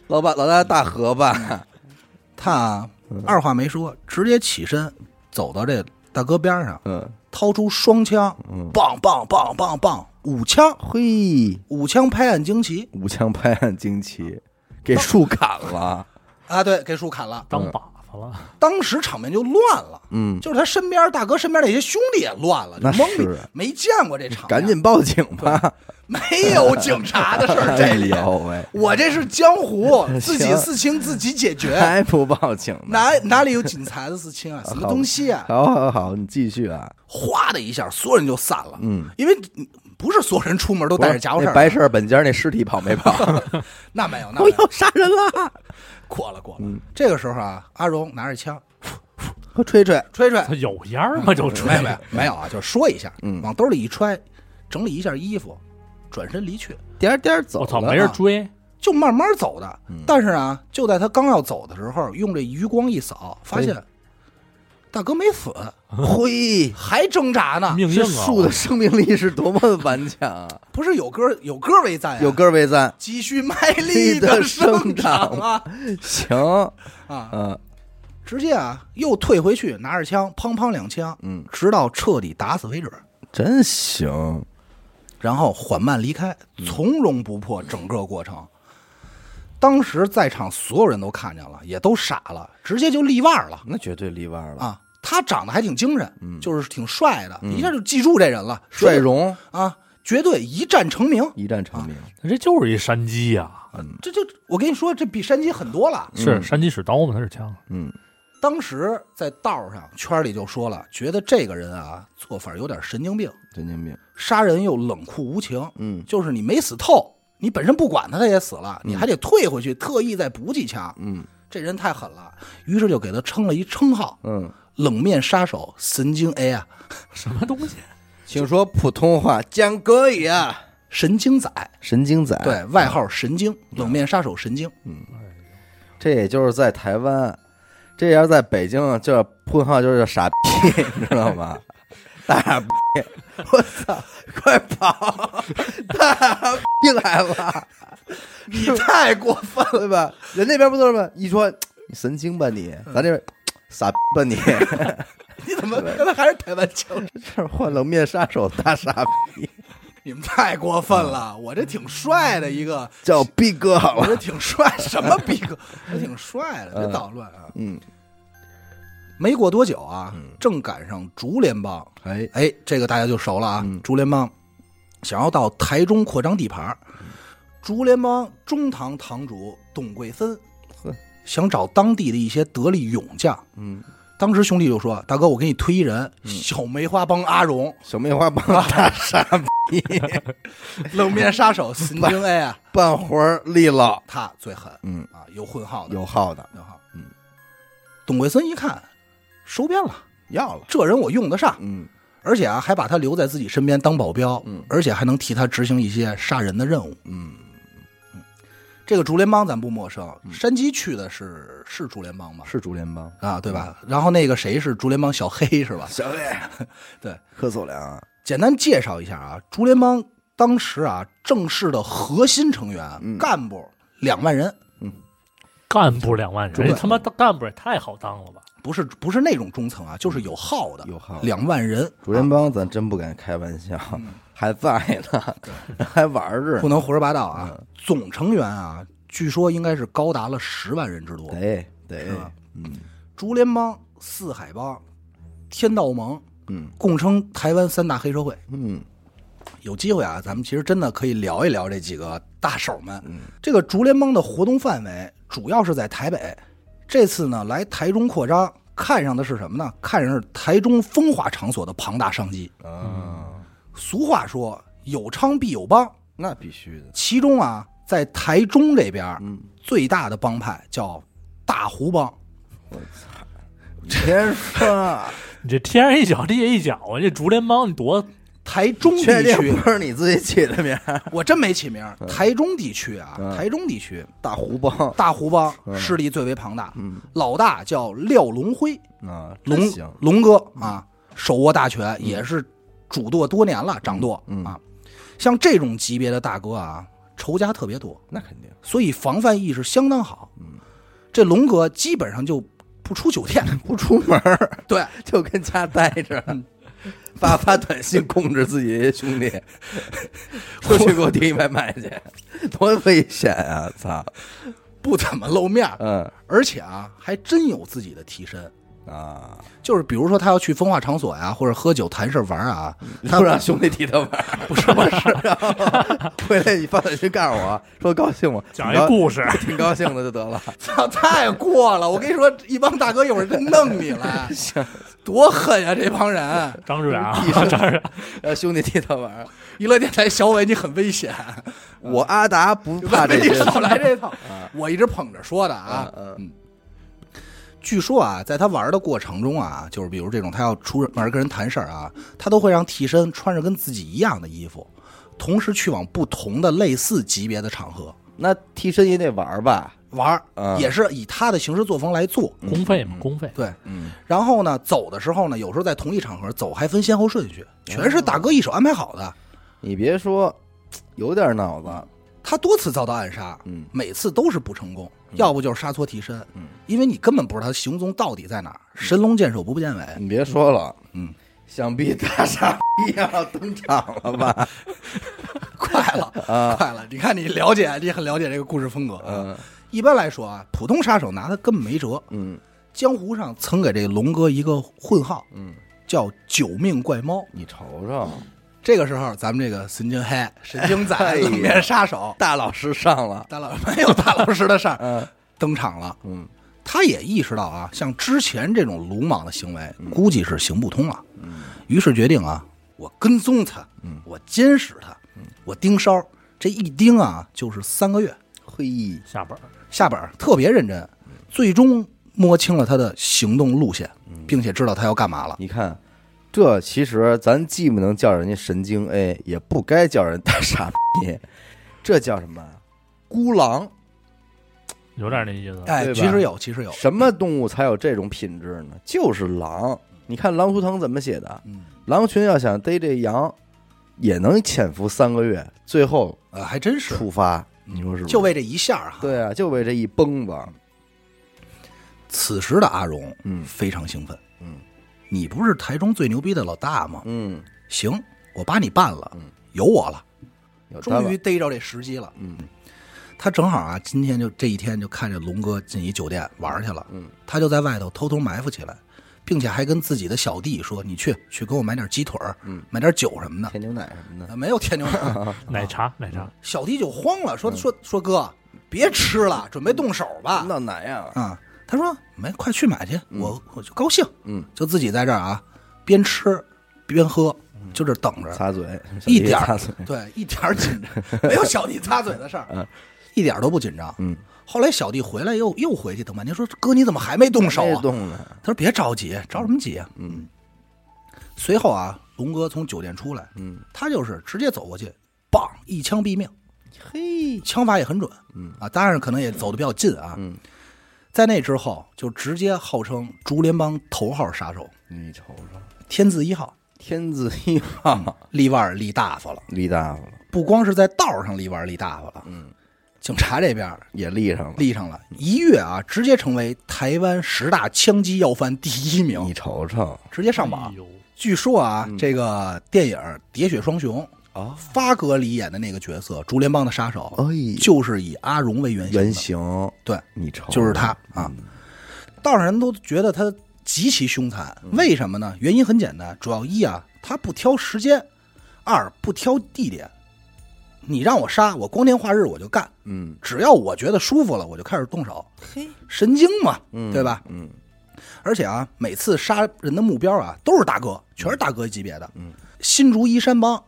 [SPEAKER 1] 老板老大大河吧，
[SPEAKER 2] *laughs* 他啊，二话没说，直接起身走到这大哥边上，
[SPEAKER 1] 嗯，
[SPEAKER 2] 掏出双枪，棒棒棒棒棒，五枪，
[SPEAKER 1] 嘿，
[SPEAKER 2] 五枪拍案惊奇
[SPEAKER 1] 五枪拍案惊 *laughs* 奇，给树砍 *laughs* 了，
[SPEAKER 2] 啊！对，给树砍了，
[SPEAKER 3] 当靶子了，
[SPEAKER 2] 当时场面就乱了。
[SPEAKER 1] 嗯，
[SPEAKER 2] 就是他身边大哥身边那些兄弟也乱了，就
[SPEAKER 1] 那是
[SPEAKER 2] 懵逼，没见过这场面，
[SPEAKER 1] 赶紧报警吧！
[SPEAKER 2] 没有警察的事儿，这
[SPEAKER 1] *laughs* 哎
[SPEAKER 2] 里
[SPEAKER 1] 呦喂，
[SPEAKER 2] 我这是江
[SPEAKER 1] *laughs*
[SPEAKER 2] 湖，自己事情自己解决，
[SPEAKER 1] 还不报警呢？
[SPEAKER 2] 哪哪里有警察的事情啊？什么东西啊？
[SPEAKER 1] 好好好，你继续啊，
[SPEAKER 2] 哗的一下，所有人就散了。
[SPEAKER 1] 嗯，哎
[SPEAKER 2] 因为你不是所有人出门都带着家伙事
[SPEAKER 1] 那
[SPEAKER 2] 儿，
[SPEAKER 1] 白事儿本家那尸体跑 *laughs* 没跑？
[SPEAKER 2] 那没有，那没有，
[SPEAKER 1] 哎杀人了！ *laughs*
[SPEAKER 2] 过了过了。
[SPEAKER 1] 嗯
[SPEAKER 2] 这个时候啊，阿荣拿着枪，
[SPEAKER 1] 我吹吹，
[SPEAKER 2] 吹吹，
[SPEAKER 3] 他有烟儿吗？就吹
[SPEAKER 2] 没有没有没有啊，就是说一下，
[SPEAKER 1] 嗯
[SPEAKER 2] 往兜里一揣，整理一下衣服，转身离去，
[SPEAKER 1] 颠颠走了。
[SPEAKER 3] 哦我操，没
[SPEAKER 2] 啊
[SPEAKER 3] 人追，
[SPEAKER 2] 就慢慢走的。但是啊，就在他刚要走的时候，用这余光一扫，发现大哥没死，
[SPEAKER 1] *laughs* 嘿，
[SPEAKER 2] 还挣扎呢。
[SPEAKER 3] 命硬
[SPEAKER 1] 这
[SPEAKER 3] 啊！
[SPEAKER 1] 树的生命力是多么的顽强 *laughs* 啊！
[SPEAKER 2] 不是有歌有歌为赞、啊，
[SPEAKER 1] 有歌为 *laughs* 赞，
[SPEAKER 2] 急需卖力的生长啊
[SPEAKER 1] 行，
[SPEAKER 2] 啊！
[SPEAKER 1] 嗯
[SPEAKER 2] 直接啊，又退回去，拿着枪，砰砰两枪，
[SPEAKER 1] 嗯，
[SPEAKER 2] 直到彻底打死为止，
[SPEAKER 1] 真行，
[SPEAKER 2] 然后缓慢离开，从容不迫，整个过程。当时在场所有人都看见了，也都傻了，直接就立腕了
[SPEAKER 1] 那绝对例外了。
[SPEAKER 2] 啊！他长得还挺精神，就是挺帅的，一下就记住这人了，
[SPEAKER 1] 嗯帅
[SPEAKER 2] 绝对
[SPEAKER 1] 荣
[SPEAKER 2] 啊，绝对一战成名。
[SPEAKER 1] 一战成名，
[SPEAKER 3] 这就是一山鸡呀，
[SPEAKER 1] 嗯
[SPEAKER 2] 这就我跟你说，这比山鸡狠多了。
[SPEAKER 3] 是山鸡使刀吗？他是枪，
[SPEAKER 1] 嗯，
[SPEAKER 2] 当时在道上圈里就说了，觉得这个人啊做法有点神经病，
[SPEAKER 1] 神经病，
[SPEAKER 2] 杀人又冷酷无情，
[SPEAKER 1] 嗯
[SPEAKER 2] 就是你没死透，你本身不管他，他也死了，你还得退回去，特意再补几枪，
[SPEAKER 1] 嗯
[SPEAKER 2] 这人太狠了。于是就给他称了一称号
[SPEAKER 1] 嗯，
[SPEAKER 2] “冷面杀手”，神经 A 啊，
[SPEAKER 3] 什么东西？
[SPEAKER 1] 请说普通话，讲国语 *laughs* 啊，
[SPEAKER 2] 神经仔，
[SPEAKER 1] 神经仔，，
[SPEAKER 2] 对，外号神经，冷面杀手神经，
[SPEAKER 1] 这也就是在台湾，这要是在北京就叫破号就是傻逼， *laughs* 你知道吗？大逼，我操，快跑！大逼来了，
[SPEAKER 2] *laughs* 你太过分
[SPEAKER 1] *laughs*
[SPEAKER 2] 了。
[SPEAKER 1] 对吧？人那边不都是吗？一说你神经吧你，咱这边傻逼吧 *laughs* 你，
[SPEAKER 2] 你怎么刚才还是台湾腔？
[SPEAKER 1] 这换冷面杀手大傻逼，
[SPEAKER 2] 你们太过分了！我这挺帅的一个
[SPEAKER 1] 叫逼哥好
[SPEAKER 2] 我
[SPEAKER 1] 了。
[SPEAKER 2] 这挺帅，什么逼格？ *laughs* 我挺帅的，别捣乱啊！
[SPEAKER 1] 嗯，
[SPEAKER 2] 没过多久啊，正赶上竹联帮，
[SPEAKER 1] 哎，
[SPEAKER 2] 哎，这个大家就熟了啊
[SPEAKER 1] 嗯。
[SPEAKER 2] 竹联帮想要到台中扩张地盘儿，
[SPEAKER 1] 嗯
[SPEAKER 2] 竹联帮中堂堂主董桂芬
[SPEAKER 1] 呵
[SPEAKER 2] 想找当地的一些得力勇将。
[SPEAKER 1] 嗯，
[SPEAKER 2] 当时兄弟就说：“大哥，我给你推一人，小梅花帮阿荣，
[SPEAKER 1] 小梅花帮大傻逼， *laughs*
[SPEAKER 2] 冷面杀手神经 A 啊，
[SPEAKER 1] 半活儿利落，
[SPEAKER 2] 他最狠
[SPEAKER 1] 嗯，
[SPEAKER 2] 啊，有混号的，
[SPEAKER 1] 有号的
[SPEAKER 2] 有号。
[SPEAKER 1] 嗯，
[SPEAKER 2] 董桂芬一看，收编了。”
[SPEAKER 1] 要了，
[SPEAKER 2] 这人我用得上，
[SPEAKER 1] 嗯，
[SPEAKER 2] 而且啊还把他留在自己身边当保镖，
[SPEAKER 1] 嗯
[SPEAKER 2] 而且还能替他执行一些杀人的任务，嗯这个竹联帮咱不陌生，
[SPEAKER 1] 嗯
[SPEAKER 2] 山鸡去的是是竹联帮吧？
[SPEAKER 1] 是竹联帮。
[SPEAKER 2] 啊，对吧？然后那个谁是竹联帮小黑是吧？
[SPEAKER 1] 小魏，
[SPEAKER 2] 对，
[SPEAKER 1] 柯佐良啊，
[SPEAKER 2] 简单介绍一下啊，竹联帮当时啊正式的核心成员、
[SPEAKER 1] 嗯
[SPEAKER 2] 干部两万人，
[SPEAKER 3] 干部两万
[SPEAKER 2] 对
[SPEAKER 3] 人，这他妈的干部也太好当了吧？
[SPEAKER 2] 不是不是那种中层啊，就是有号的，
[SPEAKER 1] 有号的
[SPEAKER 2] 两万人，
[SPEAKER 1] 主人帮咱真不敢开玩笑，还在呢，还玩儿着
[SPEAKER 2] 不
[SPEAKER 1] 呢，
[SPEAKER 2] 能胡说八道啊！
[SPEAKER 1] 嗯
[SPEAKER 2] 总成员啊，据说应该是高达了十万人之多。
[SPEAKER 1] 得
[SPEAKER 2] 是
[SPEAKER 1] 得
[SPEAKER 2] 吧，竹联帮、四海帮、天道盟，
[SPEAKER 1] 嗯，
[SPEAKER 2] 共称台湾三大黑社会。
[SPEAKER 1] 嗯，
[SPEAKER 2] 有机会啊，咱们其实真的可以聊一聊这几个大手们。
[SPEAKER 1] 嗯
[SPEAKER 2] 这个竹联帮的活动范围主要是在台北，这次呢来台中扩张，看上的是什么呢？看上是台中风化场所的庞大商机。
[SPEAKER 1] 啊，
[SPEAKER 2] 俗话说，有昌必有帮。
[SPEAKER 1] 那必须的，
[SPEAKER 2] 其中啊，在台中这边儿，
[SPEAKER 1] 嗯
[SPEAKER 2] 最大的帮派叫大湖帮。
[SPEAKER 1] 别说，
[SPEAKER 3] 你这天上一脚地下一脚啊！这竹联帮你多
[SPEAKER 2] 台中
[SPEAKER 1] 确
[SPEAKER 2] 地
[SPEAKER 1] 定
[SPEAKER 2] 区，
[SPEAKER 1] 不是你自己起的名儿？
[SPEAKER 2] 我真没起名儿。台中地区啊
[SPEAKER 1] 嗯，
[SPEAKER 2] 台中地区
[SPEAKER 1] 大胡帮，
[SPEAKER 2] 大胡帮
[SPEAKER 1] 嗯
[SPEAKER 2] 势力最为庞大，
[SPEAKER 1] 嗯
[SPEAKER 2] 老大叫廖龙辉，
[SPEAKER 1] 啊，
[SPEAKER 2] 龙
[SPEAKER 1] 真行，嗯
[SPEAKER 2] 龙哥啊，手握大权，也是主舵多年了，掌舵
[SPEAKER 1] 嗯嗯
[SPEAKER 2] 啊。像这种级别的大哥啊，仇家特别多，
[SPEAKER 1] 那肯定，
[SPEAKER 2] 所以防范意识相当好。
[SPEAKER 1] 嗯
[SPEAKER 2] 这龙哥基本上就不出酒
[SPEAKER 1] *laughs*
[SPEAKER 2] 店，
[SPEAKER 1] 不出门儿
[SPEAKER 2] 对，
[SPEAKER 1] *laughs* 就跟家待着， *laughs* 发发短信控制自己这些兄弟，出去给我订一外卖去，多危险啊！操，
[SPEAKER 2] 不怎么露面儿，
[SPEAKER 1] 嗯
[SPEAKER 2] 而且啊，还真有自己的替身。
[SPEAKER 1] 啊，
[SPEAKER 2] 就是比如说，他要去风化场所呀，或者喝酒谈事儿玩儿啊，他
[SPEAKER 1] 不让兄弟替他玩儿，不是不是，然后回来你发短信告诉我说高兴吗？
[SPEAKER 3] 讲一故事，啊
[SPEAKER 1] 挺高兴的就得了，
[SPEAKER 2] 操，太过了！我跟你说，一帮大哥一会儿真弄你了，多狠呀、这帮人！
[SPEAKER 3] 张志远啊
[SPEAKER 1] 替，身
[SPEAKER 3] 张志远，
[SPEAKER 1] 让兄弟替他玩儿。
[SPEAKER 2] 娱乐电台小伟，你很危险，
[SPEAKER 1] 我阿达不怕这
[SPEAKER 2] 你
[SPEAKER 1] 些，
[SPEAKER 2] 少来这套。我一直捧着说的啊。
[SPEAKER 1] 嗯嗯
[SPEAKER 2] 据说啊，在他玩的过程中啊，就是比如这种他要出门跟人谈事儿啊，他都会让替身穿着跟自己一样的衣服，同时去往不同的类似级别的场合
[SPEAKER 1] 那替身也得玩儿吧？
[SPEAKER 2] 玩儿，
[SPEAKER 1] 啊
[SPEAKER 2] 也是以他的行事作风来做。
[SPEAKER 3] 公费嘛，公费，
[SPEAKER 2] 对，
[SPEAKER 1] 嗯，
[SPEAKER 2] 然后呢，走的时候呢，有时候在同一场合走还分先后顺
[SPEAKER 1] 哦
[SPEAKER 2] 序，全是大哥一手安排好的。
[SPEAKER 1] 你别说，有点脑子，
[SPEAKER 2] 他多次遭到暗杀，
[SPEAKER 1] 嗯
[SPEAKER 2] 每次都是不成功，要不就是杀错替身，
[SPEAKER 1] 嗯
[SPEAKER 2] 因为你根本不知道他行踪到底在哪儿，神龙见首不见尾。
[SPEAKER 1] 你别说了，
[SPEAKER 2] 嗯，
[SPEAKER 1] 想必大傻逼要登场了吧？
[SPEAKER 2] *laughs*
[SPEAKER 1] *laughs*
[SPEAKER 2] 快了，快了！你看，你了解，你很了解这个故事风格。
[SPEAKER 1] 啊嗯
[SPEAKER 2] 一般来说啊，普通杀手拿他根本没辙。
[SPEAKER 1] 嗯
[SPEAKER 2] 江湖上曾给这龙哥一个混号，
[SPEAKER 1] 嗯，
[SPEAKER 2] 叫“九命怪猫
[SPEAKER 1] 你瞅瞅，”。
[SPEAKER 2] 这个时候，咱们这个神经黑、神经
[SPEAKER 1] *laughs* 哎
[SPEAKER 2] 仔、
[SPEAKER 1] 呀
[SPEAKER 2] 冷面杀手
[SPEAKER 1] 大老师上了，
[SPEAKER 2] 大老没有大老师的事儿
[SPEAKER 1] 嗯
[SPEAKER 2] 登场了。
[SPEAKER 1] 嗯，
[SPEAKER 2] 他也意识到啊，像之前这种鲁莽的行为，
[SPEAKER 1] 嗯
[SPEAKER 2] 估计是行不通了。于是决定啊，我跟踪他，
[SPEAKER 1] 嗯
[SPEAKER 2] 我监视他，我盯梢。这一盯啊，就是三个月。
[SPEAKER 1] 嘿，
[SPEAKER 3] 下本儿
[SPEAKER 2] 下本儿特别认真，
[SPEAKER 1] 嗯
[SPEAKER 2] 最终摸清了他的行动路线，
[SPEAKER 1] 嗯
[SPEAKER 2] 并且知道他要干嘛了。
[SPEAKER 1] 你看。这其实咱既不能叫人家神经 A，也不该叫人大傻逼，这叫什么？孤狼？
[SPEAKER 3] 有点那意思。
[SPEAKER 2] 哎，
[SPEAKER 1] 对吧
[SPEAKER 2] 其实有，其实有，
[SPEAKER 1] 什么动物才有这种品质呢？就是狼。你看《狼图腾》怎么写的？
[SPEAKER 2] 嗯，
[SPEAKER 1] 狼群要想逮这羊，也能潜伏三个月，最后
[SPEAKER 2] 呃，还真是，
[SPEAKER 1] 出发。你说是不是？
[SPEAKER 2] 就为这一下儿哈。，
[SPEAKER 1] 嗯对啊，就为这一蹦子。
[SPEAKER 2] 此时的阿荣，
[SPEAKER 1] 嗯
[SPEAKER 2] 非常兴奋，
[SPEAKER 1] 嗯，
[SPEAKER 2] 你不是台中最牛逼的老大吗？
[SPEAKER 1] 嗯，
[SPEAKER 2] 行，我把你办了，
[SPEAKER 1] 嗯
[SPEAKER 2] 有我了，
[SPEAKER 1] 有他
[SPEAKER 2] 终
[SPEAKER 1] 了
[SPEAKER 2] 于，逮着这时机了。
[SPEAKER 1] 嗯
[SPEAKER 2] 他正好啊，今天就这一天就看见龙哥进一酒店玩去了，
[SPEAKER 1] 嗯，
[SPEAKER 2] 他就在外头偷偷埋伏起来，并且还跟自己的小弟说：“你去去给我买点鸡腿儿，
[SPEAKER 1] 嗯，
[SPEAKER 2] 买点酒什么的。
[SPEAKER 1] 甜牛奶什么”的，
[SPEAKER 2] 啊没有天牛奶，
[SPEAKER 3] 奶茶，奶
[SPEAKER 1] 嗯
[SPEAKER 3] 茶，
[SPEAKER 2] 小弟就慌了，说说说哥，别吃了，准备动手吧。
[SPEAKER 1] *laughs* 闹奶呀，
[SPEAKER 2] 啊，他说没，快去买去，我我就高兴，
[SPEAKER 1] 嗯，
[SPEAKER 2] 就自己在这儿啊，边吃边喝，
[SPEAKER 1] 嗯
[SPEAKER 2] 就这儿等着，
[SPEAKER 1] 擦 *laughs* 嘴，
[SPEAKER 2] 一点
[SPEAKER 1] 小
[SPEAKER 2] 儿
[SPEAKER 1] 弟擦 *laughs* 嘴，
[SPEAKER 2] 对，一点儿紧张，没有小弟擦嘴的事儿，一点儿都不紧张。
[SPEAKER 1] 嗯，
[SPEAKER 2] 后来小弟回来又又回去等半天，说哥你怎么还没动手
[SPEAKER 1] 没
[SPEAKER 2] 啊？
[SPEAKER 1] 动呢，
[SPEAKER 2] 他说别着急，着什么急啊？
[SPEAKER 1] 嗯，
[SPEAKER 2] 随后啊，龙哥从酒店出来，
[SPEAKER 1] 嗯，
[SPEAKER 2] 他就是直接走过去，梆一枪毙命。
[SPEAKER 1] 嘿，
[SPEAKER 2] 枪法也很准，嗯啊，当然可能也走的比较近啊，
[SPEAKER 1] 嗯，
[SPEAKER 2] 在那之后就直接号称竹联帮头号杀手，
[SPEAKER 1] 你瞅瞅，
[SPEAKER 2] 天字一号，
[SPEAKER 1] 天字一号， *laughs*
[SPEAKER 2] 立腕儿立大发了，
[SPEAKER 1] 立大发了，
[SPEAKER 2] 不光是在道上立腕儿立大发了，嗯，警察这边儿
[SPEAKER 1] 也立上了，
[SPEAKER 2] 立上了，一跃啊，直接成为台湾十大枪击要犯第一
[SPEAKER 1] 你
[SPEAKER 2] 名，
[SPEAKER 1] 瞅瞅，
[SPEAKER 2] 直接上榜
[SPEAKER 3] 哎。呦
[SPEAKER 2] 据说啊，这个电影《喋血双雄》
[SPEAKER 1] 啊，
[SPEAKER 2] 发哥里演的那个角色竹联帮的杀手，
[SPEAKER 1] 哎，
[SPEAKER 2] 就是以阿荣为原型的
[SPEAKER 1] 原型，
[SPEAKER 2] 对，
[SPEAKER 1] 你瞅，
[SPEAKER 2] 就是他，啊。道上人都觉得他极其凶残，
[SPEAKER 1] 嗯
[SPEAKER 2] 为什么呢？原因很简单，主要一啊，他不挑时间；二不挑地点。你让我杀，我光天化日我就干，
[SPEAKER 1] 嗯
[SPEAKER 2] 只要我觉得舒服了，我就开始动手。
[SPEAKER 1] 嘿，
[SPEAKER 2] 神经嘛，
[SPEAKER 1] 嗯，
[SPEAKER 2] 对吧？
[SPEAKER 1] 嗯，
[SPEAKER 2] 而且啊，每次杀人的目标啊都是大哥，
[SPEAKER 1] 嗯
[SPEAKER 2] 全是大哥级别的。嗯，新竹一山帮，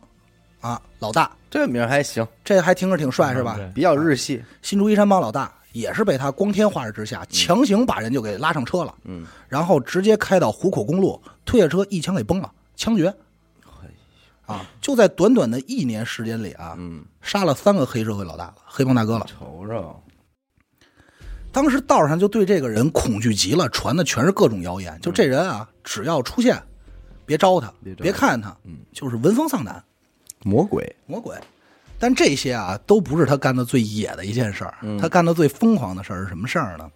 [SPEAKER 2] 啊，老大，
[SPEAKER 1] 这名儿还行，
[SPEAKER 2] 这还听着挺帅是吧？
[SPEAKER 3] 对
[SPEAKER 1] 比较日系，
[SPEAKER 2] 新竹一山帮老大也是被他光天化日之下强行把人就给拉上车了，
[SPEAKER 1] 嗯，哎
[SPEAKER 2] 然后直接开到湖口公路，推着车一枪给崩了，枪决。啊，就在短短的一年时间里啊，
[SPEAKER 1] 嗯，
[SPEAKER 2] 杀了三个黑社会老大了，黑帮大哥了。
[SPEAKER 1] 瞅瞅，
[SPEAKER 2] 当时道上就对这个人恐惧极了，传的全是各种谣言。就这人啊，只要出现，别招他，
[SPEAKER 1] 别招他嗯
[SPEAKER 2] 别看他，就是闻风丧胆，
[SPEAKER 1] 魔鬼，
[SPEAKER 2] 魔鬼。但这些啊，都不是他干的最野的一件事儿。
[SPEAKER 1] 嗯
[SPEAKER 2] 他干的最疯狂的事儿是什么事儿呢？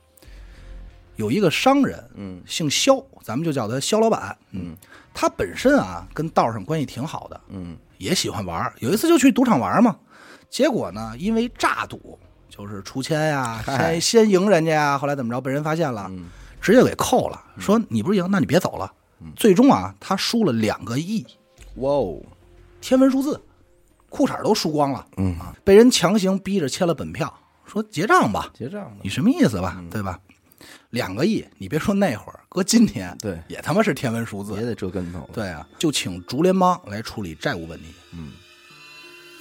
[SPEAKER 2] 有一个商人，
[SPEAKER 1] 嗯，
[SPEAKER 2] 姓肖，咱们就叫他肖老板。嗯，他本身啊跟道上关系挺好的，
[SPEAKER 1] 嗯，
[SPEAKER 2] 也喜欢玩儿。有一次就去赌场玩儿嘛，结果呢，因为诈赌，就是出千呀、
[SPEAKER 1] 嗨嗯
[SPEAKER 2] 先先赢人家呀、后来怎么着被人发现了，直接给扣了，说你不是赢，那你别走了。
[SPEAKER 1] 嗯
[SPEAKER 2] 最终啊，他输了两个亿，
[SPEAKER 1] 哇哦，
[SPEAKER 2] 天文数字，裤衩都输光了，
[SPEAKER 1] 嗯
[SPEAKER 2] 啊，被人强行逼着签了本票，说结账吧，
[SPEAKER 1] 结账吧，
[SPEAKER 2] 你什么意思吧，
[SPEAKER 1] 嗯
[SPEAKER 2] 对吧？两个亿，你别说那会儿，搁今天，
[SPEAKER 1] 对
[SPEAKER 2] 也他妈是天文数字
[SPEAKER 1] 也，得折跟头，
[SPEAKER 2] 对啊，就请竹联帮来处理债务问题。
[SPEAKER 1] 嗯，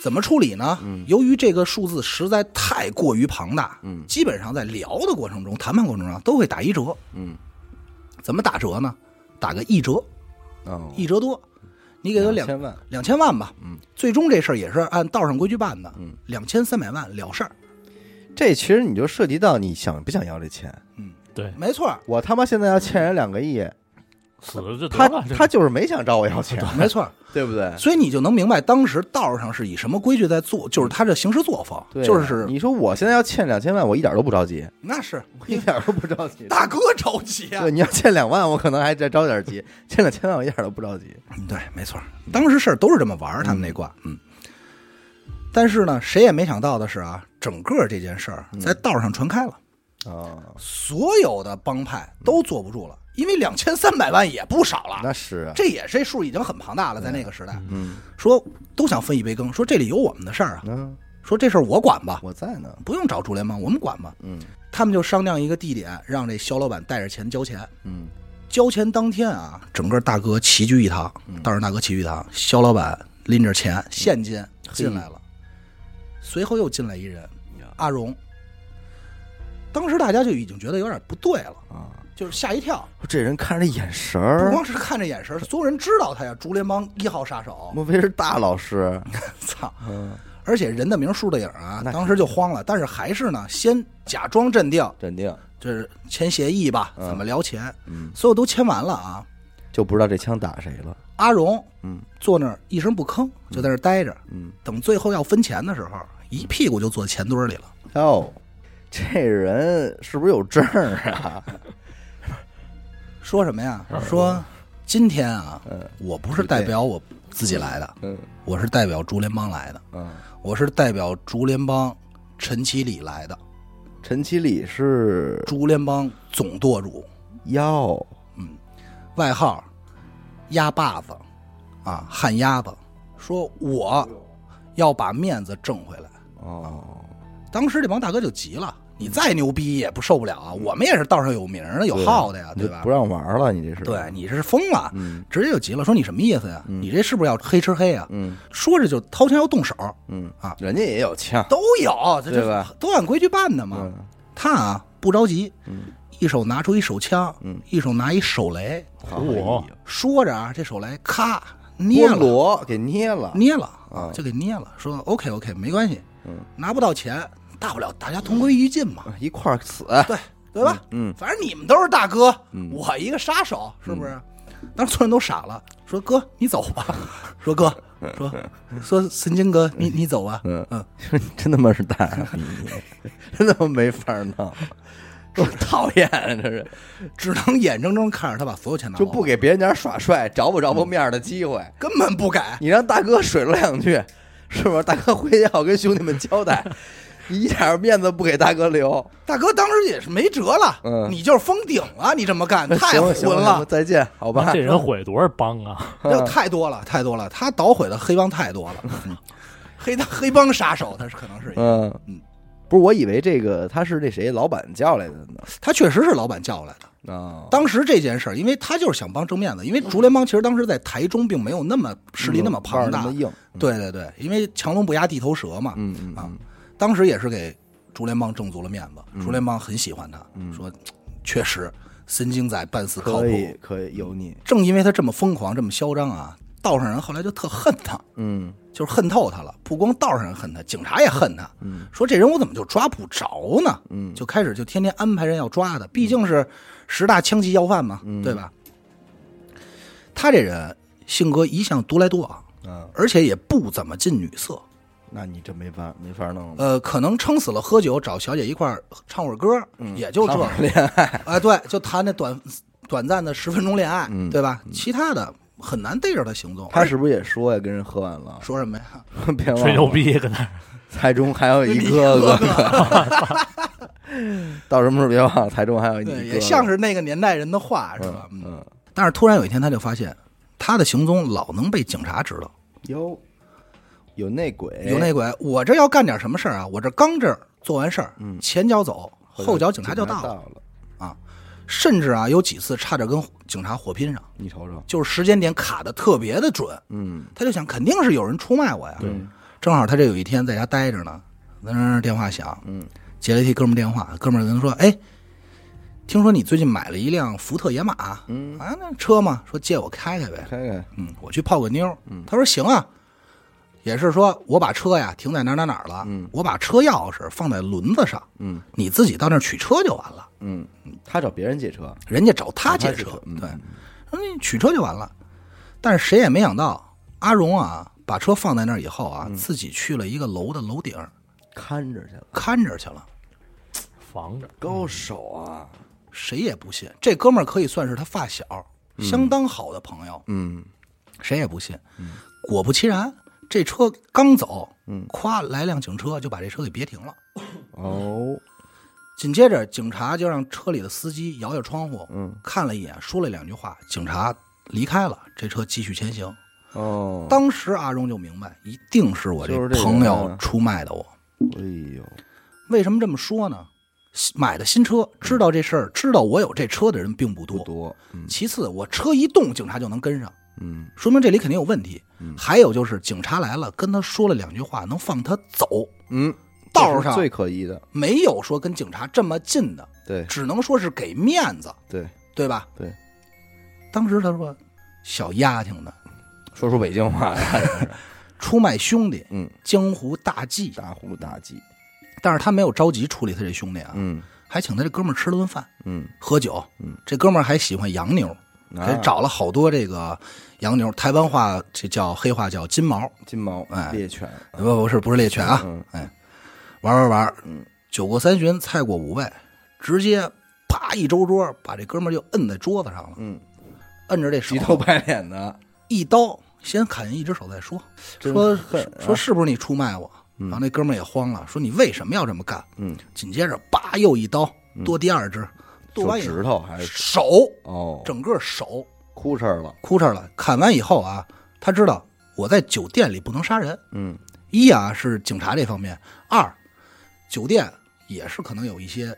[SPEAKER 2] 怎么处理呢？由于这个数字实在太过于庞大，
[SPEAKER 1] 嗯
[SPEAKER 2] 基本上在聊的过程中、谈判过程中都会打一折。
[SPEAKER 1] 嗯，
[SPEAKER 2] 怎么打折呢？打个一折，
[SPEAKER 1] 哦，
[SPEAKER 2] 一折多，你给他两
[SPEAKER 1] 千万，
[SPEAKER 2] 两千万吧。嗯，最终这事儿也是按道上规矩办的。嗯，两千三百万了事儿。
[SPEAKER 1] 这其实你就涉及到你想不想要这钱。
[SPEAKER 3] 对，
[SPEAKER 2] 没错
[SPEAKER 1] *laughs*
[SPEAKER 2] 儿，
[SPEAKER 1] 我他妈现在要欠人两个亿，
[SPEAKER 3] 死了就得
[SPEAKER 1] 他
[SPEAKER 3] 了。这
[SPEAKER 1] 他就是没想找我要钱，
[SPEAKER 2] 没错儿。
[SPEAKER 1] 对不 *laughs* 对？
[SPEAKER 2] 所以你就能明白当时道上是以什么规矩在做，就是他这行事作风，
[SPEAKER 1] 对啊
[SPEAKER 2] 就是
[SPEAKER 1] 你说我现在要欠两千万，我一点都不着急，
[SPEAKER 2] 那是
[SPEAKER 1] 我一点都不着急。
[SPEAKER 2] 大哥着急
[SPEAKER 1] *laughs*
[SPEAKER 2] 啊
[SPEAKER 1] 对，。你要欠两万，我可能还再着点 *laughs* 急；欠两千万，我一点都不着急。
[SPEAKER 2] 嗯对，没错儿，当时事儿都是这么玩儿，他们那卦，嗯。但是呢，谁也没想到的是啊，整个这件事儿
[SPEAKER 1] 嗯
[SPEAKER 2] 在道上传开了，
[SPEAKER 1] 啊，
[SPEAKER 2] 所有的帮派都坐不住了，因为两千三百万也不少了，
[SPEAKER 1] 那是啊，
[SPEAKER 2] 这也这数已经很庞大了，在那个时代，
[SPEAKER 1] 嗯
[SPEAKER 2] 说都想分一杯羹，说这里有我们的事儿啊，
[SPEAKER 1] 嗯，
[SPEAKER 2] 说这事儿我管吧，
[SPEAKER 1] 我在呢， *laughs*
[SPEAKER 2] 不用找竹联帮，我们管吧。
[SPEAKER 1] 嗯
[SPEAKER 2] 他们就商量一个地点，让这肖老板带着钱交钱。
[SPEAKER 1] 嗯，
[SPEAKER 2] 交钱当天啊，整个大哥齐聚一堂，道上大哥齐聚一堂，肖老板拎着钱现金进来了，随后又进来一人，阿荣。当时大家就已经觉得有点不对了，
[SPEAKER 1] 啊，
[SPEAKER 2] 就是吓一跳，
[SPEAKER 1] 这人看着这眼神
[SPEAKER 2] 不
[SPEAKER 1] 儿，
[SPEAKER 2] 光是看这眼神，所有人知道他呀，竹联帮一号
[SPEAKER 1] *laughs*
[SPEAKER 2] 杀手，
[SPEAKER 1] 莫非是大老师？
[SPEAKER 2] 操！
[SPEAKER 1] *laughs* 嗯，
[SPEAKER 2] 而且人的名树的影啊，
[SPEAKER 1] 那
[SPEAKER 2] 当时就慌了，但是还是呢，先假装镇定，
[SPEAKER 1] 镇定，
[SPEAKER 2] 就是签协议吧，
[SPEAKER 1] 嗯
[SPEAKER 2] 怎么聊钱，
[SPEAKER 1] 嗯，
[SPEAKER 2] 所有都签完了啊，
[SPEAKER 1] 就不知道这枪打谁了。
[SPEAKER 2] 阿荣，
[SPEAKER 1] 嗯，
[SPEAKER 2] 坐那儿一声不吭，就在那儿待着，
[SPEAKER 1] 嗯，
[SPEAKER 2] 等最后要分钱的时候，一屁股就坐钱堆儿里了。
[SPEAKER 1] 哦， *laughs* 这人是不是有证儿啊？
[SPEAKER 2] 说什么呀？说今天啊，
[SPEAKER 1] 嗯
[SPEAKER 2] 我不是代表我自己来的，
[SPEAKER 1] *laughs* 嗯
[SPEAKER 2] 我是代表竹联帮来的，
[SPEAKER 1] 嗯，
[SPEAKER 2] 我是代表竹联帮陈其礼来的，
[SPEAKER 1] 陈其礼是
[SPEAKER 2] 竹联帮总舵主，
[SPEAKER 1] 要
[SPEAKER 2] 外号鸭把子，啊，旱鸭子。说我要把面子挣回来。
[SPEAKER 1] 哦，
[SPEAKER 2] 当时这帮大哥就急了，你再牛逼也不受不了啊！我们也是道上有名儿的，有号的呀，
[SPEAKER 1] 你
[SPEAKER 2] 对
[SPEAKER 1] 就
[SPEAKER 2] 吧
[SPEAKER 1] 嗯不？让玩了，你这是
[SPEAKER 2] 对，你这是疯了，
[SPEAKER 1] 嗯
[SPEAKER 2] 直接就急了，说你什么意思呀？你这是不是要黑吃黑啊？
[SPEAKER 1] 嗯
[SPEAKER 2] 说着就掏枪要动手，
[SPEAKER 1] 嗯
[SPEAKER 2] 啊
[SPEAKER 1] 人家也有枪，
[SPEAKER 2] 都有，这
[SPEAKER 1] 对吧
[SPEAKER 2] 这都按规矩办的嘛。
[SPEAKER 1] 嗯
[SPEAKER 2] 他啊不着急，一手拿出一手枪，
[SPEAKER 1] 嗯
[SPEAKER 2] 一手拿一手雷，
[SPEAKER 1] 哎
[SPEAKER 3] 我
[SPEAKER 2] 说着啊这手雷咔捏
[SPEAKER 1] 菠
[SPEAKER 2] 了。
[SPEAKER 1] 萝给捏了，
[SPEAKER 2] 捏了
[SPEAKER 1] 啊嗯
[SPEAKER 2] 就给捏了，说 OK OK 没关系，拿不到钱，大不了大家同归于尽嘛，
[SPEAKER 1] *laughs* 一块儿死，
[SPEAKER 2] 对对吧？
[SPEAKER 1] 嗯嗯嗯嗯
[SPEAKER 2] 反正你们都是大哥，我一个杀手，是不是？当时所有人都傻了，说哥你走
[SPEAKER 1] *laughs*
[SPEAKER 2] 吧，说哥说说神经哥你你走吧，
[SPEAKER 1] 嗯 *laughs*
[SPEAKER 2] 嗯，
[SPEAKER 1] *laughs* 真他妈是大 *laughs* 逼，真他妈没法 *laughs* 弄，多讨厌啊这 *laughs* 是，
[SPEAKER 2] 只能眼睁睁看着他把所有钱拿
[SPEAKER 1] 就
[SPEAKER 2] 光，
[SPEAKER 1] 不给别人家耍帅，找不着不面儿的机会。
[SPEAKER 2] 根本不改，
[SPEAKER 1] 你让大哥水了两句，是不是？大哥回去好跟兄弟们交 *laughs* 代，你一点面子不给大哥留。
[SPEAKER 2] 大哥当时也是没辙了，
[SPEAKER 1] 嗯
[SPEAKER 2] 你就是封顶了，你这么干太
[SPEAKER 1] 哎行了
[SPEAKER 2] 混
[SPEAKER 1] 行了行了，再见，好吧
[SPEAKER 3] 这。人毁多少帮啊？
[SPEAKER 2] *laughs* 那太多了，太多了，他捣毁的黑帮太多了， *laughs* 黑帮黑帮杀手，他是可能是一个，
[SPEAKER 1] 嗯
[SPEAKER 2] 嗯，
[SPEAKER 1] 不是，我以为这个他是那谁老板叫来的呢。
[SPEAKER 2] 他确实是老板叫来的。
[SPEAKER 1] 啊，
[SPEAKER 2] 当时这件事儿，因为他就是想帮正面子，因为竹联帮其实当时在台中并没有那么势力那么庞
[SPEAKER 1] 嗯腕儿
[SPEAKER 2] 大
[SPEAKER 1] 那，么硬。
[SPEAKER 2] 对对对，因为强龙不压地头蛇嘛，
[SPEAKER 1] 嗯嗯
[SPEAKER 2] 啊，当时也是给竹联帮挣足了面子，竹联帮很喜欢他，说确实神经仔办事靠
[SPEAKER 1] 嗯可
[SPEAKER 2] 谱，
[SPEAKER 1] 以可以，有你。
[SPEAKER 2] 正因为他这么疯狂、这么嚣张啊，道上人后来就特恨他，
[SPEAKER 1] 嗯
[SPEAKER 2] 就是恨透他了。不光道上人恨他，警察也恨他，
[SPEAKER 1] 嗯
[SPEAKER 2] 说这人我怎么就抓不着呢？
[SPEAKER 1] 嗯，
[SPEAKER 2] 就开始就天天安排人要抓他，毕竟是十大枪击要犯嘛，
[SPEAKER 1] 嗯
[SPEAKER 2] 对吧？他这人性格一向独来独往，
[SPEAKER 1] 嗯，
[SPEAKER 2] 而且也不怎么近女色，
[SPEAKER 1] 那你这没法没法弄了，
[SPEAKER 2] 呃，可能撑死了喝酒，找小姐一块儿唱会儿歌，也就这
[SPEAKER 1] 谈
[SPEAKER 2] 样
[SPEAKER 1] 嗯会。儿恋爱，
[SPEAKER 2] 哎，对，就谈那短短暂的十分钟恋爱，
[SPEAKER 1] 嗯
[SPEAKER 2] 对吧？其他的很难逮着他行踪。
[SPEAKER 1] 他是不是也说呀？跟人喝完 *laughs* 了，
[SPEAKER 2] 说什么呀？
[SPEAKER 1] 别忘
[SPEAKER 3] 吹牛
[SPEAKER 1] 了，
[SPEAKER 3] 逼搁那儿，
[SPEAKER 1] 台中还有一哥哥， *laughs* 到什么时候别忘了，台中还有一哥哥
[SPEAKER 2] 对，，也像是那个年代人的话，是吧？
[SPEAKER 1] 嗯嗯，
[SPEAKER 2] 但是突然有一天，他就发现他的行踪老能被警察知道，
[SPEAKER 1] 有有内鬼，
[SPEAKER 2] 有内鬼。我这要干点什么事儿啊？我这刚这儿做完事儿，
[SPEAKER 1] 嗯
[SPEAKER 2] 前脚走，后脚
[SPEAKER 1] 警
[SPEAKER 2] 警察就到了，
[SPEAKER 1] 了，
[SPEAKER 2] 甚至啊，有几次差点跟警察火拼上，
[SPEAKER 1] 你瞅瞅，
[SPEAKER 2] 就是时间点卡的特别的准。
[SPEAKER 1] 嗯，
[SPEAKER 2] 他就想，肯定是有人出卖我呀。
[SPEAKER 1] 对，
[SPEAKER 2] 正好他这有一天在家待着呢，在那儿电话响，
[SPEAKER 1] 嗯，
[SPEAKER 2] 接了一哥们儿电话，哥们儿跟他说：“哎，听说你最近买了一辆福特野马，
[SPEAKER 1] 嗯
[SPEAKER 2] 啊，那车嘛，说借我开开呗，
[SPEAKER 1] 看看，
[SPEAKER 2] 嗯，我去泡个妞。”
[SPEAKER 1] 嗯
[SPEAKER 2] 他说：“行啊。”也是说，我把车呀停在哪儿哪儿哪儿了，
[SPEAKER 1] 嗯
[SPEAKER 2] 我把车钥匙放在轮子上，
[SPEAKER 1] 嗯
[SPEAKER 2] 你自己到那儿取车就完了。
[SPEAKER 1] 嗯，他找别人借车，
[SPEAKER 2] 人家找他借
[SPEAKER 1] 找他借
[SPEAKER 2] 车，
[SPEAKER 1] 车嗯
[SPEAKER 2] 对，说你取车就完了。但是谁也没想到，阿荣啊，把车放在那儿以后
[SPEAKER 1] 嗯
[SPEAKER 2] 啊，自己去了一个楼的楼顶儿
[SPEAKER 1] 看着去了，
[SPEAKER 2] 看着去了。
[SPEAKER 3] 防着。
[SPEAKER 1] 高手啊，
[SPEAKER 2] 谁也不信，这哥们儿可以算是他发小，相当好的朋友，
[SPEAKER 1] 嗯
[SPEAKER 2] 谁也不信。果不其然，这车刚走，
[SPEAKER 1] 嗯
[SPEAKER 2] 咵来辆警车就把这车给别停了。
[SPEAKER 1] 哦，
[SPEAKER 2] 紧接着，警察就让车里的司机摇摇窗户，
[SPEAKER 1] 嗯
[SPEAKER 2] 看了一眼，说了两句话，警察离开了，这车继续前行。
[SPEAKER 1] 哦，
[SPEAKER 2] 当时阿荣就明白，一定是我
[SPEAKER 1] 就是这个
[SPEAKER 2] 朋友出卖的我。
[SPEAKER 1] 哎呦，
[SPEAKER 2] 为什么这么说呢？新买的新车，知道这事儿，知道我有这车的人并不
[SPEAKER 1] 不
[SPEAKER 2] 多。
[SPEAKER 1] 多，嗯
[SPEAKER 2] 其次，我车一动，警察就能跟上，
[SPEAKER 1] 嗯
[SPEAKER 2] 说明这里肯定有问题
[SPEAKER 1] 嗯。
[SPEAKER 2] 还有就是，警察来了，跟他说了两句话，能放他走。
[SPEAKER 1] 嗯，
[SPEAKER 2] 道
[SPEAKER 1] 这是
[SPEAKER 2] 上
[SPEAKER 1] 最可疑的，
[SPEAKER 2] 没有说跟警察这么近的，
[SPEAKER 1] 对
[SPEAKER 2] 只能说是给面子，
[SPEAKER 1] 对，
[SPEAKER 2] 对吧？
[SPEAKER 1] 对。
[SPEAKER 2] 当时他说：“小丫挺的，
[SPEAKER 1] 说出北京话来，
[SPEAKER 2] 出卖兄弟，
[SPEAKER 1] 嗯，
[SPEAKER 2] 江湖大忌。
[SPEAKER 1] *laughs* 大呼大啊忌，”
[SPEAKER 2] 但是他没有着急处理他这兄弟啊，
[SPEAKER 1] 嗯
[SPEAKER 2] 还请他这哥们儿吃了顿饭，
[SPEAKER 1] 嗯，
[SPEAKER 2] 喝酒。
[SPEAKER 1] 嗯，
[SPEAKER 2] 这哥们儿还喜欢洋妞，还
[SPEAKER 1] 啊
[SPEAKER 2] 找了好多这个洋妞，台湾话这叫黑话叫金毛，
[SPEAKER 1] 金毛
[SPEAKER 2] 哎
[SPEAKER 1] 猎犬，
[SPEAKER 2] 不不是不是猎犬啊，
[SPEAKER 1] 嗯
[SPEAKER 2] 哎，玩玩玩，酒过三巡，菜过五味，直接啪一周桌，把这哥们儿就摁在桌子上了，
[SPEAKER 1] 嗯，
[SPEAKER 2] 摁着这手
[SPEAKER 1] 急头白脸的，
[SPEAKER 2] 一刀先砍人一只手再说，
[SPEAKER 1] 真
[SPEAKER 2] 说
[SPEAKER 1] 狠啊
[SPEAKER 2] 说是不是你出卖我？然后那哥们儿也慌了，说你为什么要这么干？
[SPEAKER 1] 嗯，
[SPEAKER 2] 紧接着叭又一刀，剁第二只，剁
[SPEAKER 1] 手
[SPEAKER 2] 完以后
[SPEAKER 1] 指头还是
[SPEAKER 2] 手
[SPEAKER 1] 哦，
[SPEAKER 2] 整个手
[SPEAKER 1] 哭事儿了，
[SPEAKER 2] 哭这儿了。砍完以后啊，他知道我在酒店里不能杀人。
[SPEAKER 1] 嗯
[SPEAKER 2] 一啊是警察这方面，二酒店也是可能有一些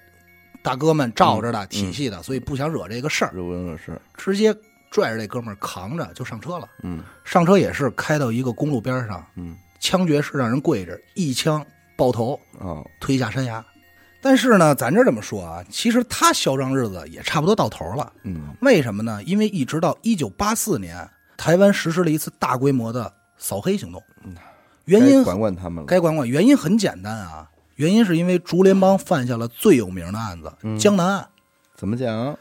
[SPEAKER 2] 大哥们罩
[SPEAKER 1] 嗯
[SPEAKER 2] 着的、体系的，所以不想惹这个事儿，
[SPEAKER 1] 如文老师，
[SPEAKER 2] 直接拽着这哥们儿扛着就上车了。
[SPEAKER 1] 嗯
[SPEAKER 2] 上车也是开到一个公路边上，
[SPEAKER 1] 嗯，
[SPEAKER 2] 枪决是让人跪着，一枪爆头
[SPEAKER 1] 哦，
[SPEAKER 2] 推下山崖。但是呢，咱这这么说啊，其实他嚣张日子也差不多到头了。
[SPEAKER 1] 嗯
[SPEAKER 2] 为什么呢？因为一直到一九八四年，台湾实施了一次大规模的扫黑行动。原
[SPEAKER 1] 嗯该
[SPEAKER 2] 因
[SPEAKER 1] 管管他们了，
[SPEAKER 2] 该管管，原因很简单啊，原因是因为竹联帮犯下了最有名的案子——
[SPEAKER 1] 嗯
[SPEAKER 2] 江南案。
[SPEAKER 1] 怎么讲？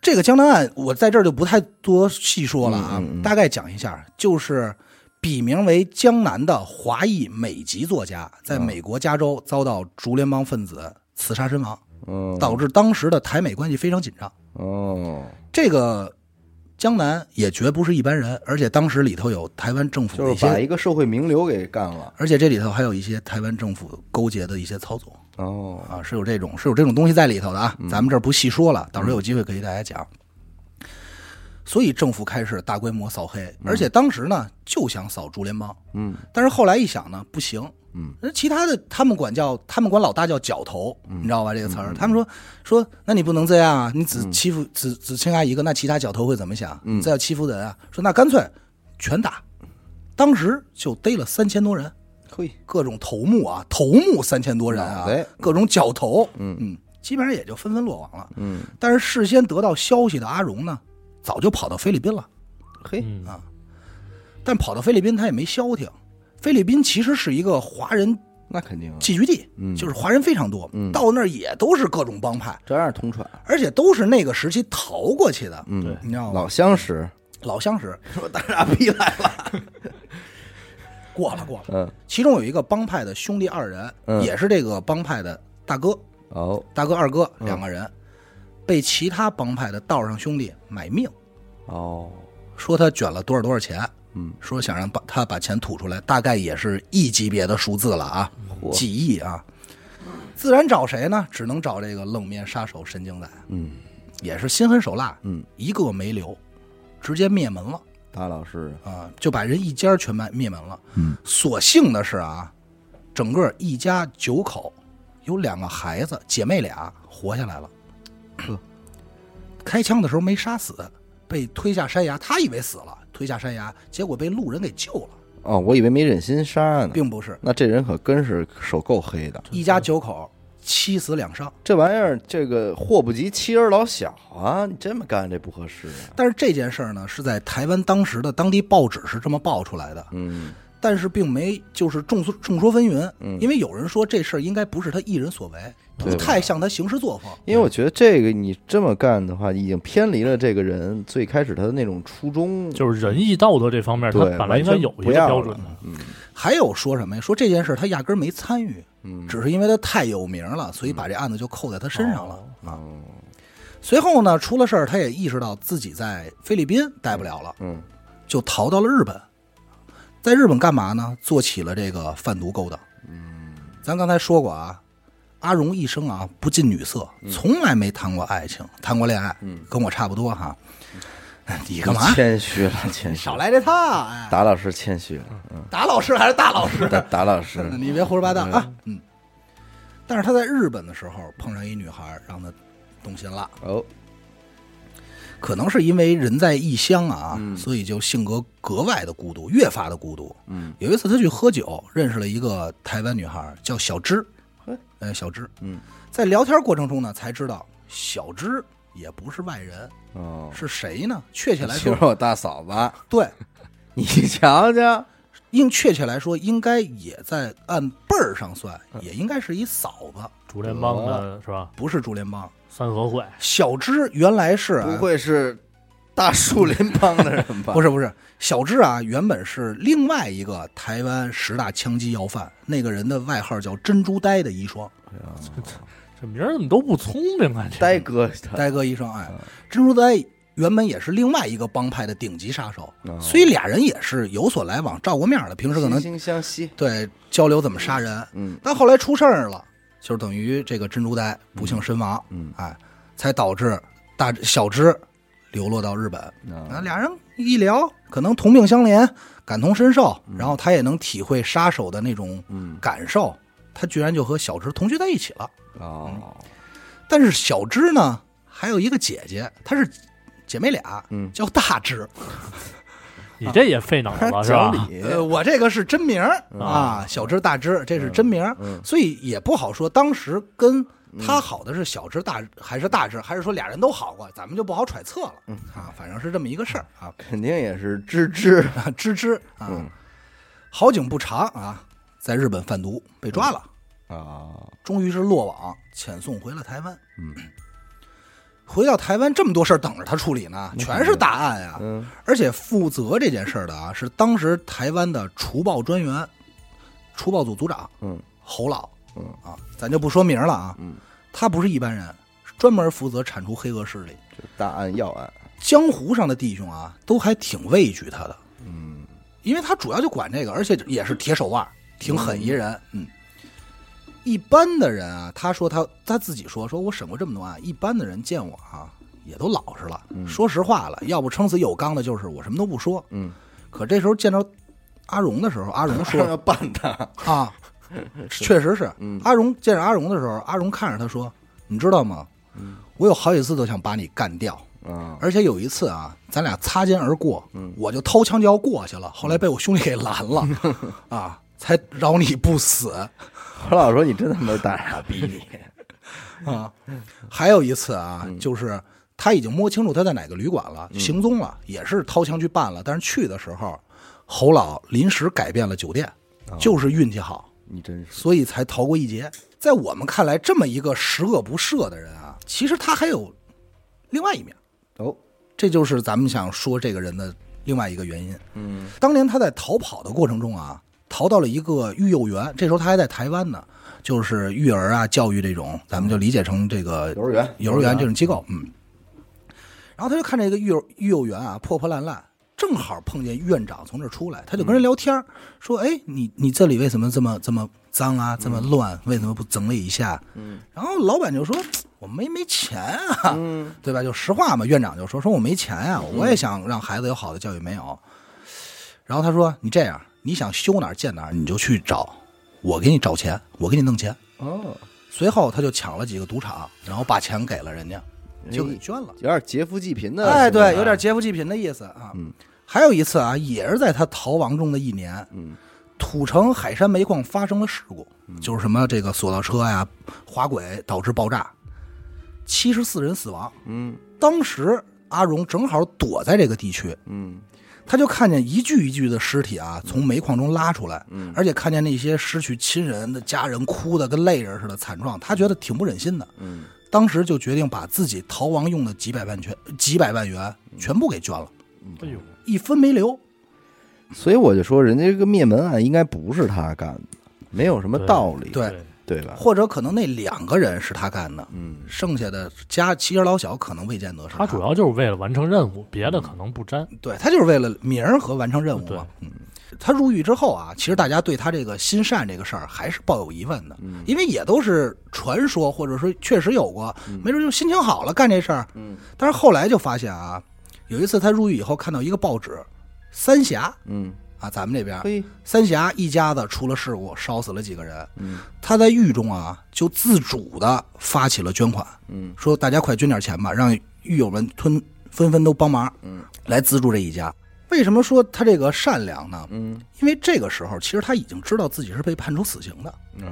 [SPEAKER 2] 这个江南案，我在这儿就不太多细说了啊，
[SPEAKER 1] 嗯嗯嗯
[SPEAKER 2] 大概讲一下，就是笔名为江南的华裔美籍作家，在
[SPEAKER 1] 嗯
[SPEAKER 2] 美国加州遭到竹联帮分子刺杀身亡，
[SPEAKER 1] 嗯，
[SPEAKER 2] 导致当时的台美关系非常紧张。
[SPEAKER 1] 哦，
[SPEAKER 2] 这个江南也绝不是一般人，而且当时里头有台湾政府的
[SPEAKER 1] 就
[SPEAKER 2] 一
[SPEAKER 1] 是把
[SPEAKER 2] 些，
[SPEAKER 1] 一个社会名流给干了，
[SPEAKER 2] 而且这里头还有一些台湾政府勾结的一些操作
[SPEAKER 1] 哦，
[SPEAKER 2] 啊，是有这种是有这种东西在里头的啊。咱们这儿不细说了，到时候有机会可以给大家讲。所以政府开始大规模扫黑，而且当时呢就想扫竹联帮，
[SPEAKER 1] 嗯
[SPEAKER 2] 但是后来一想呢不行，
[SPEAKER 1] 嗯，
[SPEAKER 2] 那其他的他们管叫他们管老大叫角头，你知道吧这个词儿？他们说说，那你不能这样啊，你只欺负只只侵害一个，那其他角头会怎么想？这要欺负人啊，说那干脆全打，当时就逮了三千多人，
[SPEAKER 1] 嘿，
[SPEAKER 2] 各种头目啊，头目三千多人啊
[SPEAKER 1] 脑袋，
[SPEAKER 2] 各种角头，嗯基本上也就纷纷落网了。
[SPEAKER 1] 嗯
[SPEAKER 2] 但是事
[SPEAKER 1] 嗯
[SPEAKER 2] 先得到消息的阿荣呢，早就跑到菲律宾了。
[SPEAKER 1] 嘿，
[SPEAKER 3] 嗯，
[SPEAKER 2] 但跑到菲律宾他也没消停。菲律宾其实是一个华人
[SPEAKER 1] 那肯定啊，
[SPEAKER 2] 聚居地，
[SPEAKER 1] 嗯，
[SPEAKER 2] 就是华人非常多，
[SPEAKER 1] 嗯
[SPEAKER 2] 到那儿也都是各种帮派，
[SPEAKER 1] 这样通传，
[SPEAKER 2] 而且都是那个时期逃过去的，
[SPEAKER 1] 嗯，
[SPEAKER 3] 对
[SPEAKER 2] 你知道吗？
[SPEAKER 1] 老相识，
[SPEAKER 2] 老相识
[SPEAKER 1] 说大傻逼来了，
[SPEAKER 2] 过了过了，
[SPEAKER 1] 嗯，
[SPEAKER 2] 其中有一个帮派的兄弟二人，
[SPEAKER 1] 嗯
[SPEAKER 2] 也是这个帮派的大哥、
[SPEAKER 1] 哦，
[SPEAKER 2] 大哥、二哥
[SPEAKER 1] 嗯
[SPEAKER 2] 两个人，被其他帮派的道上兄弟买命，
[SPEAKER 1] 哦，
[SPEAKER 2] 说他卷了多少多少钱，
[SPEAKER 1] 嗯，
[SPEAKER 2] 说想让把他把钱吐出来，大概也是亿级别的数字了啊，
[SPEAKER 1] 嚯
[SPEAKER 2] 几亿啊。自然找谁呢？只能找这个冷面杀手神经仔，
[SPEAKER 1] 嗯
[SPEAKER 2] 也是心狠手辣，
[SPEAKER 1] 嗯，
[SPEAKER 2] 一个没留，直接灭门了
[SPEAKER 1] 大老师，
[SPEAKER 2] 啊，就把人一家全灭灭门了。
[SPEAKER 1] 嗯，
[SPEAKER 2] 所幸的是啊，整个一家九口，有两个孩子，姐妹俩活下来了。 *clears throat* 开枪的时候没杀死，被推下山崖，他以为死了，推下山崖，结果被路人给救了，
[SPEAKER 1] 哦，我以为没忍心杀呢，
[SPEAKER 2] 并不是。
[SPEAKER 1] 那这人可真是手够黑的，
[SPEAKER 2] 一家九口，七死两伤。
[SPEAKER 1] 这玩意儿这个祸不及妻儿老小啊，你这么干这不合适啊，
[SPEAKER 2] 但是这件事儿呢，是在台湾当时的当地报纸是这么报出来的，
[SPEAKER 1] 嗯
[SPEAKER 2] 但是并没就是众说众说纷纭，
[SPEAKER 1] 嗯
[SPEAKER 2] 因为有人说这事儿应该不是他一人所为，
[SPEAKER 1] 对
[SPEAKER 2] 不太像他行事作风。
[SPEAKER 1] 因为我觉得这个你这么干的话，已经偏离了这个人最开始他的那种初衷。
[SPEAKER 3] 就是仁义道德这方面，他
[SPEAKER 1] 对
[SPEAKER 3] 本来应该有一个标准
[SPEAKER 1] 完
[SPEAKER 3] 的，
[SPEAKER 2] 还有说什么呀？说这件事儿他压根儿没参与，
[SPEAKER 1] 嗯
[SPEAKER 2] 只是因为他太有名了，所以把这案子就扣在他身上了。
[SPEAKER 1] 啊，
[SPEAKER 2] 随后呢，出了事儿，他也意识到自己在菲律宾待不了了，
[SPEAKER 1] 嗯
[SPEAKER 2] 就逃到了日本。在日本干嘛呢？做起了这个贩毒勾当。嗯，咱刚才说过啊，阿荣一生啊不近女色，
[SPEAKER 1] 嗯
[SPEAKER 2] 从来没谈过爱情，谈过恋爱。嗯，跟我差不多哈。
[SPEAKER 1] 嗯
[SPEAKER 2] *laughs* 你干嘛？
[SPEAKER 1] 谦虚了，谦虚
[SPEAKER 2] 少
[SPEAKER 3] *laughs*
[SPEAKER 1] 了。
[SPEAKER 2] 来这套！哎，
[SPEAKER 1] 达老师谦虚了，
[SPEAKER 2] 打老师还是大老师？
[SPEAKER 1] 达达老师，
[SPEAKER 2] 你别胡说八道啊！嗯。但是他在日本的时候碰上一女孩，让他动心了。
[SPEAKER 1] 哦，
[SPEAKER 2] 可能是因为人在异乡啊，所以就性格格外的孤独，越发的孤独。
[SPEAKER 1] 嗯，
[SPEAKER 2] 有一次他去喝酒，认识了一个台湾女孩，叫小芝
[SPEAKER 1] 嘿，
[SPEAKER 2] 呃，小芝。
[SPEAKER 1] 嗯，
[SPEAKER 2] 在聊天过程中呢，才知道小芝也不是外人，
[SPEAKER 1] 哦，
[SPEAKER 2] 是谁呢？确切来
[SPEAKER 1] 其
[SPEAKER 2] 说，
[SPEAKER 1] 实我大嫂子，
[SPEAKER 2] *laughs* 对，
[SPEAKER 1] 你瞧
[SPEAKER 3] 啊
[SPEAKER 1] 瞧，
[SPEAKER 2] 应确切来说，应该也在按辈儿上算，
[SPEAKER 1] 嗯
[SPEAKER 2] 也应该是一嫂子，
[SPEAKER 3] 竹联帮的
[SPEAKER 1] 哦
[SPEAKER 3] 是吧？
[SPEAKER 2] 不是竹联帮。
[SPEAKER 3] 三合会，
[SPEAKER 2] 小芝原来是啊
[SPEAKER 1] 不会是大树林帮的人吧？
[SPEAKER 2] 不
[SPEAKER 1] 是，
[SPEAKER 2] 是不是，小智啊，原本是另外一个台湾十大枪击要犯，那个人的外号叫“珍珠呆”的
[SPEAKER 1] *laughs*
[SPEAKER 2] 遗孀，
[SPEAKER 3] 这名儿怎么都不聪明啊？这
[SPEAKER 1] 呆哥他，
[SPEAKER 2] 呆哥医生。
[SPEAKER 1] 嗯
[SPEAKER 2] 哎，珍珠呆原本也是另外一个帮派的顶级杀手，
[SPEAKER 1] 哦
[SPEAKER 2] 所以俩人也是有所来往，照过面的，平时可能
[SPEAKER 1] 惺惺相惜，
[SPEAKER 2] 对交流怎么杀人。
[SPEAKER 1] 嗯
[SPEAKER 2] 但后来出事儿了，就是等于这个珍珠呆不幸身亡，
[SPEAKER 1] 嗯
[SPEAKER 2] 哎，才导致大小智流落到日本。啊，
[SPEAKER 1] 啊，
[SPEAKER 2] 俩人一聊，可能同病相怜，感同身受，然后他也能体会杀手的那种
[SPEAKER 1] 嗯
[SPEAKER 2] 感受，他居然就和小芝同居在一起了。
[SPEAKER 1] 哦，
[SPEAKER 2] 但是小芝呢，还有一个姐姐，她是姐妹俩，
[SPEAKER 1] 嗯
[SPEAKER 2] 叫大芝。
[SPEAKER 3] 你这也费脑子是吧
[SPEAKER 1] 讲？理，
[SPEAKER 2] 呃，我这个是真名儿啊，小芝大芝，这是真名儿，
[SPEAKER 1] 嗯
[SPEAKER 2] 所以也不好说当时跟他好的是小芝大还是大芝，还是说俩人都好过，咱们就不好揣测了
[SPEAKER 1] 嗯
[SPEAKER 2] 啊。反正是这么一个事儿啊。
[SPEAKER 1] 肯定也是芝芝，
[SPEAKER 2] 啊， *laughs* 芝芝啊，
[SPEAKER 1] 嗯
[SPEAKER 2] 好景不长啊，在日本贩毒被抓
[SPEAKER 1] 嗯
[SPEAKER 2] 了，
[SPEAKER 1] 啊，
[SPEAKER 2] 终于是落网，遣送回了台湾。
[SPEAKER 1] 嗯，
[SPEAKER 2] *clears throat* 回到台湾，这么多事儿等着他处理呢，全是大案啊！
[SPEAKER 1] *laughs* 嗯
[SPEAKER 2] 而且负责这件事儿的啊，是当时台湾的除暴专员、除暴组组长
[SPEAKER 1] 嗯
[SPEAKER 2] 侯老。
[SPEAKER 1] 嗯
[SPEAKER 2] 啊，咱就不说名了啊。
[SPEAKER 1] 嗯，
[SPEAKER 2] 他不是一般人，是专门负责铲除黑恶势力。
[SPEAKER 1] 这大案要案，
[SPEAKER 2] 江湖上的弟兄啊，都还挺畏惧他的。
[SPEAKER 1] 嗯
[SPEAKER 2] 因为他主要就管这个，而且也是铁手腕儿，挺狠一人。嗯，一般的人啊，他说他他自己说，说我审过这么多案，一般的人见我啊，也都老实了，说实话了，要不撑死有刚的，就是我什么都不说。
[SPEAKER 1] 嗯，
[SPEAKER 2] 可这时候见着阿荣的时候，阿荣
[SPEAKER 1] *laughs*
[SPEAKER 2] 说
[SPEAKER 1] 要办他，
[SPEAKER 2] 啊，确实是，
[SPEAKER 1] 嗯
[SPEAKER 2] 阿荣见着阿荣的时候，阿荣看着他说，你知道吗？
[SPEAKER 1] 嗯
[SPEAKER 2] 我有好几次都想把你干掉。
[SPEAKER 1] 啊，
[SPEAKER 2] 而且有一次啊，咱俩擦肩而过，我就掏枪就要过去了，后来被我兄弟给拦了，啊，才饶你不死
[SPEAKER 1] 何老师说你真他妈大傻逼，你
[SPEAKER 2] 啊。还有一次啊，就是他已经摸清楚他在哪个旅馆了，行踪了，也是掏枪去办了，但是去的时候，侯老临时改变了酒店，
[SPEAKER 1] 啊
[SPEAKER 2] 就是运气好，
[SPEAKER 1] *laughs* 你真是
[SPEAKER 2] 所以才逃过一劫。在我们看来，这么一个十恶不赦的人啊，其实他还有另外一面，
[SPEAKER 1] 哦，
[SPEAKER 2] 这就是咱们想说这个人的另外一个原因。
[SPEAKER 1] 嗯，
[SPEAKER 2] 当年他在逃跑的过程中啊，逃到了一个育幼园，这时候他还在台湾呢，就是育儿啊、教育这种，咱们就理解成这个
[SPEAKER 1] 幼儿园，
[SPEAKER 2] 幼儿园这种机构，嗯。然后他就看这个育幼育幼园啊破破烂烂，正好碰见院长从这儿出来，他就
[SPEAKER 1] 嗯
[SPEAKER 2] 跟人聊天儿、说：“哎，你你这里为什么这么这么脏啊，这么
[SPEAKER 1] 嗯
[SPEAKER 2] 乱？为什么不整理一下？”嗯。然后老板就说：“我没没钱啊，对吧？就实话嘛。”院长就说：“说我没钱啊，我也想让孩子有好的教育，没有。”然后他说：“你这样，你想修哪儿建哪儿，你就去找，我给你找钱，我给你弄钱。”
[SPEAKER 1] 哦，
[SPEAKER 2] 随后他就抢了几个赌场，然后把钱给了人家，就给
[SPEAKER 1] 哎
[SPEAKER 2] 捐了。
[SPEAKER 1] 有点劫富济贫的行为啊，
[SPEAKER 2] 哎，对，有点劫富济贫的意思啊。
[SPEAKER 1] 嗯
[SPEAKER 2] 还有一次啊，也是在他逃亡中的一年，
[SPEAKER 1] 嗯
[SPEAKER 2] 土城海山煤矿发生了事故，就是什么这个索道车呀、滑轨导致爆炸，七十四人死亡。
[SPEAKER 1] 嗯
[SPEAKER 2] 当时阿荣正好躲在这个地区，
[SPEAKER 1] 嗯
[SPEAKER 2] 他就看见一具一具的尸体啊从煤矿中拉出来，
[SPEAKER 1] 嗯
[SPEAKER 2] 而且看见那些失去亲人的家人哭的跟泪人似的惨状，他觉得挺不忍心的。
[SPEAKER 1] 嗯
[SPEAKER 2] 当时就决定把自己逃亡用的几百万全几百万元全部给捐了，
[SPEAKER 3] 哎呦，
[SPEAKER 2] 嗯一分没留。
[SPEAKER 1] 所以我就说，人家这个灭门案应该不是他干的，没有什么道理，
[SPEAKER 2] 对，
[SPEAKER 1] 对吧？
[SPEAKER 2] 或者可能那两个人是他干的，
[SPEAKER 1] 嗯，
[SPEAKER 2] 剩下的家其实老小可能未见得是
[SPEAKER 3] 他主要就是为了完成任务，别的
[SPEAKER 1] 嗯
[SPEAKER 3] 可能不沾。
[SPEAKER 2] 对他就是为了名儿和完成任务
[SPEAKER 3] 对
[SPEAKER 2] 嘛。嗯，他入狱之后啊，其实大家对他这个心善这个事儿还是抱有疑问的，
[SPEAKER 1] 嗯
[SPEAKER 2] 因为也都是传说，或者说确实有过，没准就心情好了干这事儿。
[SPEAKER 1] 嗯，
[SPEAKER 2] 但是后来就发现啊，有一次他入狱以后看到一个报纸，三峡
[SPEAKER 1] 嗯，
[SPEAKER 2] 啊，咱们这边
[SPEAKER 1] 嘿，
[SPEAKER 2] 三峡一家子出了事故，烧死了几个人。
[SPEAKER 1] 嗯
[SPEAKER 2] 他在狱中啊，就自主的发起了捐款，
[SPEAKER 1] 嗯
[SPEAKER 2] 说大家快捐点钱吧，让狱友们吞纷纷都帮忙，
[SPEAKER 1] 嗯，
[SPEAKER 2] 来资助这一家。为什么说他这个善良呢？
[SPEAKER 1] 嗯
[SPEAKER 2] 因为这个时候其实他已经知道自己是被判处死刑的，
[SPEAKER 1] 嗯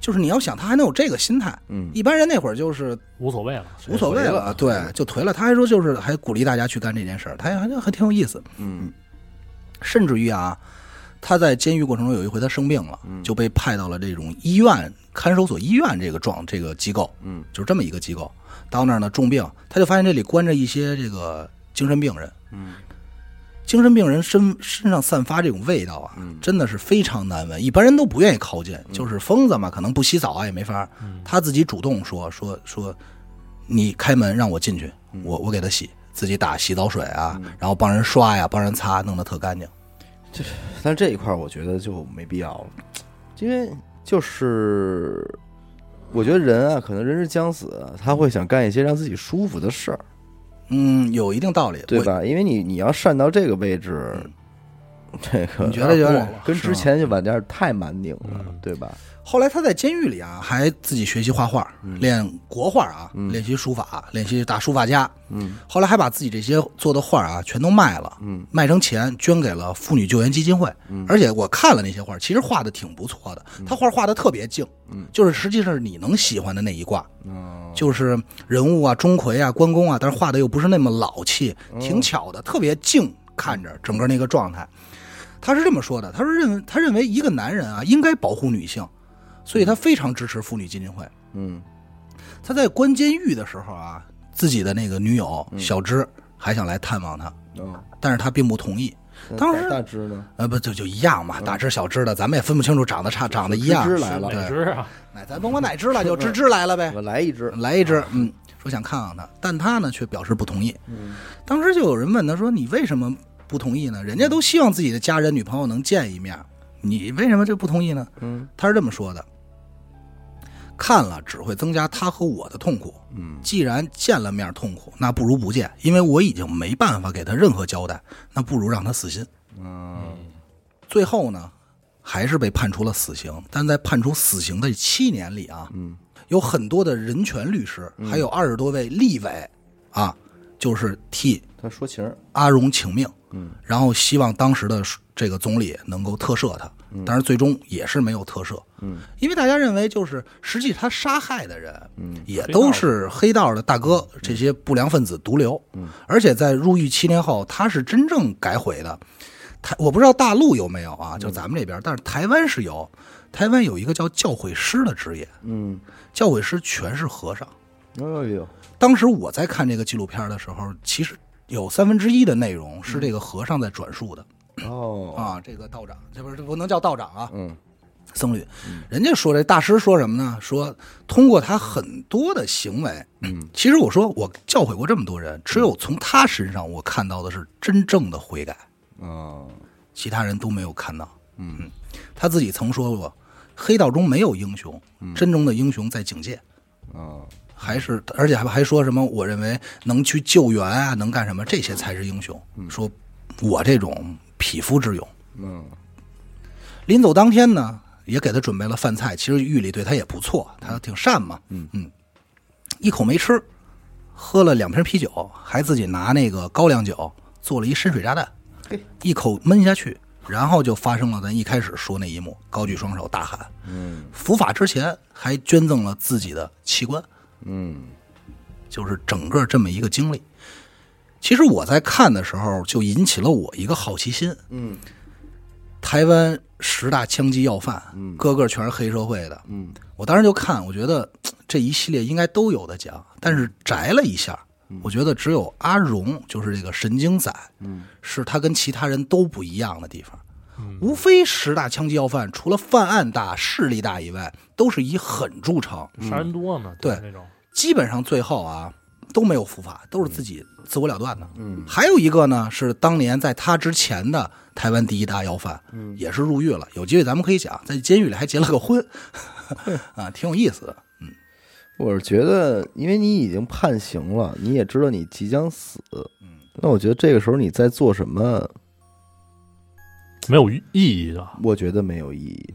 [SPEAKER 2] 就是你要想他还能有这个心态，
[SPEAKER 1] 嗯，
[SPEAKER 2] 一般人那会儿就是
[SPEAKER 3] 无所谓了，
[SPEAKER 2] 无所谓
[SPEAKER 1] 啊
[SPEAKER 2] 了，对，就颓了。他还说就是还鼓励大家去干这件事儿，他还还挺有意思。
[SPEAKER 1] 嗯
[SPEAKER 2] 甚至于啊，他在监狱过程中有一回他生病了，就被派到了这种医院看守所医院这个状这个机构，
[SPEAKER 1] 嗯，
[SPEAKER 2] 就是这么一个机构。到那儿呢重病，他就发现这里关着一些这个精神病人，嗯，精神病人身身上散发这种味道啊，真的是非常难闻，一般人都不愿意靠近，就是疯子嘛，可能不洗澡啊也没法儿，他自己主动说说说，你开门让我进去，我我给他洗。自己打洗澡水啊，然后帮人刷呀，帮人擦，弄得特干净。
[SPEAKER 1] 但这一块儿我觉得就没必要了，因为就是我觉得人啊，可能人之将死，他会想干一些让自己舒服的事儿，
[SPEAKER 2] 嗯，有一定道理，
[SPEAKER 1] 对
[SPEAKER 2] 我？
[SPEAKER 1] 吧？因为你你要善到这个位置。这个
[SPEAKER 2] 嗯你觉得有点嗯
[SPEAKER 1] 过了跟之前就晚点太蛮拧了，对吧？
[SPEAKER 2] 后来他在监狱里啊，还自己学习画画，练国画啊，练习书法，练习打书法家。
[SPEAKER 1] 嗯，
[SPEAKER 2] 后来还把自己这些做的画啊，全都卖了，
[SPEAKER 1] 嗯，
[SPEAKER 2] 卖成钱捐给了妇女救援基金会。嗯，而且我看了那些画，其实画的挺不错的，他画画的特别静，嗯，就是实际上是你能喜欢的那一挂，
[SPEAKER 1] 嗯，
[SPEAKER 2] 就是人物啊、钟馗啊、关公啊，但是画的又不是那么老气，挺巧的，特别静，看着整个那个状态。他是这么说的，他说认为他认为一个男人啊应该保护女性，所以他非常支持妇女基金会。
[SPEAKER 1] 嗯
[SPEAKER 2] 他在关监狱的时候啊，自己的那个女友小芝还想来探望他，
[SPEAKER 1] 嗯，
[SPEAKER 2] 但是他并不同意。当时
[SPEAKER 1] 大致呢，
[SPEAKER 2] 呃，不就就一样嘛，大芝小芝的，咱们也分不清楚长得差长得一样
[SPEAKER 1] 嗯芝。芝
[SPEAKER 3] 是
[SPEAKER 1] 来了
[SPEAKER 3] 哪只啊？
[SPEAKER 2] 哎，咱甭管哪只了，就芝芝来了呗。
[SPEAKER 1] 我来一只，
[SPEAKER 2] 来一只，嗯，说想看看他，但他呢却表示不同意。
[SPEAKER 1] 嗯
[SPEAKER 2] 当时就有人问他说：“你为什么不同意呢？人家都希望自己的家人、女朋友能见一面，你为什么就不同意呢？”
[SPEAKER 1] 嗯，
[SPEAKER 2] 他是这么说的：“看了只会增加他和我的痛苦。
[SPEAKER 1] 嗯，
[SPEAKER 2] 既然见了面痛苦，那不如不见，因为我已经没办法给他任何交代，那不如让他死心。”
[SPEAKER 1] 嗯
[SPEAKER 2] 最后呢，还是被判处了死刑。但在判处死刑的七年里啊，
[SPEAKER 1] 嗯，
[SPEAKER 2] 有很多的人权律师，还有二十多位立委啊，就是替
[SPEAKER 1] 他说情儿，
[SPEAKER 2] 阿荣请命，
[SPEAKER 1] 嗯，
[SPEAKER 2] 然后希望当时的这个总理能够特赦他，但是最终也是没有特赦，
[SPEAKER 1] 嗯，
[SPEAKER 2] 因为大家认为就是实际他杀害的人，
[SPEAKER 1] 嗯，
[SPEAKER 2] 也都是黑道的大哥这
[SPEAKER 1] 嗯
[SPEAKER 2] 些不良分子毒瘤，嗯，而且在入狱七年后，他是真正改悔的，台我不知道大陆有没有
[SPEAKER 1] 嗯
[SPEAKER 2] 啊，就咱们这边，但是台湾是有，台湾有一个叫教诲师的职业，
[SPEAKER 1] 嗯，
[SPEAKER 2] 教诲师全是和尚。
[SPEAKER 1] 哎呦，
[SPEAKER 2] 当时我在看这个纪录片的时候，其实有三分之一的内容是这个和尚在转述的、
[SPEAKER 1] 哦，
[SPEAKER 2] 啊，这个道长，这不是这不能叫道长啊，
[SPEAKER 1] 嗯
[SPEAKER 2] 僧侣，人家说这大师说什么呢？说通过他很多的行为，
[SPEAKER 1] 嗯，
[SPEAKER 2] 其实我说我教诲过这么多人，只有从他身上我看到的是真正的悔改，
[SPEAKER 1] 哦，
[SPEAKER 2] 其他人都没有看到。嗯，他自己曾说过，黑道中没有英雄，
[SPEAKER 1] 嗯
[SPEAKER 2] 真正的英雄在警戒。
[SPEAKER 1] 哦，
[SPEAKER 2] 还是，而且还还说什么？我认为能去救援啊，能干什么？这些才是英雄。说，我这种匹夫之勇。
[SPEAKER 1] 嗯，
[SPEAKER 2] 临走当天呢，也给他准备了饭菜。其实狱里对他也不错，他挺善嘛。嗯一口没吃，喝了两瓶啤酒，还自己拿那个高粱酒做了一深水炸弹
[SPEAKER 1] 嘿，
[SPEAKER 2] 一口闷下去，然后就发生了咱一开始说那一幕，高举双手大喊。
[SPEAKER 1] 嗯，
[SPEAKER 2] 伏法之前还捐赠了自己的器官。
[SPEAKER 1] 嗯，
[SPEAKER 2] 就是整个这么一个经历。其实我在看的时候，就引起了我一个好奇心。
[SPEAKER 1] 嗯，
[SPEAKER 2] 台湾十大枪击要犯，个个全是黑社会的。
[SPEAKER 1] 嗯，
[SPEAKER 2] 我当时就看，我觉得嘖这一系列应该都有的讲，但
[SPEAKER 1] 嗯
[SPEAKER 2] 是摘了一下，我觉得只有阿荣，就是这个神经仔，嗯，是他跟其他人都不一样的地方。无非十大枪击要犯，除了犯案大、势力大以外，都是以狠著称。
[SPEAKER 1] 嗯
[SPEAKER 3] 杀人多嘛，
[SPEAKER 2] 对
[SPEAKER 3] 那种，
[SPEAKER 2] 基本上最后啊都没有伏法，都是自己自我了断的。嗯，还有一个呢是当年在他之前的台湾第一大要犯，嗯，也是入狱了。有机会咱们可以讲，在监狱里还结了个婚，啊，挺有意思的。
[SPEAKER 1] 我是觉得，因为你已经判刑了，你也知道你即将死，
[SPEAKER 2] 嗯
[SPEAKER 1] 那我觉得这个时候你在做什么，
[SPEAKER 3] 没有意义的。
[SPEAKER 1] 我觉得没有意义，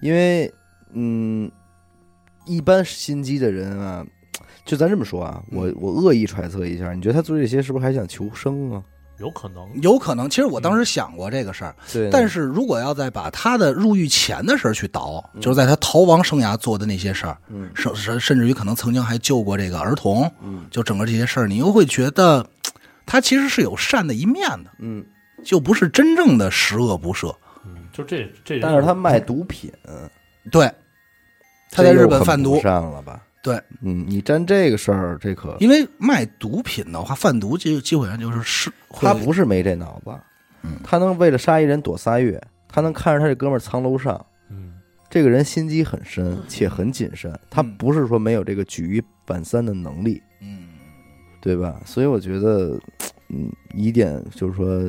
[SPEAKER 1] 因为，嗯，一般心机的人啊，就咱这么说啊，
[SPEAKER 2] 嗯
[SPEAKER 1] 我我恶意揣测一下，你觉得他做这些是不是还想求生啊？
[SPEAKER 3] 有可能，
[SPEAKER 2] 有可能，其实我当时想过这个事儿，
[SPEAKER 1] 对，
[SPEAKER 2] 但是如果要再把他的入狱前的事儿去倒，就是在他逃亡生涯做的那些事儿，
[SPEAKER 1] 嗯
[SPEAKER 2] 甚甚甚至于可能曾经还救过这个儿童，嗯，就整个这些事儿，你又会觉得他其实是有善的一面的，
[SPEAKER 1] 嗯，
[SPEAKER 2] 就不是真正的十恶不赦。
[SPEAKER 3] 嗯，就这这人，
[SPEAKER 1] 但是他卖毒品，
[SPEAKER 2] 对，
[SPEAKER 1] 嗯
[SPEAKER 2] 他在
[SPEAKER 1] 这
[SPEAKER 2] 日
[SPEAKER 1] 又
[SPEAKER 2] 本
[SPEAKER 1] 很
[SPEAKER 2] 贩
[SPEAKER 1] 不
[SPEAKER 2] 毒，
[SPEAKER 1] 上了吧？
[SPEAKER 2] 对，
[SPEAKER 1] 嗯，你沾这个事儿，这可
[SPEAKER 2] 因为卖毒品的话，贩毒基基本上就是是嗯会
[SPEAKER 1] 他不是没这脑子，他能为了杀一人躲仨月，他能看着他这哥们儿藏楼上，
[SPEAKER 3] 嗯，
[SPEAKER 1] 这个人心机很深且很谨慎，他不是说没有这个举一反三的能力，
[SPEAKER 2] 嗯，
[SPEAKER 1] 对吧？所以我觉得，嗯，疑点就是说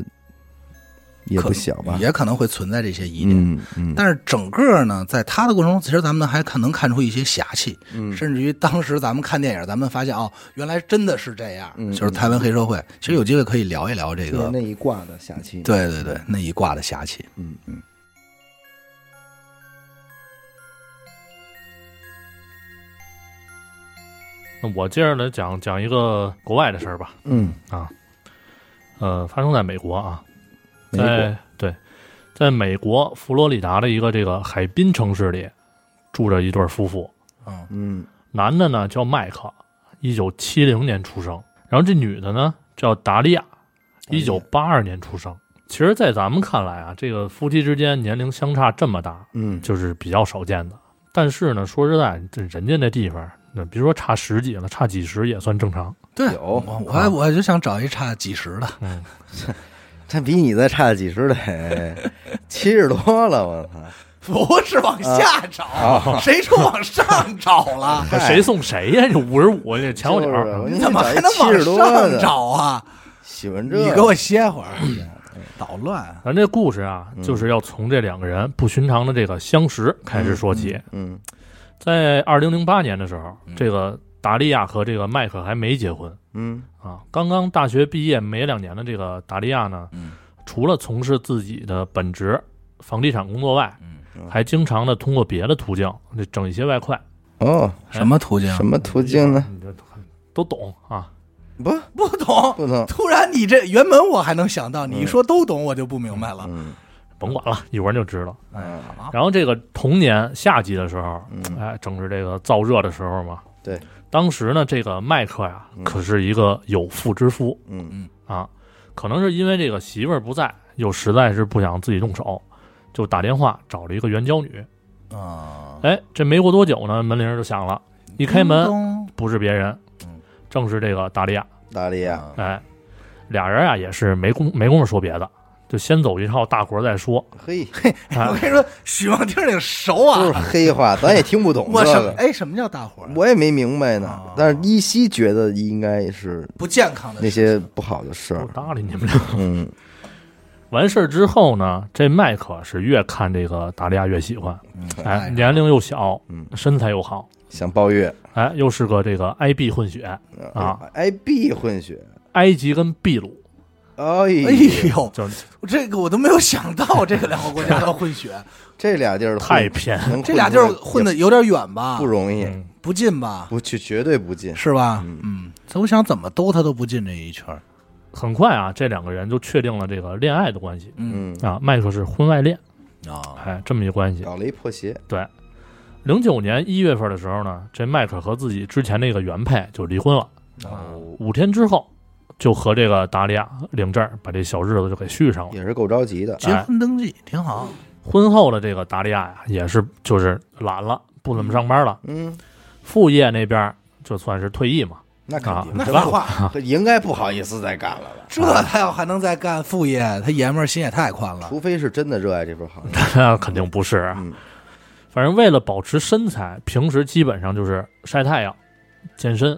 [SPEAKER 1] 也不小吧，
[SPEAKER 2] 也可能会存在这些疑点。
[SPEAKER 1] 嗯嗯，
[SPEAKER 2] 但是整个呢，在他的过程中，其实咱们还看能看出一些侠气，
[SPEAKER 1] 嗯
[SPEAKER 2] 甚至于当时咱们看电影，咱们发现哦，原来真的是这样，
[SPEAKER 1] 嗯
[SPEAKER 2] 就是台湾黑社会。其实有机会可以聊一聊这
[SPEAKER 1] 就是
[SPEAKER 2] 个，
[SPEAKER 1] 那一挂的下期，
[SPEAKER 2] 对对对，那一挂的侠气。
[SPEAKER 1] 嗯
[SPEAKER 2] 嗯。
[SPEAKER 3] 那我接着来讲讲一个国外的事儿吧。啊
[SPEAKER 1] 嗯，
[SPEAKER 3] 呃，发生在美国啊，
[SPEAKER 1] 美国
[SPEAKER 3] 在对，在美国佛罗里达的一个这个海滨城市里，住着一对夫妇，
[SPEAKER 2] 嗯
[SPEAKER 1] 嗯
[SPEAKER 3] 男的呢叫麦克，一九七零年出生，然后这女的呢叫达利亚，
[SPEAKER 1] 利
[SPEAKER 3] 一
[SPEAKER 1] 亚
[SPEAKER 3] 九八二年出生。其实，在咱们看来啊，这个夫妻之间年龄相差这么大，
[SPEAKER 1] 嗯，
[SPEAKER 3] 就是比较少见的。但是呢，说实在，这人家那地方，那别说差十几了，差几十也算正常。
[SPEAKER 2] 对，啊
[SPEAKER 1] 有
[SPEAKER 2] 我我还我就想找一差几十的，
[SPEAKER 3] 嗯，
[SPEAKER 1] 他比你再差几十得 *laughs* 七十多了，我操！
[SPEAKER 2] *laughs* 不是往下找，谁说往上找 *laughs* 了？
[SPEAKER 1] 嗨
[SPEAKER 3] 谁送谁呀、这五十五，这前后脚儿。
[SPEAKER 1] 就是啊
[SPEAKER 2] 你怎么还能
[SPEAKER 1] 七
[SPEAKER 2] 往
[SPEAKER 1] 十多
[SPEAKER 2] 上
[SPEAKER 1] 的？
[SPEAKER 2] 找啊？
[SPEAKER 1] 喜欢这个，
[SPEAKER 2] 你给我歇会儿，嗯捣乱。
[SPEAKER 3] 咱这故事啊，
[SPEAKER 1] 嗯
[SPEAKER 3] 就是要从这两个人不寻常的这个相识开始说起。
[SPEAKER 1] 嗯
[SPEAKER 3] 在二零零八年的时候，这个达利亚和这个麦克还没结婚
[SPEAKER 1] 嗯
[SPEAKER 3] 啊，刚刚大学毕业没两年的这个达利亚呢，
[SPEAKER 1] 嗯
[SPEAKER 3] 除了从事自己的本职房地产工作外，
[SPEAKER 2] 嗯
[SPEAKER 3] 还经常的通过别的途径这挣一些外快。
[SPEAKER 1] 哦，
[SPEAKER 2] 哎什么途径？
[SPEAKER 1] 什么途径呢？
[SPEAKER 3] 你这都懂啊？
[SPEAKER 1] 不
[SPEAKER 2] 不懂。
[SPEAKER 1] 不能，
[SPEAKER 2] 突然，你这原本我还能想到，你一说都懂，我就不明白了。哎
[SPEAKER 1] 嗯
[SPEAKER 3] 甭管了，一会儿就知道。
[SPEAKER 2] 嗯
[SPEAKER 1] 啊，
[SPEAKER 3] 然后这个同年夏季的时候，哎，正是这个燥热的时候嘛。
[SPEAKER 1] 嗯对，
[SPEAKER 3] 当时呢，这个麦克呀，可是一个有妇之夫
[SPEAKER 1] 嗯
[SPEAKER 3] 啊，可能是因为这个媳妇儿不在，又实在是不想自己动手，就打电话找了一个援交女。
[SPEAKER 2] 啊，
[SPEAKER 3] 哎，这没过多久呢，门铃儿就响了，一开门不是别人
[SPEAKER 2] 嗯，
[SPEAKER 3] 正是这个达利亚。
[SPEAKER 1] 大力啊，
[SPEAKER 2] 啊，
[SPEAKER 3] 哎，俩人啊也是没工没工夫说别的，就先走一套大活儿再说。
[SPEAKER 1] *laughs* 嘿，
[SPEAKER 2] *laughs* 我
[SPEAKER 3] 哎，
[SPEAKER 2] 跟你说，许望听挺熟啊
[SPEAKER 1] 都，啊是黑话，咱也听不懂
[SPEAKER 2] *laughs* 我
[SPEAKER 1] 这
[SPEAKER 2] 什么
[SPEAKER 1] 个，
[SPEAKER 2] 哎，什么叫大伙儿？
[SPEAKER 1] 我也没明白
[SPEAKER 2] 啊
[SPEAKER 1] 呢。但是依稀觉得应该是
[SPEAKER 2] 不健康的
[SPEAKER 1] 那
[SPEAKER 2] 事
[SPEAKER 1] 些不好的事
[SPEAKER 3] 不
[SPEAKER 1] 儿。
[SPEAKER 3] 搭理你们俩。
[SPEAKER 1] 嗯，
[SPEAKER 3] *laughs* 完事儿之后呢，这麦克是越看这个达利亚越喜欢，
[SPEAKER 2] 嗯
[SPEAKER 3] 哎，年龄又小
[SPEAKER 1] 嗯，
[SPEAKER 3] 身材又好，
[SPEAKER 1] 想抱月
[SPEAKER 3] 哎，又是个这个埃币混血，啊
[SPEAKER 1] ，IB 哎混血，
[SPEAKER 3] 埃及跟秘鲁，
[SPEAKER 1] 哎
[SPEAKER 2] 哎
[SPEAKER 1] 呦，
[SPEAKER 2] 呦，
[SPEAKER 3] 就
[SPEAKER 2] 这个我都没有想到，这个两个国家的混血，
[SPEAKER 1] 这俩 *laughs* 地儿混
[SPEAKER 3] 太偏
[SPEAKER 1] 能
[SPEAKER 2] 这俩地儿混
[SPEAKER 1] 的
[SPEAKER 2] 的有点远吧？
[SPEAKER 1] 不容易，
[SPEAKER 3] 嗯
[SPEAKER 2] 不近吧？
[SPEAKER 1] 不去绝对不进。
[SPEAKER 2] 是吧？嗯，这我想怎么兜他都不进这一圈儿。
[SPEAKER 3] 很快啊，这两个人就确定了这个恋爱的关系
[SPEAKER 1] 嗯，
[SPEAKER 3] 啊。麦克是婚外恋，
[SPEAKER 2] 啊，
[SPEAKER 3] 哎，这么一关系。
[SPEAKER 1] 搞了一破鞋，
[SPEAKER 3] 对，零九年一月份的时候呢，这麦克和自己之前那个原配就离婚了。啊
[SPEAKER 1] 哦，
[SPEAKER 3] 五天之后，就和这个达利亚领证，把这小日子就给续上了。
[SPEAKER 1] 也是够着急的。
[SPEAKER 2] 结婚登记挺好，
[SPEAKER 1] 嗯
[SPEAKER 3] 婚后的这个达利亚呀，也是就是懒了，不怎么上班了，
[SPEAKER 1] 嗯，
[SPEAKER 3] 副业那边就算是退役嘛。 *laughs*
[SPEAKER 1] 那肯定，
[SPEAKER 2] 那
[SPEAKER 3] 是
[SPEAKER 2] 废
[SPEAKER 3] 吧
[SPEAKER 2] 话，
[SPEAKER 1] 应该不好意思再干了吧？啊
[SPEAKER 2] 这他要还能再干副业，他爷们儿心也太宽了。
[SPEAKER 1] 除非是真的热爱这份行业。
[SPEAKER 3] 那肯定不是啊。
[SPEAKER 1] 嗯
[SPEAKER 3] 反正为了保持身材，平时基本上就是晒太阳、健身，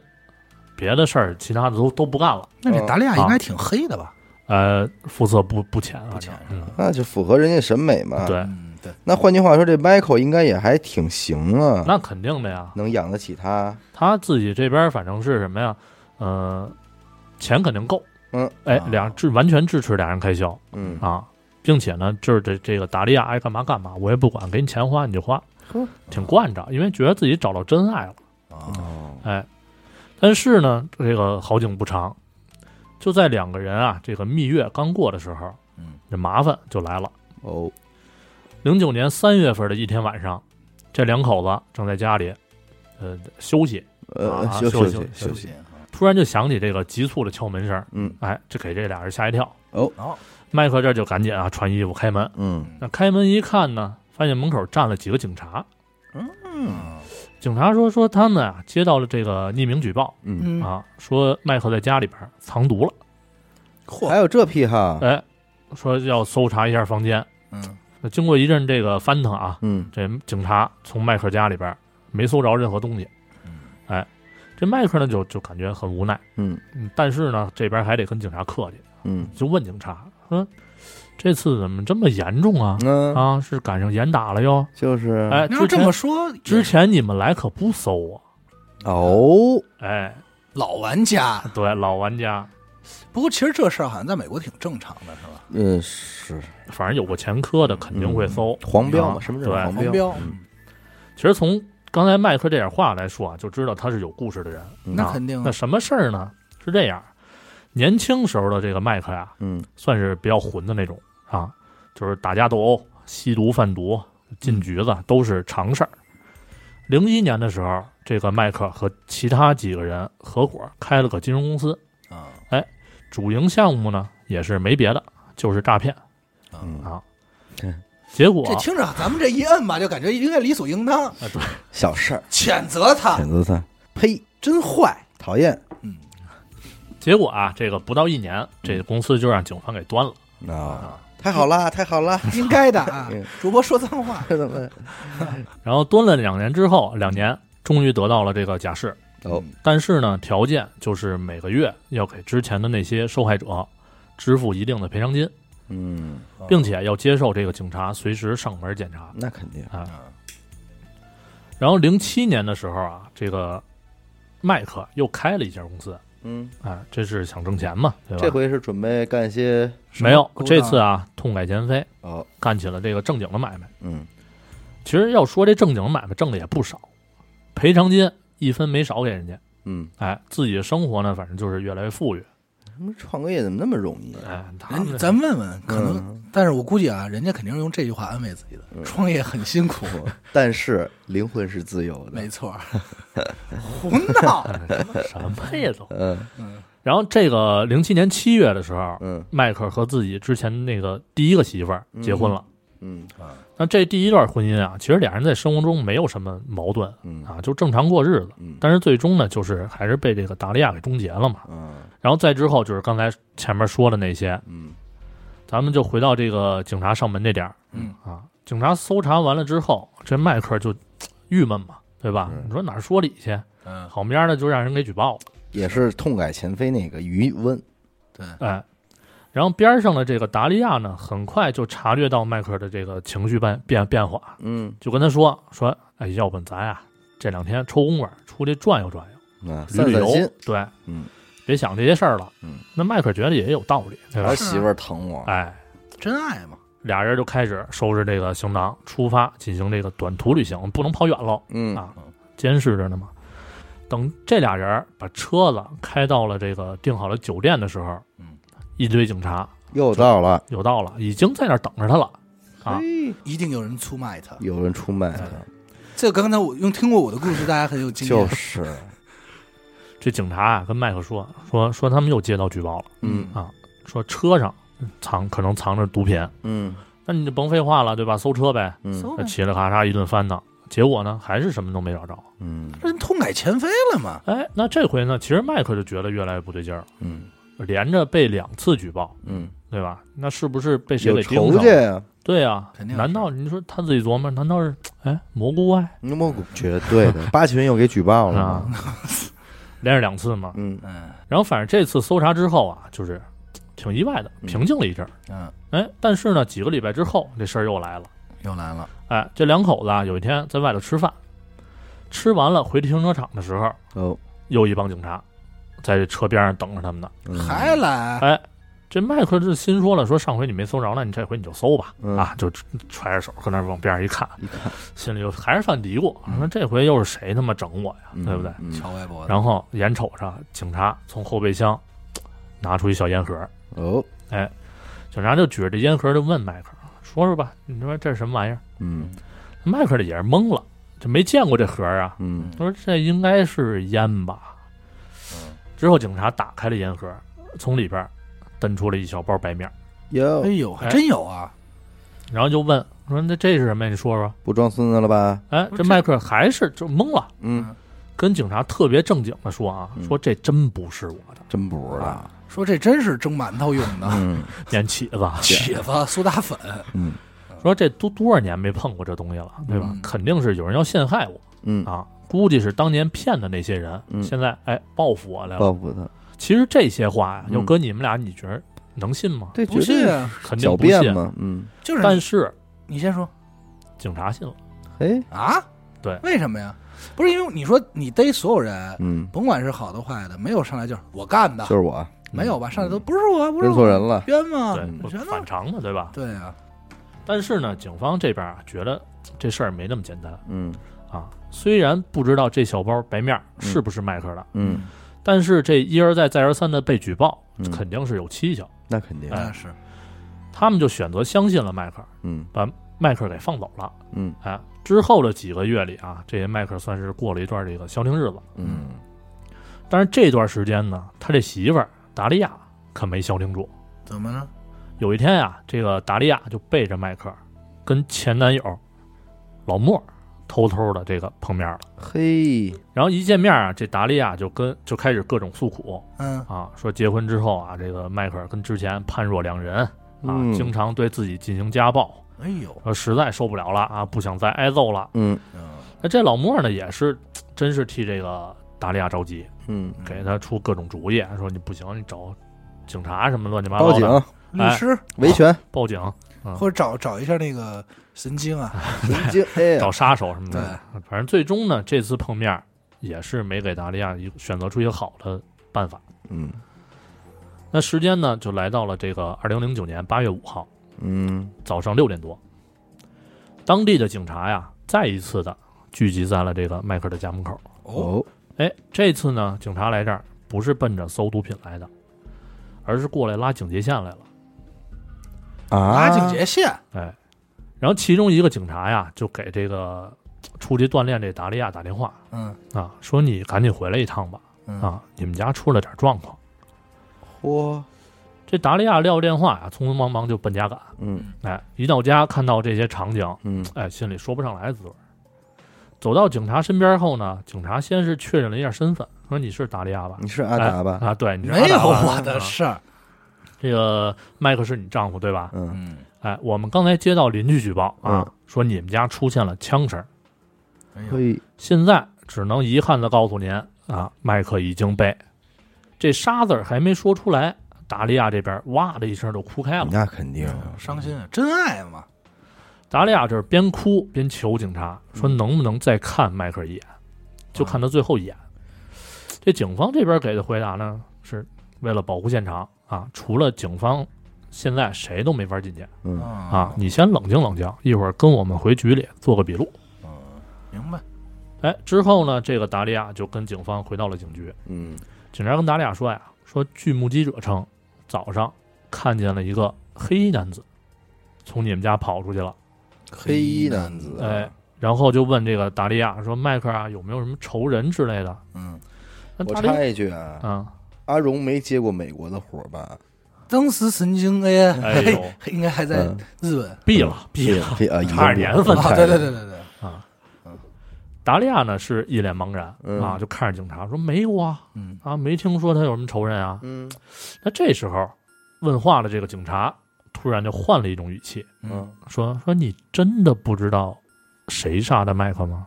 [SPEAKER 3] 别的事儿其他的都都不干了。
[SPEAKER 2] 那这
[SPEAKER 1] 嗯
[SPEAKER 2] 达利亚应
[SPEAKER 3] 啊
[SPEAKER 2] 该挺黑的吧？
[SPEAKER 3] 呃，肤色不不浅啊，
[SPEAKER 2] 不浅
[SPEAKER 3] 嗯，
[SPEAKER 1] 那就符合人家审美嘛。，
[SPEAKER 3] 对，
[SPEAKER 2] 嗯，对，
[SPEAKER 1] 那换句话说，这 Michael 应该也还挺行啊，
[SPEAKER 3] 那肯定的呀。
[SPEAKER 1] 能养得起他。
[SPEAKER 3] 他自己这边反正是什么呀？呃，钱肯定够，
[SPEAKER 1] 嗯，
[SPEAKER 3] 哎
[SPEAKER 2] 啊，
[SPEAKER 3] 俩支完全支持俩人开销
[SPEAKER 1] 嗯，
[SPEAKER 3] 啊，并且呢，就是这这个达利亚爱干嘛干嘛，我也不管，给你钱花你就花
[SPEAKER 1] 呵，
[SPEAKER 3] 挺惯着，因为觉得自己找到真爱了。
[SPEAKER 2] 啊，
[SPEAKER 1] 哦，
[SPEAKER 3] 哎，但是呢，这个好景不长，就在两个人啊这个蜜月刚过的时候，
[SPEAKER 2] 嗯，
[SPEAKER 3] 这麻烦就来了。
[SPEAKER 1] 哦，
[SPEAKER 3] 零九年三月份的一天晚上，这两口子正在家里，呃，休息，
[SPEAKER 1] 呃，
[SPEAKER 3] 啊
[SPEAKER 1] 休
[SPEAKER 3] 休
[SPEAKER 1] 息
[SPEAKER 3] 息
[SPEAKER 1] 休
[SPEAKER 2] 休
[SPEAKER 1] 息，
[SPEAKER 2] 息。
[SPEAKER 3] 突然就响起这个急促的敲门声，
[SPEAKER 1] 嗯，
[SPEAKER 3] 哎，这给这俩人吓一跳。
[SPEAKER 1] 哦
[SPEAKER 2] 哦，
[SPEAKER 3] 麦克这就赶紧啊穿衣服开门。
[SPEAKER 1] 嗯，
[SPEAKER 3] 那开门一看呢，发现门口站了几个警察。
[SPEAKER 2] 嗯
[SPEAKER 3] 警察说说他们啊接到了这个匿名举报
[SPEAKER 1] 嗯，
[SPEAKER 2] 嗯，
[SPEAKER 3] 啊，说麦克在家里边藏毒了，
[SPEAKER 1] 还
[SPEAKER 2] 嚯，
[SPEAKER 1] 有这癖哈，
[SPEAKER 3] 哎，说要搜查一下房间。
[SPEAKER 2] 嗯，
[SPEAKER 3] 那经过一阵这个翻腾啊，
[SPEAKER 1] 嗯，
[SPEAKER 3] 这警察从迈克家里边没搜着任何东西。哎，这迈克呢就就感觉很无奈，
[SPEAKER 1] 嗯
[SPEAKER 3] 嗯，但是呢这边还得跟警察客气，
[SPEAKER 1] 嗯
[SPEAKER 3] 就问警察说这次怎么这么严重啊？
[SPEAKER 1] 嗯，
[SPEAKER 3] 啊，是赶上严打了哟！
[SPEAKER 1] 就是，
[SPEAKER 3] 哎，
[SPEAKER 2] 要
[SPEAKER 3] 之
[SPEAKER 2] 这
[SPEAKER 3] 前
[SPEAKER 2] 么说，
[SPEAKER 3] 之前你们来可不搜啊！
[SPEAKER 1] 哦，
[SPEAKER 3] 哎，
[SPEAKER 2] 老玩家。
[SPEAKER 3] 对，老玩家，
[SPEAKER 2] 不过其实这事儿好像在美国挺正常的，是吧？
[SPEAKER 1] 嗯，是
[SPEAKER 3] 反正有过前科的肯定会搜。
[SPEAKER 1] 黄标嘛，
[SPEAKER 3] 啊
[SPEAKER 1] 什么叫
[SPEAKER 3] 对
[SPEAKER 1] 黄
[SPEAKER 2] 黄
[SPEAKER 1] 标？
[SPEAKER 2] 标，
[SPEAKER 3] 其实从刚才麦克这点话来说啊，就知道他是有故事的人。
[SPEAKER 1] 嗯
[SPEAKER 2] 那肯定啊
[SPEAKER 3] 那什么事儿呢？是这样，年轻时候的这个麦克呀、
[SPEAKER 1] 嗯，
[SPEAKER 3] 算是比较混的那种啊，就是打架斗殴、吸毒贩毒、进局
[SPEAKER 2] 嗯
[SPEAKER 3] 子都是常事儿。零一年的时候，这个麦克和其他几个人合伙开了个金融公司，哎
[SPEAKER 2] 啊
[SPEAKER 3] 主营项目呢也是没别的，就是诈骗
[SPEAKER 2] 啊
[SPEAKER 1] 嗯
[SPEAKER 3] 啊
[SPEAKER 1] 对。
[SPEAKER 3] 结果
[SPEAKER 1] 啊
[SPEAKER 2] 这听着，咱们这一摁吧，就感觉应该理所应当，
[SPEAKER 1] *laughs* 小事儿，
[SPEAKER 2] 谴责他
[SPEAKER 1] 谴责他，呸，
[SPEAKER 2] 真坏。
[SPEAKER 1] 讨厌
[SPEAKER 2] 嗯，
[SPEAKER 3] 结果啊，这个不到一年，这公司就让警方给端了。
[SPEAKER 1] 啊，太好啦，太好啦，
[SPEAKER 2] 应该的
[SPEAKER 1] *laughs*
[SPEAKER 2] 啊
[SPEAKER 1] 嗯。
[SPEAKER 2] 主播说脏话，
[SPEAKER 1] 这怎么？
[SPEAKER 3] 然后蹲了两年之后，两年终于得到了这个假释，
[SPEAKER 1] *laughs* 哦，
[SPEAKER 2] 嗯
[SPEAKER 3] 但是呢，条件就是每个月要给之前的那些受害者支付一定的赔偿金，
[SPEAKER 1] 嗯，
[SPEAKER 3] 并且要接受这个警察随时上门检查。
[SPEAKER 1] 那肯定，
[SPEAKER 3] 然后零七年的时候啊，这个麦克又开了一家公司，
[SPEAKER 1] 嗯，
[SPEAKER 3] 啊，这是想挣钱嘛，对吧？
[SPEAKER 1] 这回是准备干些
[SPEAKER 3] 没有
[SPEAKER 2] 勾，当
[SPEAKER 3] 这次啊，痛改前非，
[SPEAKER 1] 哦，
[SPEAKER 3] 干起了这个正经的买卖。
[SPEAKER 1] 嗯，
[SPEAKER 3] 其实要说这正经买卖挣的也不少，赔偿金一分没少给人家。
[SPEAKER 1] 嗯，
[SPEAKER 3] 哎，自己的生活呢，反正就是越来越富裕。
[SPEAKER 1] 他们创个业怎么那么容易？啊
[SPEAKER 3] 哎，他
[SPEAKER 2] 人
[SPEAKER 3] 们
[SPEAKER 2] 咱问问，可能，
[SPEAKER 1] 嗯，
[SPEAKER 2] 但是我估计啊，人家肯定是用这句话安慰自己的。创业很辛苦， *laughs*
[SPEAKER 1] 但是灵魂是 *laughs* 自由的
[SPEAKER 2] 没，错儿，胡闹。
[SPEAKER 3] 什么呀都。
[SPEAKER 1] 嗯，
[SPEAKER 3] 然后这个零七年七月的时候，
[SPEAKER 1] 嗯
[SPEAKER 3] 迈克尔和自己之前那个第一个媳妇儿结婚了。
[SPEAKER 1] 嗯
[SPEAKER 3] 那这第一段婚姻啊，其实俩人在生活中没有什么矛盾
[SPEAKER 1] 嗯
[SPEAKER 3] 啊，就正常过日子。
[SPEAKER 1] 嗯
[SPEAKER 3] 但是最终呢，就是还是被这个达利亚给终结了嘛。
[SPEAKER 1] 嗯
[SPEAKER 3] 然后再之后就是刚才前面说的那些，
[SPEAKER 1] 嗯
[SPEAKER 3] 咱们就回到这个警察上门这点儿，
[SPEAKER 2] 嗯
[SPEAKER 3] 啊，警察搜查完了之后，这迈克尔就嘖郁闷嘛，对吧？
[SPEAKER 1] 嗯
[SPEAKER 3] 你说哪儿说理去？
[SPEAKER 2] 嗯，
[SPEAKER 3] 好面儿的就让人给举报了，
[SPEAKER 1] 也是痛改前非那个余温，
[SPEAKER 2] 对，
[SPEAKER 3] 哎。然后边儿上的这个达利亚呢，很快就察觉到迈克尔的这个情绪变变变化，
[SPEAKER 1] 嗯
[SPEAKER 3] 就跟他说说，哎，要不咱啊这两天抽公馆出去转悠转悠。
[SPEAKER 1] 啊，
[SPEAKER 3] 旅
[SPEAKER 1] 散
[SPEAKER 3] 旅
[SPEAKER 1] 散
[SPEAKER 3] 游
[SPEAKER 1] 心，，
[SPEAKER 3] 对，
[SPEAKER 1] 嗯，
[SPEAKER 3] 别想这些事儿了。
[SPEAKER 1] 嗯，
[SPEAKER 3] 那迈克尔觉得也有道理，对吧
[SPEAKER 1] 还？是啊媳妇儿疼我，
[SPEAKER 3] 哎，
[SPEAKER 2] 真爱嘛，
[SPEAKER 3] 俩人就开始收拾这个行囊，出发进行这个短途旅行，不能跑远喽，
[SPEAKER 1] 嗯
[SPEAKER 3] 啊监视着呢嘛。等这俩人把车子开到了这个订好了酒店的时候，
[SPEAKER 2] 嗯，
[SPEAKER 3] 一堆警察
[SPEAKER 1] 又到了，
[SPEAKER 3] 有到了，已经在那儿等着他了。啊
[SPEAKER 1] 嘿，
[SPEAKER 2] 一定有人出卖他。
[SPEAKER 1] 有人出卖了，
[SPEAKER 2] 这刚才我用听过我的故事，大家很有经验。
[SPEAKER 3] *laughs*
[SPEAKER 1] 就是，
[SPEAKER 3] 这警察啊跟麦克说说说他们又接到举报了，
[SPEAKER 1] 嗯
[SPEAKER 3] 说车上藏可能藏着毒品，
[SPEAKER 1] 嗯
[SPEAKER 3] 那你就甭废话了，对吧？搜车呗，
[SPEAKER 1] 嗯
[SPEAKER 2] 搜
[SPEAKER 3] 那
[SPEAKER 2] 呗
[SPEAKER 3] 嘁哩咔嚓一顿翻腾，结果呢还是什么都没找着。
[SPEAKER 1] 嗯
[SPEAKER 2] 人痛改前非了嘛？
[SPEAKER 3] 哎，那这回呢，其实麦克就觉得越来越不对劲儿了，
[SPEAKER 1] 嗯
[SPEAKER 3] 连着被两次举报，
[SPEAKER 1] 嗯，
[SPEAKER 3] 对吧？那是不是被谁
[SPEAKER 1] 有
[SPEAKER 3] 给
[SPEAKER 1] 仇
[SPEAKER 3] 盯上
[SPEAKER 1] 家
[SPEAKER 3] 了？
[SPEAKER 1] 呀，
[SPEAKER 3] 对啊，
[SPEAKER 2] 肯定是
[SPEAKER 3] 难道你说他自己琢磨，难道是哎蘑菇外
[SPEAKER 1] 牛蘑菇，绝对的，八群又给举报了
[SPEAKER 3] 啊
[SPEAKER 1] 嘛，？
[SPEAKER 3] 连着两次嘛。
[SPEAKER 1] 嗯
[SPEAKER 2] 嗯
[SPEAKER 3] 然后反正这次搜查之后啊，就是挺意外的，
[SPEAKER 1] 嗯
[SPEAKER 3] 平静了一阵儿。
[SPEAKER 2] 嗯，
[SPEAKER 3] 哎，但是呢，几个礼拜之后，这事儿又来了。
[SPEAKER 2] 又来了，
[SPEAKER 3] 哎，这两口子啊，有一天在外头吃饭，吃完了回停车场的时候，
[SPEAKER 1] 哦，
[SPEAKER 3] 又一帮警察在这车边上等着他们呢。
[SPEAKER 1] 嗯
[SPEAKER 2] 还来？
[SPEAKER 3] 哎，这迈克就心说了，说上回你没搜着，那你这回你就搜吧。
[SPEAKER 1] 嗯
[SPEAKER 3] 啊，就揣着手搁那儿往边上一看，
[SPEAKER 1] 一看
[SPEAKER 3] 心里就还是犯嘀咕，
[SPEAKER 1] 嗯
[SPEAKER 3] 说这回又是谁他妈整我呀，对不对？？
[SPEAKER 1] 嗯
[SPEAKER 2] 乔歪脖子，
[SPEAKER 3] 然后眼瞅着警察从后备箱拿出一小烟盒，
[SPEAKER 1] 哦，
[SPEAKER 3] 警察就举着这烟盒就问迈克，说说吧，你说这是什么玩意儿？
[SPEAKER 1] 嗯
[SPEAKER 3] 迈克也是懵了，就没见过这盒儿啊，
[SPEAKER 1] 嗯
[SPEAKER 3] 他说这应该是烟吧。之后警察打开了烟盒，从里边儿蹬出了一小包白面儿，
[SPEAKER 1] 哟
[SPEAKER 2] 哎，呦，还真有啊！
[SPEAKER 3] 然后就问说那这是什么呀？你说说。
[SPEAKER 1] 不装孙子了吧？
[SPEAKER 3] 哎，
[SPEAKER 2] 不是
[SPEAKER 3] 这迈克尔还是就懵了，
[SPEAKER 1] 嗯，
[SPEAKER 3] 跟警察特别正经的说啊，
[SPEAKER 1] 嗯
[SPEAKER 3] 说这真不是我的 *laughs*
[SPEAKER 1] 真不知道。
[SPEAKER 2] 说这真是蒸馒头用
[SPEAKER 1] *laughs*
[SPEAKER 2] 的，
[SPEAKER 1] 嗯
[SPEAKER 3] 烟起子，啊
[SPEAKER 2] 起子、苏打粉，
[SPEAKER 1] 嗯
[SPEAKER 3] 说这都多少年没碰过这东西了，对吧？
[SPEAKER 2] 嗯
[SPEAKER 3] 肯定是有人要陷害我
[SPEAKER 1] 嗯，
[SPEAKER 3] 啊，估计是当年骗的那些人，
[SPEAKER 1] 嗯
[SPEAKER 3] 现在哎报复我来了。
[SPEAKER 1] 报复他，
[SPEAKER 3] 其实这些话呀，
[SPEAKER 1] 嗯
[SPEAKER 3] 要搁你们俩，你觉得能信吗？
[SPEAKER 1] 这
[SPEAKER 2] 不信啊？
[SPEAKER 3] 肯定
[SPEAKER 1] 狡
[SPEAKER 3] 不信。
[SPEAKER 1] 辩嘛？嗯，
[SPEAKER 2] 就是
[SPEAKER 3] 但
[SPEAKER 2] 你
[SPEAKER 3] 是
[SPEAKER 2] 你先说
[SPEAKER 3] 警察信了，
[SPEAKER 1] 哎，
[SPEAKER 2] 啊？
[SPEAKER 3] 对
[SPEAKER 2] 为什么呀？不是因为你说你逮所有人，
[SPEAKER 1] 嗯，
[SPEAKER 2] 甭管是好的坏的，没有上来就是我干的
[SPEAKER 1] 就，是我
[SPEAKER 2] 没有吧？上来都不是我，啊不是
[SPEAKER 1] 认错
[SPEAKER 2] 我，
[SPEAKER 1] 人了。
[SPEAKER 2] 冤吗？
[SPEAKER 3] 对，
[SPEAKER 1] 嗯
[SPEAKER 3] 不
[SPEAKER 2] 全都
[SPEAKER 3] 反常的，对吧？
[SPEAKER 2] 对啊，
[SPEAKER 3] 但是呢，警方这边啊，觉得这事儿没那么简单。
[SPEAKER 1] 嗯
[SPEAKER 3] 啊，虽然不知道这小包白面儿是不是迈克尔的，
[SPEAKER 1] 嗯，
[SPEAKER 3] 但是这一而再再而三的被举报，
[SPEAKER 1] 嗯
[SPEAKER 3] 肯定是有蹊跷。
[SPEAKER 1] 那肯定。
[SPEAKER 2] 那嗯是
[SPEAKER 3] 他们就选择相信了迈克尔，
[SPEAKER 1] 嗯
[SPEAKER 3] 把迈克尔给放走了。
[SPEAKER 1] 嗯
[SPEAKER 3] 哎，之后的几个月里啊，这些迈克尔算是过了一段这个消停日子。
[SPEAKER 1] 嗯，
[SPEAKER 3] 但是这段时间呢，他这媳妇儿达利亚可没消停住。
[SPEAKER 2] 怎么了？
[SPEAKER 3] 有一天啊，这个达利亚就背着迈克尔，跟前男友老莫偷偷的这个碰面了。
[SPEAKER 1] 嘿，
[SPEAKER 3] 然后一见面啊，这达利亚就跟就开始各种诉苦，
[SPEAKER 2] 嗯，
[SPEAKER 3] 啊，说结婚之后啊，这个迈克尔跟之前判若两人啊，
[SPEAKER 1] 嗯
[SPEAKER 3] 经常对自己进行家暴，
[SPEAKER 2] 哎呦，
[SPEAKER 3] 说实在受不了了啊，不想再挨揍了。
[SPEAKER 1] 嗯
[SPEAKER 2] 嗯
[SPEAKER 3] 那这老莫呢，也是真是替这个达利亚着急，
[SPEAKER 1] 嗯，
[SPEAKER 3] 给他出各种主意，说你不行，你找警察什么乱七八
[SPEAKER 1] 报
[SPEAKER 3] 糟
[SPEAKER 1] 警、
[SPEAKER 3] 的，
[SPEAKER 2] 律
[SPEAKER 1] 哎
[SPEAKER 2] 师
[SPEAKER 1] 维权、
[SPEAKER 3] 报警，
[SPEAKER 1] 哦
[SPEAKER 2] 或者找找一下那个神经啊，
[SPEAKER 1] 神经，哎
[SPEAKER 3] 找
[SPEAKER 1] 呀，
[SPEAKER 3] 杀手什么的。
[SPEAKER 2] 对，
[SPEAKER 3] 反正最终呢，这次碰面也是没给达利亚一个选择出一个好的办法。
[SPEAKER 1] 嗯
[SPEAKER 3] 那时间呢，就来到了这个二零零九年八月五号。
[SPEAKER 1] 嗯
[SPEAKER 3] 早上六点多，当地的警察呀，再一次的聚集在了这个迈克尔的家门口。
[SPEAKER 2] 哦，
[SPEAKER 1] 哦，
[SPEAKER 3] 哎，这次呢，警察来这儿不是奔着搜毒品来的，而是过来拉警戒线来了。
[SPEAKER 1] 啊，
[SPEAKER 2] 拉警戒线，
[SPEAKER 3] 哎，然后其中一个警察呀，就给这个呃出去锻炼这达利亚打电话
[SPEAKER 2] 嗯
[SPEAKER 3] 啊，说你赶紧回来一趟吧，
[SPEAKER 2] 嗯，
[SPEAKER 3] 啊，你们家出了点状况，
[SPEAKER 1] 嚯，
[SPEAKER 3] 这达利亚撂电话呀、匆匆忙忙就奔家赶。
[SPEAKER 1] 嗯
[SPEAKER 3] 哎，一到家看到这些场景，
[SPEAKER 1] 嗯
[SPEAKER 3] 哎，心里说不上来滋味儿。走到警察身边后呢，警察先是确认了一下身份，说你是达利亚吧？
[SPEAKER 1] 你是阿达吧？
[SPEAKER 3] 啊，对，你是阿
[SPEAKER 2] 没有
[SPEAKER 3] 达吧
[SPEAKER 2] 我的
[SPEAKER 3] 啊
[SPEAKER 2] 事儿。
[SPEAKER 3] 这个麦克是你丈夫对吧？
[SPEAKER 1] 嗯，
[SPEAKER 2] 嗯，
[SPEAKER 3] 哎，我们刚才接到邻居举报啊，
[SPEAKER 1] 嗯
[SPEAKER 3] 说你们家出现了枪声，
[SPEAKER 1] 可以，
[SPEAKER 3] 现在只能遗憾的告诉您啊，麦克已经被这沙字儿还没说出来，达利亚这边哇的一声就哭开了。
[SPEAKER 1] 那肯定，
[SPEAKER 2] 伤心啊，真爱嘛。
[SPEAKER 3] 达利亚这儿边哭边求警察说能不能再看迈克尔一眼，就看他最后一眼。这警方这边给的回答呢，是为了保护现场啊，除了警方，现在谁都没法进去
[SPEAKER 1] 嗯
[SPEAKER 3] 啊。你先冷静冷静，一会儿跟我们回局里做个笔录。
[SPEAKER 2] 明白？
[SPEAKER 3] 哎，之后呢，这个达利亚就跟警方回到了警局。
[SPEAKER 1] 嗯
[SPEAKER 3] 警察跟达利亚说呀，说据目击者称，早上看见了一个黑衣男子从你们家跑出去了。
[SPEAKER 1] 黑衣男子
[SPEAKER 3] 哎，然后就问这个达利亚说：“迈克啊，有没有什么仇人之类的
[SPEAKER 2] 嗯，？”
[SPEAKER 3] 那
[SPEAKER 1] 我
[SPEAKER 3] 达利亚
[SPEAKER 1] 插一句啊，
[SPEAKER 3] 啊，
[SPEAKER 1] 阿荣没接过美国的活吧？
[SPEAKER 2] 当时神经哎，
[SPEAKER 3] 哎呦
[SPEAKER 2] 嘿应该还在
[SPEAKER 1] 嗯
[SPEAKER 2] 日本
[SPEAKER 3] 毙了，毙了。
[SPEAKER 1] 啊，已经
[SPEAKER 3] 差点年份
[SPEAKER 2] 啊！对对对对对，
[SPEAKER 3] 达利亚呢是一脸茫然
[SPEAKER 1] 嗯
[SPEAKER 3] 啊，就看着警察说：“没有啊，
[SPEAKER 2] 嗯
[SPEAKER 3] 啊，没听说他有什么仇人啊。
[SPEAKER 1] 嗯”
[SPEAKER 3] 那这时候问话的这个警察突然就换了一种语气，
[SPEAKER 2] 嗯，
[SPEAKER 1] 嗯，
[SPEAKER 3] 说：“说你真的不知道谁杀的迈克吗？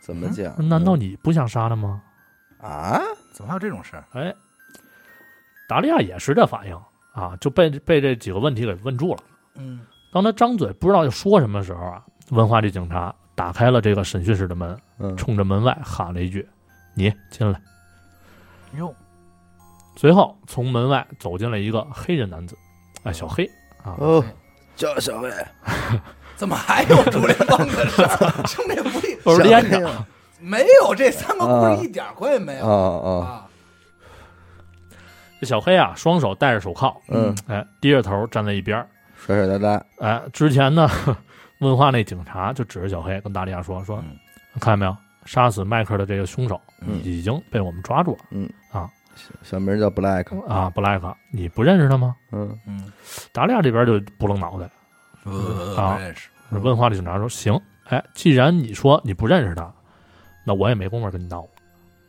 [SPEAKER 1] 怎么讲？
[SPEAKER 3] 难道嗯你不想杀他吗
[SPEAKER 1] 啊？
[SPEAKER 2] 怎么还有这种事儿？”
[SPEAKER 3] 哎，达利亚也是这反应啊，就被被这几个问题给问住了。
[SPEAKER 2] 嗯
[SPEAKER 3] 当他张嘴不知道要说什么的时候啊，文化这警察打开了这个审讯室的门，
[SPEAKER 1] 嗯
[SPEAKER 3] 冲着门外喊了一句：“你进来。
[SPEAKER 2] 哟，”
[SPEAKER 3] 随后从门外走进了一个黑人男子，哎，小黑啊，
[SPEAKER 1] 哦，叫小伟，
[SPEAKER 2] 怎么还有主联邦的事 *laughs* 儿？兄弟不一
[SPEAKER 3] 都是连着。
[SPEAKER 1] 啊
[SPEAKER 2] 没有这三个故事一点关系没有
[SPEAKER 1] 啊，
[SPEAKER 2] 啊！
[SPEAKER 3] 这小黑啊，双手戴着手铐，
[SPEAKER 1] 嗯，
[SPEAKER 3] 哎，低着头站在一边儿。
[SPEAKER 1] 甩甩哒哒，
[SPEAKER 3] 哎，之前呢， *laughs* 问话那警察就指着小黑跟达利亚说：“说
[SPEAKER 2] 嗯
[SPEAKER 3] 看见没有，杀死迈克的这个凶手
[SPEAKER 1] 嗯
[SPEAKER 3] 已经被我们抓住了。
[SPEAKER 1] 嗯
[SPEAKER 3] 啊
[SPEAKER 1] 小名叫 Black，
[SPEAKER 3] 啊，布莱克，你不认识他吗
[SPEAKER 1] 嗯，
[SPEAKER 2] 嗯，？”
[SPEAKER 3] 达利亚这边就不愣脑袋。
[SPEAKER 2] 不不
[SPEAKER 3] 啊
[SPEAKER 2] 认识。
[SPEAKER 1] 嗯
[SPEAKER 3] 问话的警察说：“行，哎，既然你说你不认识他，那我也没工夫跟你闹了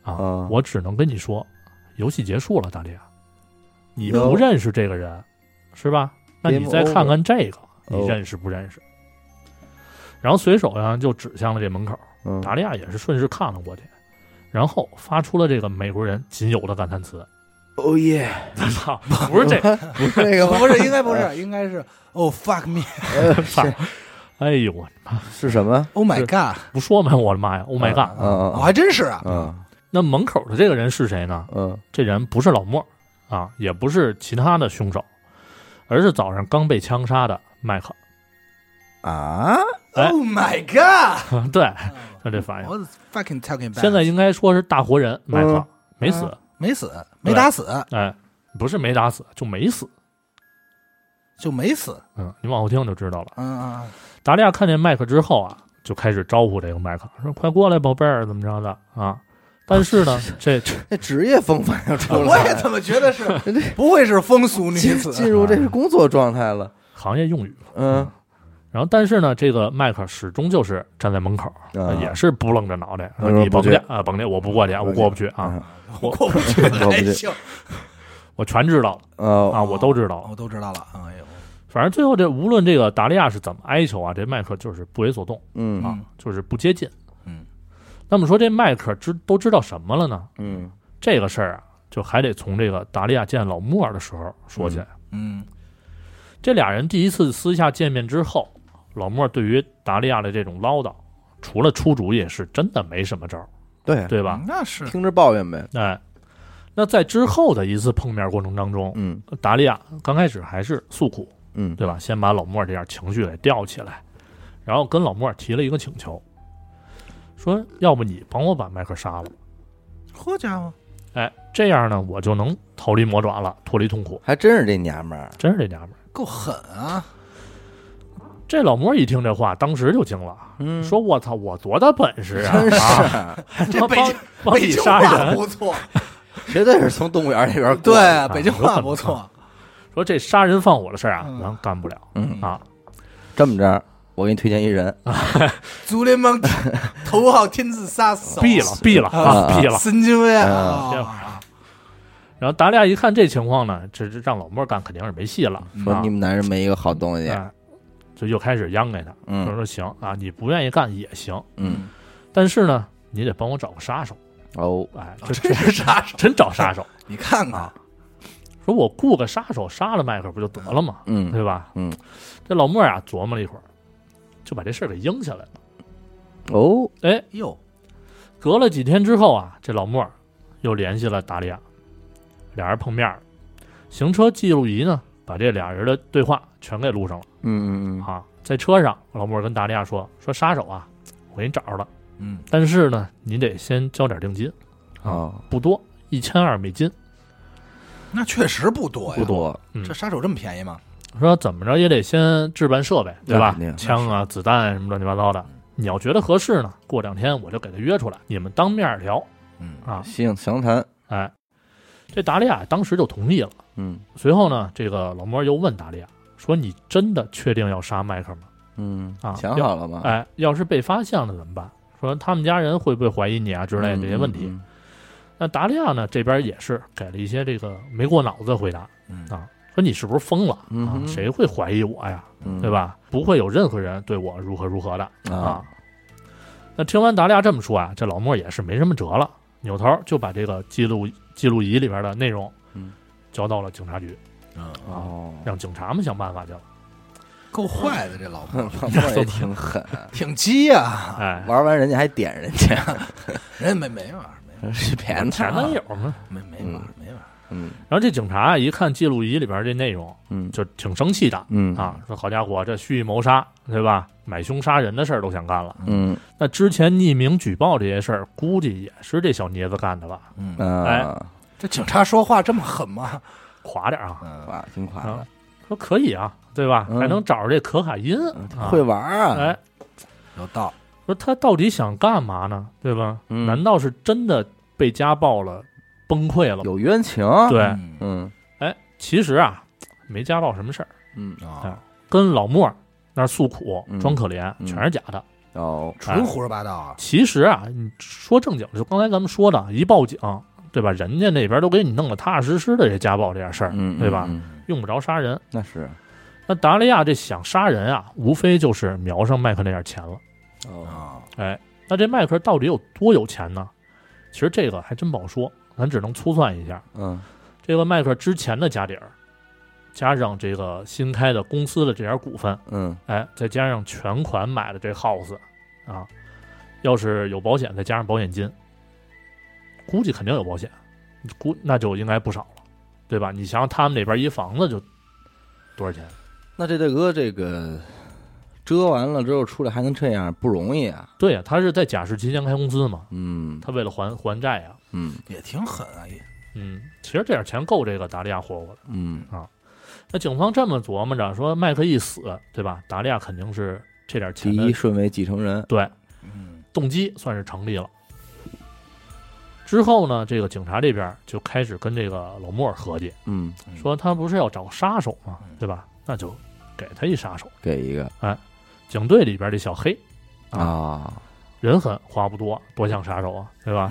[SPEAKER 3] 啊，
[SPEAKER 1] 啊
[SPEAKER 3] 我只能跟你说，游戏结束了，大力亚，你
[SPEAKER 1] 哟
[SPEAKER 3] 不认识这个人是吧？那你
[SPEAKER 1] Game 哦
[SPEAKER 3] 再看看这个，
[SPEAKER 1] over
[SPEAKER 3] 你认识不认识？”然后随手呀就指向了这门口，
[SPEAKER 1] 嗯
[SPEAKER 3] 达利亚也是顺势看了过去，然后发出了这个美国人仅有的感叹词 *laughs*
[SPEAKER 1] 哦耶，：“
[SPEAKER 3] 操，不是这
[SPEAKER 1] *laughs*
[SPEAKER 3] 个，
[SPEAKER 1] 不是那个
[SPEAKER 3] *laughs*
[SPEAKER 1] 吗？呃
[SPEAKER 2] 不 *laughs* 是，应该不是，应该是 Oh fuck me，Oh
[SPEAKER 3] 哎呦我
[SPEAKER 1] 是什么？
[SPEAKER 2] Oh my
[SPEAKER 3] 是啊
[SPEAKER 2] god！
[SPEAKER 3] 不说吗？我的妈呀！Oh my god！、
[SPEAKER 1] 嗯
[SPEAKER 2] 我还真是啊，
[SPEAKER 1] 嗯
[SPEAKER 3] 那门口的这个人是谁呢？
[SPEAKER 1] 嗯
[SPEAKER 3] 这人不是老莫啊，也不是其他的凶手，而是早上刚被枪杀的麦克。 *laughs*
[SPEAKER 1] 啊，
[SPEAKER 3] 哎
[SPEAKER 2] Oh my god！
[SPEAKER 3] 对，他这反
[SPEAKER 2] 哎
[SPEAKER 3] 应，
[SPEAKER 2] 我 fucking talking about。
[SPEAKER 3] 现在应该说是大活人麦克、
[SPEAKER 1] 嗯
[SPEAKER 3] 没死，
[SPEAKER 2] 没死，没打死
[SPEAKER 3] 哎，不是没打死，就没死。
[SPEAKER 2] 就没死。
[SPEAKER 3] 嗯，你往后听就知道了。
[SPEAKER 2] 嗯嗯
[SPEAKER 3] 达利亚看见麦克之后啊，就开始招呼这个麦克，说：“快过来，宝贝儿，怎么着的啊？”但是呢，这这
[SPEAKER 1] 这职业风范要出
[SPEAKER 2] 嗯， *laughs* 我也
[SPEAKER 1] 来，
[SPEAKER 2] 怎么觉 *laughs* 得是，不会是风俗女
[SPEAKER 1] 进
[SPEAKER 2] 子
[SPEAKER 1] 进入这是工作状态了，
[SPEAKER 3] 行业用语。
[SPEAKER 1] 嗯，
[SPEAKER 3] 然后，但是呢，这个麦克始终就是站在门口，
[SPEAKER 1] 啊
[SPEAKER 3] 嗯呃也是不愣着脑袋，说
[SPEAKER 1] 嗯
[SPEAKER 3] 你
[SPEAKER 1] 不
[SPEAKER 3] 甭
[SPEAKER 1] 去
[SPEAKER 3] 去啊，甭去，我不过去，我过不去啊，
[SPEAKER 1] 啊
[SPEAKER 2] *laughs* *laughs* 我过不去的还行，
[SPEAKER 3] 我全知道了
[SPEAKER 1] 哦
[SPEAKER 3] 啊，我都知道了。
[SPEAKER 2] 我都知道了。哎呦，
[SPEAKER 3] 反正最后这无论这个达利亚是怎么哀求啊，这麦克就是不为所动
[SPEAKER 1] 嗯
[SPEAKER 3] 啊
[SPEAKER 2] 嗯，
[SPEAKER 3] 就是不接近。
[SPEAKER 2] 嗯，
[SPEAKER 3] 那么说这麦克知都知道什么了呢？
[SPEAKER 1] 嗯
[SPEAKER 3] 这个事儿啊，就还得从这个达利亚见老莫尔的时候说起来。
[SPEAKER 2] 嗯
[SPEAKER 3] 这俩人第一次私下见面之后，老莫对于达利亚的这种唠叨，除了出主意，是真的没什么招儿，
[SPEAKER 1] 对，
[SPEAKER 3] 对吧？
[SPEAKER 2] 那是
[SPEAKER 1] 听着抱怨呗，
[SPEAKER 3] 哎，那在之后的一次碰面过程当中，
[SPEAKER 1] 嗯
[SPEAKER 3] 达利亚刚开始还是诉苦，
[SPEAKER 1] 嗯
[SPEAKER 3] 对吧？先把老莫尔这点情绪给吊起来，然后跟老莫尔提了一个请求，说要不你帮我把迈克杀了，
[SPEAKER 2] 好家伙，
[SPEAKER 3] 哎，这样呢我就能逃离魔爪了，脱离痛苦。
[SPEAKER 1] 还真是这娘们儿，
[SPEAKER 3] 真是这娘们儿，
[SPEAKER 2] 够狠啊！
[SPEAKER 3] 这老莫尔一听这话，当时就惊了，
[SPEAKER 1] 嗯
[SPEAKER 3] 说：“我操，我多大本事啊！
[SPEAKER 1] *laughs* 真是
[SPEAKER 3] 啊，
[SPEAKER 1] 啊
[SPEAKER 3] 他妈
[SPEAKER 2] 这北
[SPEAKER 3] 帮帮
[SPEAKER 2] 北
[SPEAKER 3] 你
[SPEAKER 2] 京
[SPEAKER 3] 杀
[SPEAKER 2] 话
[SPEAKER 3] *laughs* 人，
[SPEAKER 2] 不错，
[SPEAKER 1] 绝对是从动物园那边过来的。
[SPEAKER 3] 啊
[SPEAKER 2] 对，北京话不错，
[SPEAKER 3] 说这杀人放火的事儿啊，
[SPEAKER 2] 嗯
[SPEAKER 3] 咱干不了
[SPEAKER 1] 嗯，
[SPEAKER 3] 啊。
[SPEAKER 1] 这么着，我给你推荐一人，
[SPEAKER 2] 竹联盟
[SPEAKER 3] *laughs*
[SPEAKER 2] 头号天字杀手
[SPEAKER 3] 毙了，毙了
[SPEAKER 1] 啊
[SPEAKER 3] 啊，毙了。
[SPEAKER 2] 神经病
[SPEAKER 3] 这会
[SPEAKER 2] 啊！
[SPEAKER 3] 儿啊，然后达利亚一看这情况呢，这这让老莫干肯定是没戏了，
[SPEAKER 1] 说
[SPEAKER 3] 啊
[SPEAKER 1] 你们男人没一个好东西。
[SPEAKER 3] 哎，就又开始央给他，就
[SPEAKER 1] 嗯
[SPEAKER 3] 说行啊，你不愿意干也行，
[SPEAKER 1] 嗯，
[SPEAKER 3] 但是呢，你得帮我找个杀手。
[SPEAKER 1] 哦， *laughs*
[SPEAKER 3] 哎，
[SPEAKER 2] 啊
[SPEAKER 3] 这啊
[SPEAKER 2] 真是杀手，
[SPEAKER 3] 真找杀手，
[SPEAKER 2] 你看看，
[SPEAKER 3] 说我雇个杀手杀了迈克尔不就得了吗？
[SPEAKER 1] 嗯
[SPEAKER 3] 对吧？
[SPEAKER 1] 嗯，
[SPEAKER 3] 这老莫啊琢磨了一会儿，就把这事儿给应下来了。
[SPEAKER 1] 哦，
[SPEAKER 3] 哎，
[SPEAKER 2] 哟，
[SPEAKER 3] 隔了几天之后啊，这老莫又联系了达利亚，俩人碰面了，行车记录仪呢把这俩人的对话全给录上了
[SPEAKER 1] 嗯嗯
[SPEAKER 3] 啊。在车上，老莫跟达利亚说：“说杀手啊，我给你找着了，
[SPEAKER 2] 嗯，
[SPEAKER 3] 但是呢，你得先交点定金，
[SPEAKER 1] 嗯，哦，
[SPEAKER 3] 不多，一千二美金。
[SPEAKER 2] 那确实不多
[SPEAKER 1] 不
[SPEAKER 2] 呀。
[SPEAKER 1] 多，
[SPEAKER 3] 嗯
[SPEAKER 2] 这杀手这么便宜吗？
[SPEAKER 3] 说怎么着也得先置办设备，对
[SPEAKER 1] 那嗯
[SPEAKER 3] 吧
[SPEAKER 1] 肯定？
[SPEAKER 3] 枪啊、子弹啊什么乱七八糟的。你要觉得合适呢，过两天我就给他约出来，你们当面聊
[SPEAKER 2] 嗯
[SPEAKER 3] 啊。
[SPEAKER 1] 行，详谈。
[SPEAKER 3] 哎，这达利亚当时就同意了。
[SPEAKER 1] 嗯
[SPEAKER 3] 随后呢，这个老莫又问达利亚说：“你真的确定要杀迈克尔吗？
[SPEAKER 1] 嗯
[SPEAKER 3] 啊，
[SPEAKER 1] 想好了吗？
[SPEAKER 3] 哎，要是被发现了怎么办？说他们家人会不会怀疑你啊之类的这些问题？”
[SPEAKER 1] 嗯，
[SPEAKER 3] 那达利亚呢这边也是给了一些这个没过脑子的回答
[SPEAKER 2] 嗯
[SPEAKER 3] 啊，说你是不是疯了
[SPEAKER 1] 嗯
[SPEAKER 3] 啊？
[SPEAKER 1] 哼
[SPEAKER 3] 谁会怀疑我呀？
[SPEAKER 1] 嗯
[SPEAKER 3] 对？吧？不会有任何人对我如何如何的
[SPEAKER 1] 嗯
[SPEAKER 3] 啊
[SPEAKER 1] 啊，。
[SPEAKER 3] 那听完达利亚这么说啊，这老莫也是没什么辙了，扭头就把这个记录记录仪里边的内容
[SPEAKER 1] 嗯
[SPEAKER 3] 交到了警察局，
[SPEAKER 2] 嗯，
[SPEAKER 1] 哦，
[SPEAKER 3] 让警察们想办法去了。
[SPEAKER 2] 够坏的这老
[SPEAKER 1] *laughs*
[SPEAKER 2] 婆，
[SPEAKER 1] 老莫也挺狠，
[SPEAKER 2] 挺鸡
[SPEAKER 1] 啊
[SPEAKER 2] 呀，
[SPEAKER 3] 哎，
[SPEAKER 1] 玩完人家还点人家， *laughs*
[SPEAKER 2] 人家没没玩儿，没玩儿
[SPEAKER 1] 是骗子。
[SPEAKER 3] 前男友嘛。
[SPEAKER 2] 没没玩儿，没玩儿。
[SPEAKER 1] 嗯
[SPEAKER 3] 然后这警察啊一看记录仪里边这内容，
[SPEAKER 1] 嗯
[SPEAKER 3] 就挺生气的
[SPEAKER 1] 嗯
[SPEAKER 3] 啊，说好家伙，这蓄意谋杀对吧？买凶杀人的事儿都想干了。
[SPEAKER 1] 嗯
[SPEAKER 3] 那之前匿名举报这些事儿，估计也是这小妮子干的吧？
[SPEAKER 2] 嗯，
[SPEAKER 1] 啊，
[SPEAKER 2] 这警察说话这么狠吗？
[SPEAKER 3] 垮点儿啊！
[SPEAKER 2] 嗯，
[SPEAKER 1] 哇，挺快
[SPEAKER 3] 啊
[SPEAKER 1] 的，，
[SPEAKER 3] 说可以啊，对吧？
[SPEAKER 1] 嗯
[SPEAKER 3] 还能找着这可卡因，啊
[SPEAKER 1] 会玩啊。
[SPEAKER 3] 哎，
[SPEAKER 2] 有道。
[SPEAKER 3] 说他到底想干嘛呢？对吧？
[SPEAKER 1] 嗯
[SPEAKER 3] 难道是真的被家暴了，崩溃了吗？
[SPEAKER 1] 有冤情。
[SPEAKER 3] 对，
[SPEAKER 2] 嗯
[SPEAKER 1] 嗯
[SPEAKER 3] 哎，其实啊，没家暴什么事儿，
[SPEAKER 1] 嗯，
[SPEAKER 2] 啊，
[SPEAKER 3] 跟老莫那儿诉苦、
[SPEAKER 1] 嗯
[SPEAKER 3] 装可怜，
[SPEAKER 1] 嗯
[SPEAKER 3] 全是假的。
[SPEAKER 1] 哦，
[SPEAKER 3] 哎
[SPEAKER 2] 纯胡说八道啊！
[SPEAKER 3] 其实啊，你说正经，就刚才咱们说的，一报警，对吧？人家那边都给你弄得踏踏实实的，这家暴这点事儿，
[SPEAKER 1] 嗯，
[SPEAKER 3] 对吧？
[SPEAKER 1] 嗯？嗯
[SPEAKER 3] 用不着杀人。
[SPEAKER 1] 那是
[SPEAKER 3] 那达利亚这想杀人啊，无非就是瞄上麦克那点钱了。
[SPEAKER 1] 哦，
[SPEAKER 2] 啊，
[SPEAKER 3] 哎那这迈克尔到底有多有钱呢？其实这个还真不好说，咱只能粗算一下。
[SPEAKER 1] 嗯
[SPEAKER 3] 这个迈克尔之前的家底儿，加上这个新开的公司的这点股份，
[SPEAKER 1] 嗯
[SPEAKER 3] 哎，再加上全款买的这 house 啊，要是有保险，再加上保险金，估计肯定有保险，估那就应该不少了，对吧？你想想他们那边一房子就多少钱？
[SPEAKER 1] 那这大哥这个遮完了之后出来还能这样，不容易啊。
[SPEAKER 3] 对呀、他是在假释期间开公司嘛，
[SPEAKER 1] 嗯
[SPEAKER 3] 他为了还还债呀、
[SPEAKER 1] 嗯
[SPEAKER 2] 也挺狠啊，也
[SPEAKER 3] 嗯，其实这点钱够这个达利亚活过的。
[SPEAKER 1] 嗯
[SPEAKER 3] 那警方这么琢磨着，说麦克一死，对吧？达利亚肯定是这点
[SPEAKER 1] 第
[SPEAKER 3] 钱的
[SPEAKER 1] 一顺位继承人。
[SPEAKER 3] 对
[SPEAKER 2] 嗯
[SPEAKER 3] 动机算是成立了。之后呢，这个警察这边就开始跟这个老莫尔合计，
[SPEAKER 1] 嗯，
[SPEAKER 3] 说他不是要找杀手吗
[SPEAKER 2] 嗯？
[SPEAKER 3] 对吧？那就给他一杀手。
[SPEAKER 1] 给一个
[SPEAKER 3] 警队里边这小黑
[SPEAKER 1] 啊，
[SPEAKER 3] 人狠话不多，多像杀手啊，对吧？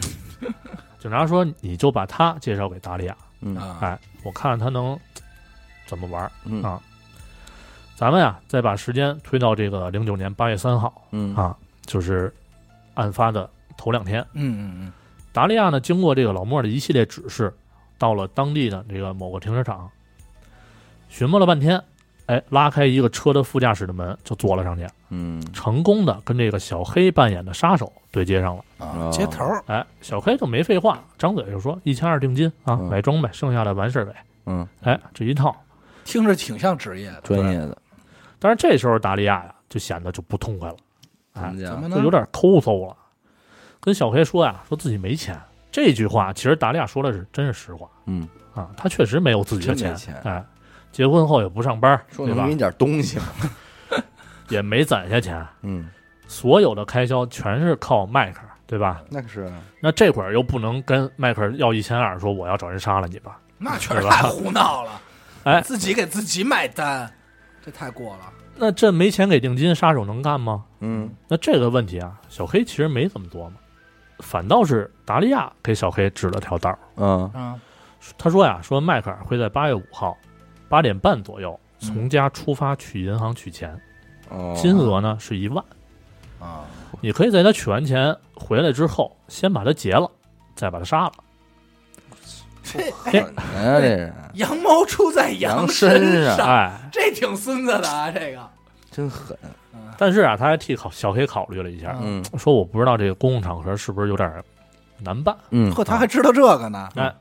[SPEAKER 3] *laughs* 警察说你就把他介绍给达利亚，
[SPEAKER 1] 嗯
[SPEAKER 2] 啊，
[SPEAKER 3] 哎，我看他能怎么玩儿。
[SPEAKER 1] 嗯
[SPEAKER 3] 啊咱们呀、再把时间推到这个零九年八月三号，
[SPEAKER 1] 嗯
[SPEAKER 3] 啊，就是案发的头两天，
[SPEAKER 2] 嗯嗯
[SPEAKER 3] 达利亚呢，经过这个老莫的一系列指示，到了当地的这个某个停车场，寻摸了半天，哎，拉开一个车的副驾驶的门，就坐了上去，
[SPEAKER 1] 嗯
[SPEAKER 3] 成功的跟这个小黑扮演的杀手对接上了。
[SPEAKER 2] 嗯
[SPEAKER 1] 哦
[SPEAKER 2] 啊，接头儿
[SPEAKER 3] 哎，小黑就没废话，张嘴就说一千二定金啊，
[SPEAKER 1] 嗯
[SPEAKER 3] 买装备，剩下的完事儿呗。
[SPEAKER 1] 嗯，
[SPEAKER 3] 哎，这一套。
[SPEAKER 2] 听着挺像职业的，
[SPEAKER 1] 专业的，
[SPEAKER 3] 但是这时候达利亚呀，就显得就不痛快了，哎
[SPEAKER 1] 怎么
[SPEAKER 2] 怎么
[SPEAKER 1] 讲？
[SPEAKER 2] 呢？
[SPEAKER 3] 就有点抠搜了，跟小黑说呀，说自己没钱。这句话其实达利亚说的是真是实话。
[SPEAKER 1] 嗯，
[SPEAKER 3] 啊，他确实没有自己的
[SPEAKER 1] 真
[SPEAKER 3] 钱，
[SPEAKER 1] 没钱
[SPEAKER 3] 哎，结婚后也不上班，
[SPEAKER 1] 说
[SPEAKER 3] 对
[SPEAKER 1] 你
[SPEAKER 3] 吧
[SPEAKER 1] 给？你点东西嘛。
[SPEAKER 3] 也没攒下钱，
[SPEAKER 1] 嗯
[SPEAKER 3] 所有的开销全是靠迈克尔对吧？
[SPEAKER 1] 那是啊
[SPEAKER 3] 那这会儿又不能跟迈克尔要一千二，说我要找人杀了你吧？ *laughs*
[SPEAKER 2] 那确实太胡闹了，
[SPEAKER 3] 哎
[SPEAKER 2] 自己给自己买单，这太过了。
[SPEAKER 3] 那这没钱给定金，杀手能干吗？
[SPEAKER 1] 嗯
[SPEAKER 3] 那这个问题啊，小黑其实没怎么琢磨，反倒是达利亚给小黑指了条道儿。
[SPEAKER 1] 嗯
[SPEAKER 2] 啊，
[SPEAKER 3] 他说呀，说迈克尔会在八月五号八点半左右从家出发去银行取钱，
[SPEAKER 1] 哦，
[SPEAKER 3] 金额呢是一万。
[SPEAKER 2] 啊，
[SPEAKER 3] 你可以在他取完钱回来之后，先把他劫了，再把他杀了。
[SPEAKER 2] 这
[SPEAKER 3] 哎
[SPEAKER 1] 狠啊，这人
[SPEAKER 2] 羊毛出在
[SPEAKER 1] 羊
[SPEAKER 2] 身
[SPEAKER 1] 身上
[SPEAKER 3] 哎，
[SPEAKER 2] 这挺孙子的啊，这个
[SPEAKER 1] 真狠，
[SPEAKER 3] 但是啊，他还替考小黑考虑了一下，
[SPEAKER 2] 嗯
[SPEAKER 1] 嗯
[SPEAKER 3] 说我不知道这个公共场合是不是有点难办。
[SPEAKER 1] 嗯
[SPEAKER 2] 呵，他还知道这个呢，
[SPEAKER 3] 哎，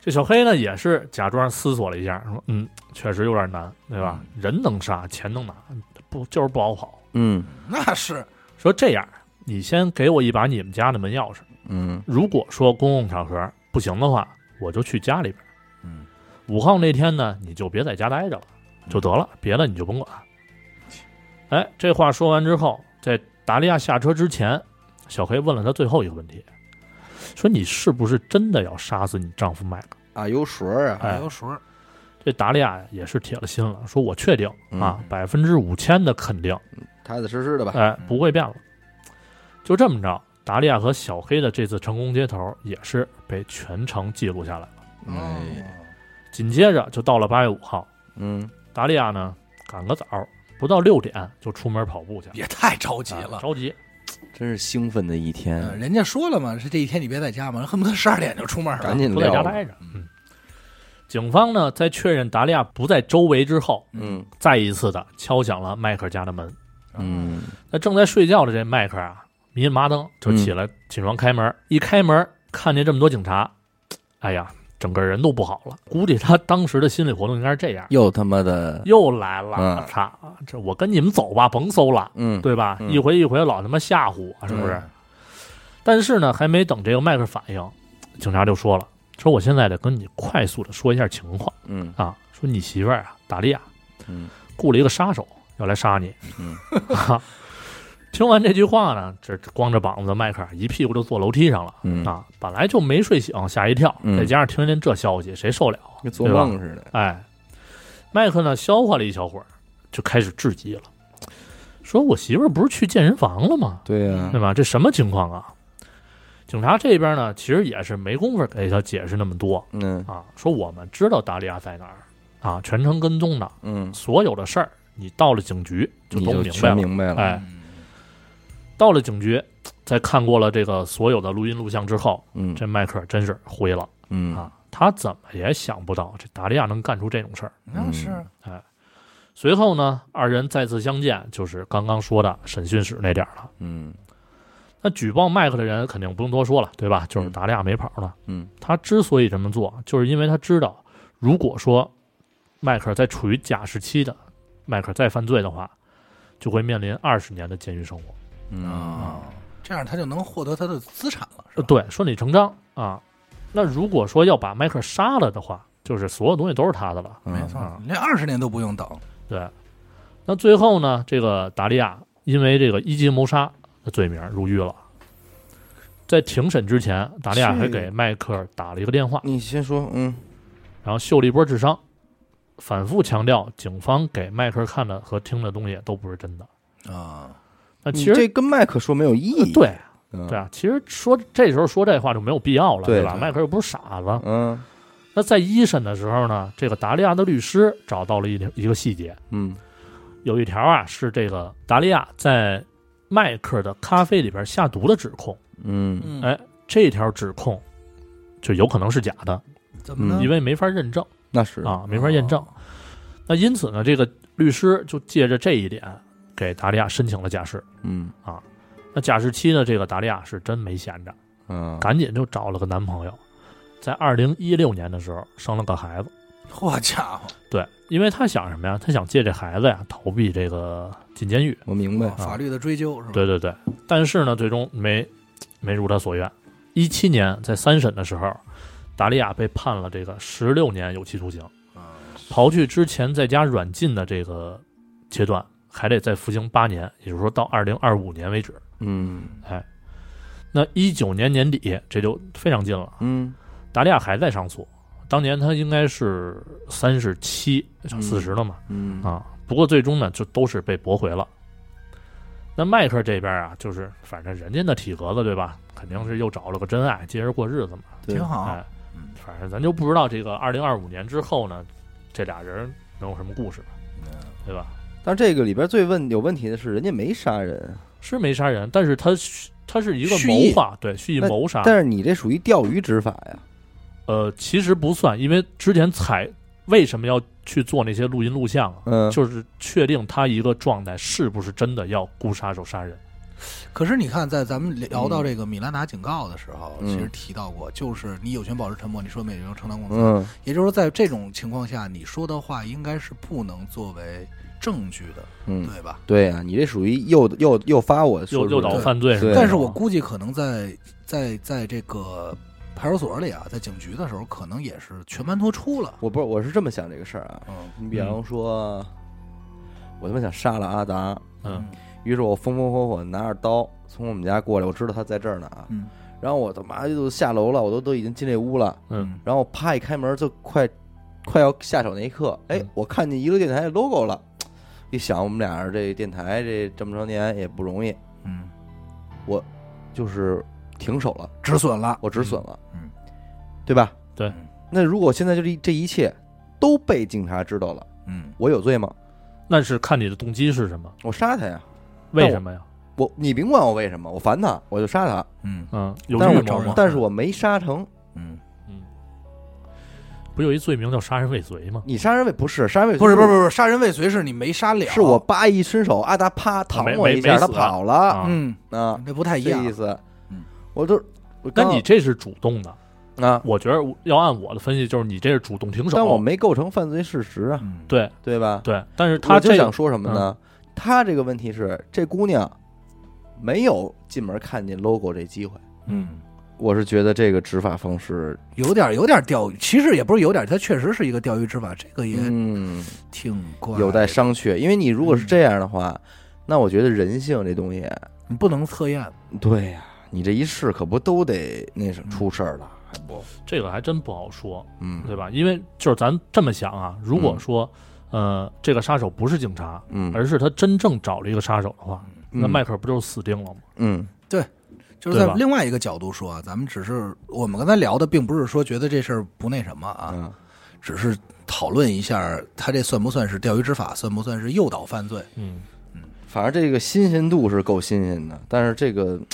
[SPEAKER 3] 这小黑呢也是假装思索了一下，说：“嗯，确实有点难，对吧？人能杀，钱能拿，不就是不好跑。
[SPEAKER 1] 嗯
[SPEAKER 2] 那是
[SPEAKER 3] 说这样，你先给我一把你们家的门钥匙。
[SPEAKER 1] 嗯
[SPEAKER 3] 如果说公共场合不行的话，我就去家里边。
[SPEAKER 1] 嗯，
[SPEAKER 3] 五号那天呢，你就别在家待着了，就得
[SPEAKER 1] 嗯
[SPEAKER 3] 了，别的你就甭管。哎，这话说完之后，在达利亚下车之前，小黑问了他最后一个问题，说：“你是不是真的要杀死你丈夫麦克？”
[SPEAKER 1] 啊，有水儿啊，
[SPEAKER 3] 哎
[SPEAKER 2] 有水儿
[SPEAKER 3] 这达利亚也是铁了心了，说我确定
[SPEAKER 1] 嗯
[SPEAKER 3] 啊，百分之五千的肯定，
[SPEAKER 1] 踏踏实实的吧，
[SPEAKER 3] 哎，不会变了。就这么着，达利亚和小黑的这次成功接头也是被全程记录下来了。
[SPEAKER 1] 哎，
[SPEAKER 3] 紧接着就到了八月五号，
[SPEAKER 1] 嗯
[SPEAKER 3] 达利亚呢赶个早，不到六点就出门跑步去了，
[SPEAKER 2] 也太着急
[SPEAKER 3] 啊
[SPEAKER 2] 了。
[SPEAKER 3] 着急。
[SPEAKER 1] 真是兴奋的一天，
[SPEAKER 2] 嗯人家说了嘛，是这一天你别在家嘛，恨不得十二点就出门
[SPEAKER 1] 赶
[SPEAKER 2] 了。
[SPEAKER 1] 紧
[SPEAKER 3] 不在家
[SPEAKER 1] 撂了，
[SPEAKER 3] 待着。嗯，警方呢在确认达利亚不在周围之后，
[SPEAKER 1] 嗯
[SPEAKER 3] 再一次的敲响了迈克尔家的门。
[SPEAKER 1] 嗯
[SPEAKER 3] 那正在睡觉的这迈克啊，迷人麻瞪就起来起床开门，一开门看见这么多警察，哎呀，整个人都不好了。估计他当时的心理活动应该是这样：
[SPEAKER 1] 又他妈的，
[SPEAKER 3] 又来了，
[SPEAKER 1] 嗯
[SPEAKER 3] 操、这我跟你们走吧，甭搜了，
[SPEAKER 1] 嗯
[SPEAKER 3] 对吧？
[SPEAKER 1] 嗯
[SPEAKER 3] 一回一回老他妈吓唬我，是不是？
[SPEAKER 1] 嗯
[SPEAKER 3] 但是呢，还没等这个迈克反应，警察就说了：“说我现在得跟你快速的说一下情况
[SPEAKER 1] 嗯
[SPEAKER 3] 啊，说你媳妇儿啊，达利亚
[SPEAKER 1] 嗯
[SPEAKER 3] 雇了一个杀手要来杀你。
[SPEAKER 1] 嗯
[SPEAKER 3] *laughs* 听完这句话呢，这这光着膀子的迈克尔一屁股就坐楼梯上了、
[SPEAKER 1] 嗯，
[SPEAKER 3] 啊！本来就没睡醒，吓一跳，
[SPEAKER 1] 嗯
[SPEAKER 3] 再加上听见这消息，谁受了啊？
[SPEAKER 1] 跟做梦似的，
[SPEAKER 3] 哎，迈克呢消化了一小会儿，就开始质疑了，说我媳妇儿不是去健身房了吗？
[SPEAKER 1] 对呀
[SPEAKER 3] 对，吧？这什么情况啊？警察这边呢，其实也是没工夫给他解释那么多
[SPEAKER 1] 嗯
[SPEAKER 3] 啊，说我们知道达利亚在哪儿啊，全程跟踪的，
[SPEAKER 1] 嗯，
[SPEAKER 3] 所有的事儿，你到了警局就
[SPEAKER 1] 你
[SPEAKER 3] 都
[SPEAKER 1] 就
[SPEAKER 3] 明白
[SPEAKER 1] 全
[SPEAKER 3] 了。
[SPEAKER 1] 明白了，嗯
[SPEAKER 3] 哎，
[SPEAKER 2] 嗯
[SPEAKER 3] 到了警局，在看过了这个所有的录音录像之后，
[SPEAKER 1] 嗯
[SPEAKER 3] 这迈克尔真是灰了
[SPEAKER 1] 嗯
[SPEAKER 3] 啊！他怎么也想不到这达利亚能干出这种事儿。
[SPEAKER 2] 那是
[SPEAKER 1] 嗯
[SPEAKER 3] 随后呢，二人再次相见，就是刚刚说的审讯室那点儿了。
[SPEAKER 1] 嗯
[SPEAKER 3] 那举报迈克的人肯定不用多说了，对吧？就是达利亚没跑了。
[SPEAKER 1] 嗯
[SPEAKER 3] 他之所以这么做，就是因为他知道，如果说迈克尔在处于假释期的，迈克尔再犯罪的话，就会面临二十年的监狱生活。
[SPEAKER 1] 嗯
[SPEAKER 2] 啊，这样他就能获得他的资产了，是
[SPEAKER 3] 呃，
[SPEAKER 2] 吧？
[SPEAKER 3] 对，顺理成章啊。那如果说要把迈克尔杀了的话，就是所有东西都是他的了。
[SPEAKER 2] 没
[SPEAKER 1] 嗯
[SPEAKER 2] 错
[SPEAKER 3] 啊，
[SPEAKER 2] 连二十年都不用等。
[SPEAKER 3] 对，那最后呢，这个达利亚因为这个一级谋杀的罪名入狱了。在庭审之前，达利亚还
[SPEAKER 1] 是
[SPEAKER 3] 给迈克尔打了一个电话，
[SPEAKER 1] 你先说，嗯
[SPEAKER 3] 然后秀了一波智商，反复强调警方给迈克尔看的和听的东西都不是真的。
[SPEAKER 2] 啊，
[SPEAKER 3] 那
[SPEAKER 1] 你
[SPEAKER 3] 其实呃
[SPEAKER 1] 这跟麦克说没有意义，
[SPEAKER 3] 对
[SPEAKER 1] 嗯
[SPEAKER 3] 对啊，其实说这时候说这话就没有必要了，
[SPEAKER 1] 对
[SPEAKER 3] 吧？
[SPEAKER 1] 对
[SPEAKER 3] 迈克尔又不是傻子，
[SPEAKER 1] 嗯
[SPEAKER 3] 那在一审的时候呢，这个达利亚的律师找到了一条一个细节，
[SPEAKER 1] 嗯
[SPEAKER 3] 有一条啊是这个达利亚在迈克的咖啡里边下毒的指控，
[SPEAKER 1] 嗯
[SPEAKER 2] 嗯，
[SPEAKER 3] 哎，这条指控就有可能是假的，
[SPEAKER 2] 怎么呢？哦
[SPEAKER 1] 嗯
[SPEAKER 3] 因为没法认证
[SPEAKER 1] 那是哦
[SPEAKER 3] 啊，没法验证。那因此呢，这个律师就借着这一点给达利亚申请了假释。
[SPEAKER 1] 嗯
[SPEAKER 3] 那假释期呢，这个达利亚是真没闲着，
[SPEAKER 1] 嗯
[SPEAKER 3] 赶紧就找了个男朋友，在二零一六年的时候生了个孩子。
[SPEAKER 2] 好家伙，
[SPEAKER 3] 对，因为他想什么呀？他想借这孩子呀逃避这个进监狱。
[SPEAKER 1] 我明白，
[SPEAKER 2] 法律的追究是吧？
[SPEAKER 3] 对对对，但是呢，最终没没如他所愿。一七年在三审的时候，达利亚被判了这个十六年有期徒刑，
[SPEAKER 2] 啊，
[SPEAKER 3] 刨去之前在家软禁的这个阶段，还得再服刑八年，也就是说到二零二五年为止。
[SPEAKER 1] 嗯
[SPEAKER 3] 那一九年年底，这就非常近了。
[SPEAKER 1] 嗯
[SPEAKER 3] 达利亚还在上诉，当年他应该是三十七、四十了嘛，
[SPEAKER 1] 嗯
[SPEAKER 3] 啊，不过最终呢，就都是被驳回了。那迈克这边啊，就是反正人家那体格子对吧，肯定是又找了个真爱，接着过日子嘛。
[SPEAKER 1] 对
[SPEAKER 2] 挺好
[SPEAKER 3] 哎。，
[SPEAKER 1] 嗯
[SPEAKER 3] 反正咱就不知道这个二零二五年之后呢，这俩人能有什么故事，
[SPEAKER 1] 嗯
[SPEAKER 3] 对吧？
[SPEAKER 1] 但是这个里边最问有问题的是，人家没杀人，
[SPEAKER 3] 是没杀人，但是他他是一个
[SPEAKER 2] 蓄意
[SPEAKER 3] 谋划，对，蓄意
[SPEAKER 1] 那
[SPEAKER 3] 谋杀。
[SPEAKER 1] 但是你这属于钓鱼执法呀。
[SPEAKER 3] 呃，其实不算，因为之前采为什么要去做那些录音录像啊？
[SPEAKER 1] 嗯，
[SPEAKER 3] 就是确定他一个状态是不是真的要雇杀手杀人。
[SPEAKER 2] 可是你看，在咱们聊到这个米兰达警告的时候，
[SPEAKER 1] 嗯
[SPEAKER 2] 其实提到过，就是你有权保持沉默，你说没有权承担公责。
[SPEAKER 1] 嗯
[SPEAKER 2] 也就是说，在这种情况下，你说的话应该是不能作为证据的，
[SPEAKER 1] 嗯，
[SPEAKER 2] 对吧？
[SPEAKER 1] 对呀、你这属于诱诱诱发我说
[SPEAKER 3] 诱
[SPEAKER 1] 出
[SPEAKER 3] 诱
[SPEAKER 1] 来
[SPEAKER 3] 导
[SPEAKER 1] 的
[SPEAKER 3] 犯罪
[SPEAKER 1] 对
[SPEAKER 3] 吧
[SPEAKER 2] 但是我估计可能在在在这个派出所里啊，在警局的时候，可能也是全盘托出了。
[SPEAKER 1] 我不是我是这么想这个事儿啊。
[SPEAKER 2] 嗯
[SPEAKER 1] 你比方
[SPEAKER 3] 嗯
[SPEAKER 1] 说，我他妈想杀了阿达，
[SPEAKER 3] 嗯，
[SPEAKER 1] 于是我风风火火拿着刀从我们家过来，我知道他在这儿呢啊。
[SPEAKER 2] 嗯
[SPEAKER 1] 然后我他妈就下楼了，我都都已经进这屋了。
[SPEAKER 3] 嗯，
[SPEAKER 1] 然后啪一开门，就快快要下手那一刻，哎
[SPEAKER 3] 嗯，
[SPEAKER 1] 我看见一个电台的 logo 了。一想，我们俩这电台这这么多年也不容易，
[SPEAKER 2] 嗯，
[SPEAKER 1] 就是停手了，
[SPEAKER 2] 止损了。
[SPEAKER 1] 我止损了，
[SPEAKER 2] 嗯，
[SPEAKER 1] 对吧？
[SPEAKER 3] 对。
[SPEAKER 1] 那如果现在就这这一切都被警察知道了，
[SPEAKER 2] 嗯，
[SPEAKER 1] 我有罪吗？
[SPEAKER 3] 那是看你的动机是什么，
[SPEAKER 1] 我杀他呀！
[SPEAKER 3] 为什么呀？
[SPEAKER 1] 我你甭管我为什么，我烦他，我就杀他。
[SPEAKER 2] 嗯
[SPEAKER 3] 嗯，有
[SPEAKER 1] 但是
[SPEAKER 3] 预
[SPEAKER 1] 我
[SPEAKER 3] 谋吗？
[SPEAKER 1] 但是我没杀成。
[SPEAKER 2] 嗯，
[SPEAKER 3] 不有一罪名叫杀人未遂吗？
[SPEAKER 1] 你杀人未不是杀人未遂
[SPEAKER 2] 不是不是不是，杀人未遂是你啊没杀了，
[SPEAKER 1] 是我叭一伸手，阿达啪躺
[SPEAKER 3] 没
[SPEAKER 1] 我一
[SPEAKER 3] 没
[SPEAKER 1] 下，
[SPEAKER 3] 没
[SPEAKER 1] 他
[SPEAKER 3] 死
[SPEAKER 1] 跑了
[SPEAKER 3] 啊
[SPEAKER 2] 嗯，
[SPEAKER 1] 啊，
[SPEAKER 2] 那不太一
[SPEAKER 1] 这
[SPEAKER 2] 样
[SPEAKER 1] 意。思
[SPEAKER 2] 嗯。
[SPEAKER 1] 我都我
[SPEAKER 3] 那
[SPEAKER 1] 刚
[SPEAKER 3] 你这是主动的，
[SPEAKER 1] 啊，
[SPEAKER 3] 我觉得我要按我的分析，就是你这是主动停手。
[SPEAKER 1] 但我没构成犯罪事实啊，
[SPEAKER 2] 嗯，
[SPEAKER 3] 对
[SPEAKER 1] 对吧？
[SPEAKER 3] 对，但是
[SPEAKER 1] 我
[SPEAKER 3] 他
[SPEAKER 1] 就
[SPEAKER 3] 这嗯
[SPEAKER 1] 想说什么呢？他这个问题是，这姑娘没有进门看见 logo 这机会，
[SPEAKER 2] 嗯，
[SPEAKER 1] 我是觉得这个执法方式，
[SPEAKER 2] 有点有点钓鱼，其实也不是有点，它确实是一个钓鱼执法，这个也
[SPEAKER 1] 嗯，
[SPEAKER 2] 挺怪，
[SPEAKER 1] 有待，商榷。因为你如果是这样的话，那我觉得人性这东西，
[SPEAKER 2] 你不能测验。
[SPEAKER 1] 对呀、你这一试可不都得那什么出事儿了，还不，
[SPEAKER 3] 这个还真不好说，
[SPEAKER 1] 嗯，
[SPEAKER 3] 对吧？因为就是咱这么想啊，如果说呃这个杀手不是警察，
[SPEAKER 1] 嗯，
[SPEAKER 3] 而是他真正找了一个杀手的话，那
[SPEAKER 1] 嗯
[SPEAKER 3] 迈克尔不就是死定了吗？
[SPEAKER 1] 嗯
[SPEAKER 2] 就是在
[SPEAKER 3] 对吧
[SPEAKER 2] 另外一个角度说啊，咱们只是我们刚才聊的，并不是说觉得这事儿不那什么啊，
[SPEAKER 1] 啊，
[SPEAKER 2] 只是讨论一下，他这算不算是钓鱼执法，算不算是诱导犯罪？
[SPEAKER 3] 嗯，
[SPEAKER 1] 反正这个新鲜度是够新鲜的，但是这个嗯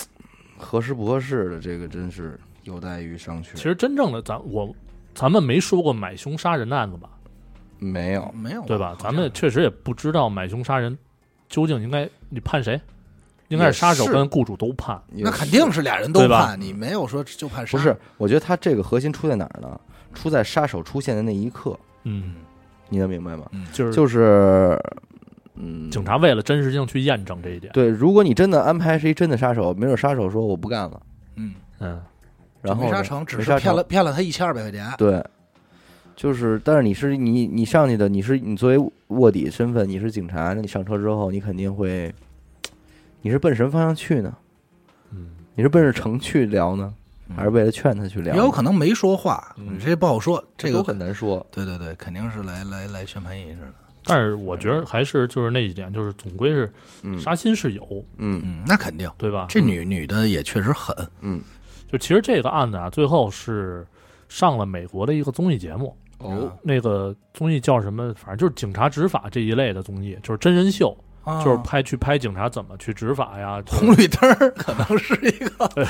[SPEAKER 1] 合适不合适的，这个真是有待于商榷。
[SPEAKER 3] 其实真正的咱我咱们没说过买凶杀人的案子吧，
[SPEAKER 1] 没有，
[SPEAKER 2] 没有，啊
[SPEAKER 3] 对吧？
[SPEAKER 2] 好像
[SPEAKER 3] 咱们确实也不知道买凶杀人究竟应该你判谁，应该是杀手
[SPEAKER 1] 也是
[SPEAKER 3] 跟雇主都判。
[SPEAKER 1] 也
[SPEAKER 2] 那肯定是俩人都
[SPEAKER 3] 对吧
[SPEAKER 2] 判，你没有说就判杀，
[SPEAKER 1] 不是？我觉得他这个核心出在哪儿呢？出在杀手出现的那一刻，
[SPEAKER 3] 嗯，
[SPEAKER 1] 你能明白吗？
[SPEAKER 3] 就是
[SPEAKER 1] 就是，嗯，
[SPEAKER 3] 警察为了真实性去验证这一点。
[SPEAKER 1] 对，如果你真的安排是一真的杀手，没准杀手说我不干了，
[SPEAKER 2] 嗯，
[SPEAKER 3] 嗯，
[SPEAKER 1] 然后
[SPEAKER 2] 没
[SPEAKER 1] 呢
[SPEAKER 2] 杀成，只
[SPEAKER 1] 没
[SPEAKER 2] 是
[SPEAKER 1] 杀
[SPEAKER 2] 骗
[SPEAKER 1] 成
[SPEAKER 2] 了骗了他一千二百块钱，
[SPEAKER 1] 对，就是，但是你是你你上去的，你是你作为卧底身份，你是警察，那你上车之后，你肯定会，你是奔什么方向去呢？
[SPEAKER 3] 嗯，
[SPEAKER 1] 你是奔着城去聊呢，还是为了劝他去聊
[SPEAKER 2] 也
[SPEAKER 1] 呢？
[SPEAKER 2] 有可能没说话，你这不好说，这
[SPEAKER 1] 都
[SPEAKER 2] 个
[SPEAKER 1] 很难说。
[SPEAKER 2] 对对对，肯定是来来来宣传仪式的。
[SPEAKER 3] 但是我觉得还是就是那一点，就是总归是
[SPEAKER 1] 嗯
[SPEAKER 3] 杀心是有，
[SPEAKER 1] 嗯
[SPEAKER 2] 嗯，那肯定。
[SPEAKER 3] 对吧？
[SPEAKER 2] 这女女的也确实狠，
[SPEAKER 1] 嗯，
[SPEAKER 3] 就其实这个案子啊，最后是上了美国的一个综艺节目，
[SPEAKER 1] 哦，
[SPEAKER 3] 那个综艺叫什么？反正就是警察执法这一类的综艺，就是真人秀，
[SPEAKER 2] 啊
[SPEAKER 3] 就是拍去拍警察怎么去执法呀，就是
[SPEAKER 2] 红绿灯儿 *laughs* 可能是一 *laughs* 个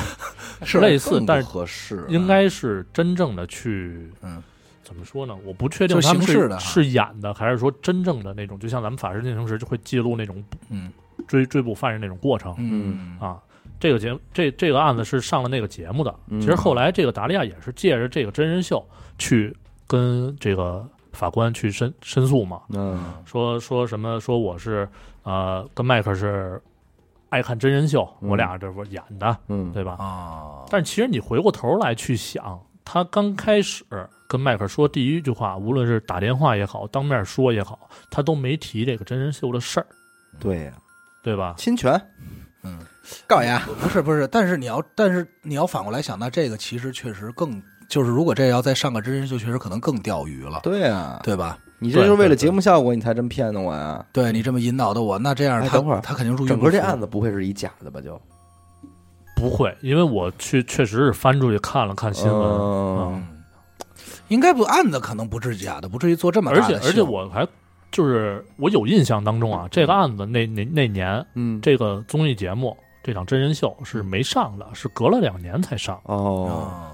[SPEAKER 2] 是吧
[SPEAKER 3] 类似
[SPEAKER 1] 更不
[SPEAKER 3] 但是
[SPEAKER 1] 合适，
[SPEAKER 3] 应该是真正的去，
[SPEAKER 2] 啊嗯，
[SPEAKER 3] 怎么说呢？我不确定
[SPEAKER 2] 就是
[SPEAKER 3] 他们
[SPEAKER 2] 形式
[SPEAKER 3] 是
[SPEAKER 2] 的哈
[SPEAKER 3] 是演的，还是说真正的那种，就像咱们法制进行时就会记录那种
[SPEAKER 2] 嗯
[SPEAKER 3] 追追捕犯人那种过程
[SPEAKER 2] 嗯
[SPEAKER 3] 啊。这个节目这这个案子是上了那个节目的。
[SPEAKER 1] 嗯
[SPEAKER 3] 其实后来这个达利亚也是借着这个真人秀去跟这个法官去申申诉嘛，
[SPEAKER 1] 嗯
[SPEAKER 3] 说说什么说我是呃跟迈克是爱看真人秀，
[SPEAKER 1] 嗯
[SPEAKER 3] 我俩这不是演的
[SPEAKER 1] 嗯，
[SPEAKER 3] 对吧？
[SPEAKER 2] 啊，
[SPEAKER 3] 但其实你回过头来去想，他刚开始跟迈克尔说第一句话，无论是打电话也好，当面说也好，他都没提这个真人秀的事儿，
[SPEAKER 1] 对呀，
[SPEAKER 3] 对吧？
[SPEAKER 1] 侵权，
[SPEAKER 2] 嗯，告牙不是不是，但是你要但是你要反过来想，那这个其实确实更就是，如果这要再上个真人秀，确实可能更钓鱼了，
[SPEAKER 1] 对啊，
[SPEAKER 2] 对吧？
[SPEAKER 1] 你这就是为了节目效果，你才这么骗的我呀。
[SPEAKER 2] 对你这么引导的我，那这样
[SPEAKER 1] 哎
[SPEAKER 2] 他、
[SPEAKER 1] 等会儿
[SPEAKER 2] 他肯定入狱
[SPEAKER 1] 整
[SPEAKER 2] 不
[SPEAKER 1] 个这
[SPEAKER 2] 服
[SPEAKER 1] 案子不会是一假的吧？就
[SPEAKER 3] 不会，因为我去确实是翻出去看了看新闻，
[SPEAKER 1] 嗯
[SPEAKER 3] 嗯
[SPEAKER 2] 应该不案子可能不至于假的，不至于做这么
[SPEAKER 3] 而
[SPEAKER 2] 大
[SPEAKER 3] 且
[SPEAKER 2] 的秀
[SPEAKER 3] 而且我还就是我有印象当中啊，这个案子那那那年
[SPEAKER 1] 嗯，
[SPEAKER 3] 这个综艺节目这场真人秀是没上的，是隔了两年才上。
[SPEAKER 1] 哦，
[SPEAKER 2] 哦，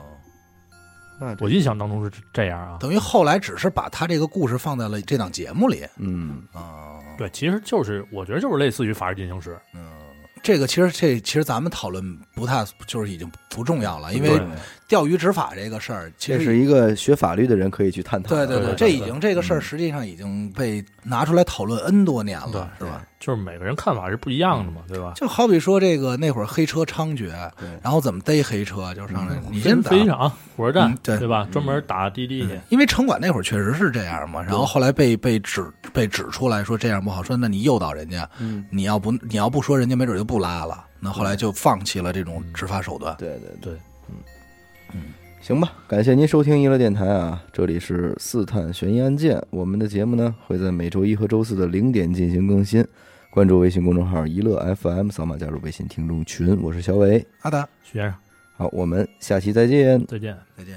[SPEAKER 1] 那
[SPEAKER 3] 我印象当中是这这样啊，
[SPEAKER 2] 等于后来只是把他这个故事放在了这档节目里
[SPEAKER 1] 嗯，
[SPEAKER 2] 啊。
[SPEAKER 3] 对，其实就是我觉得就是类似于《法制进行时》，
[SPEAKER 2] 嗯这个其实这其实咱们讨论不太就是已经不重要了，因为
[SPEAKER 3] 对
[SPEAKER 2] 钓鱼执法这个事儿，其
[SPEAKER 1] 这
[SPEAKER 2] 实
[SPEAKER 1] 是一个学法律的人可以去探讨
[SPEAKER 2] 对
[SPEAKER 1] 的。
[SPEAKER 2] 对
[SPEAKER 3] 对对
[SPEAKER 2] 这已经这个事儿实际上已经被拿出来讨论 N 多年了，是吧？
[SPEAKER 3] 就是每个人看法是不一样的嘛，对吧？
[SPEAKER 2] 就好比说这个那会儿黑车猖獗
[SPEAKER 1] 对，
[SPEAKER 2] 然后怎么逮黑车，就是上来你先
[SPEAKER 3] 先
[SPEAKER 2] 打
[SPEAKER 3] 飞机场、火车站
[SPEAKER 2] 嗯，对嗯
[SPEAKER 3] 吧？专门打滴滴去，
[SPEAKER 2] 因为城管那会儿确实是这样嘛，然后后来被被指被指出来说这样不好，说那你诱导人家，
[SPEAKER 1] 嗯
[SPEAKER 2] 你要不你要不说，人家没准就不拉了。那后来就放弃了这种执法手段。
[SPEAKER 1] 对对嗯
[SPEAKER 3] 对，
[SPEAKER 2] 嗯
[SPEAKER 1] 行吧，感谢您收听娱乐电台啊，这里是四探悬疑案件，我们的节目呢会在每周一和周四的零点进行更新，关注微信公众号“娱乐 FM”，扫码加入微信听众群，我是小伟，
[SPEAKER 2] 阿达，
[SPEAKER 3] 徐先生
[SPEAKER 1] 好，我们下期再见。
[SPEAKER 3] 再见。
[SPEAKER 2] 再见。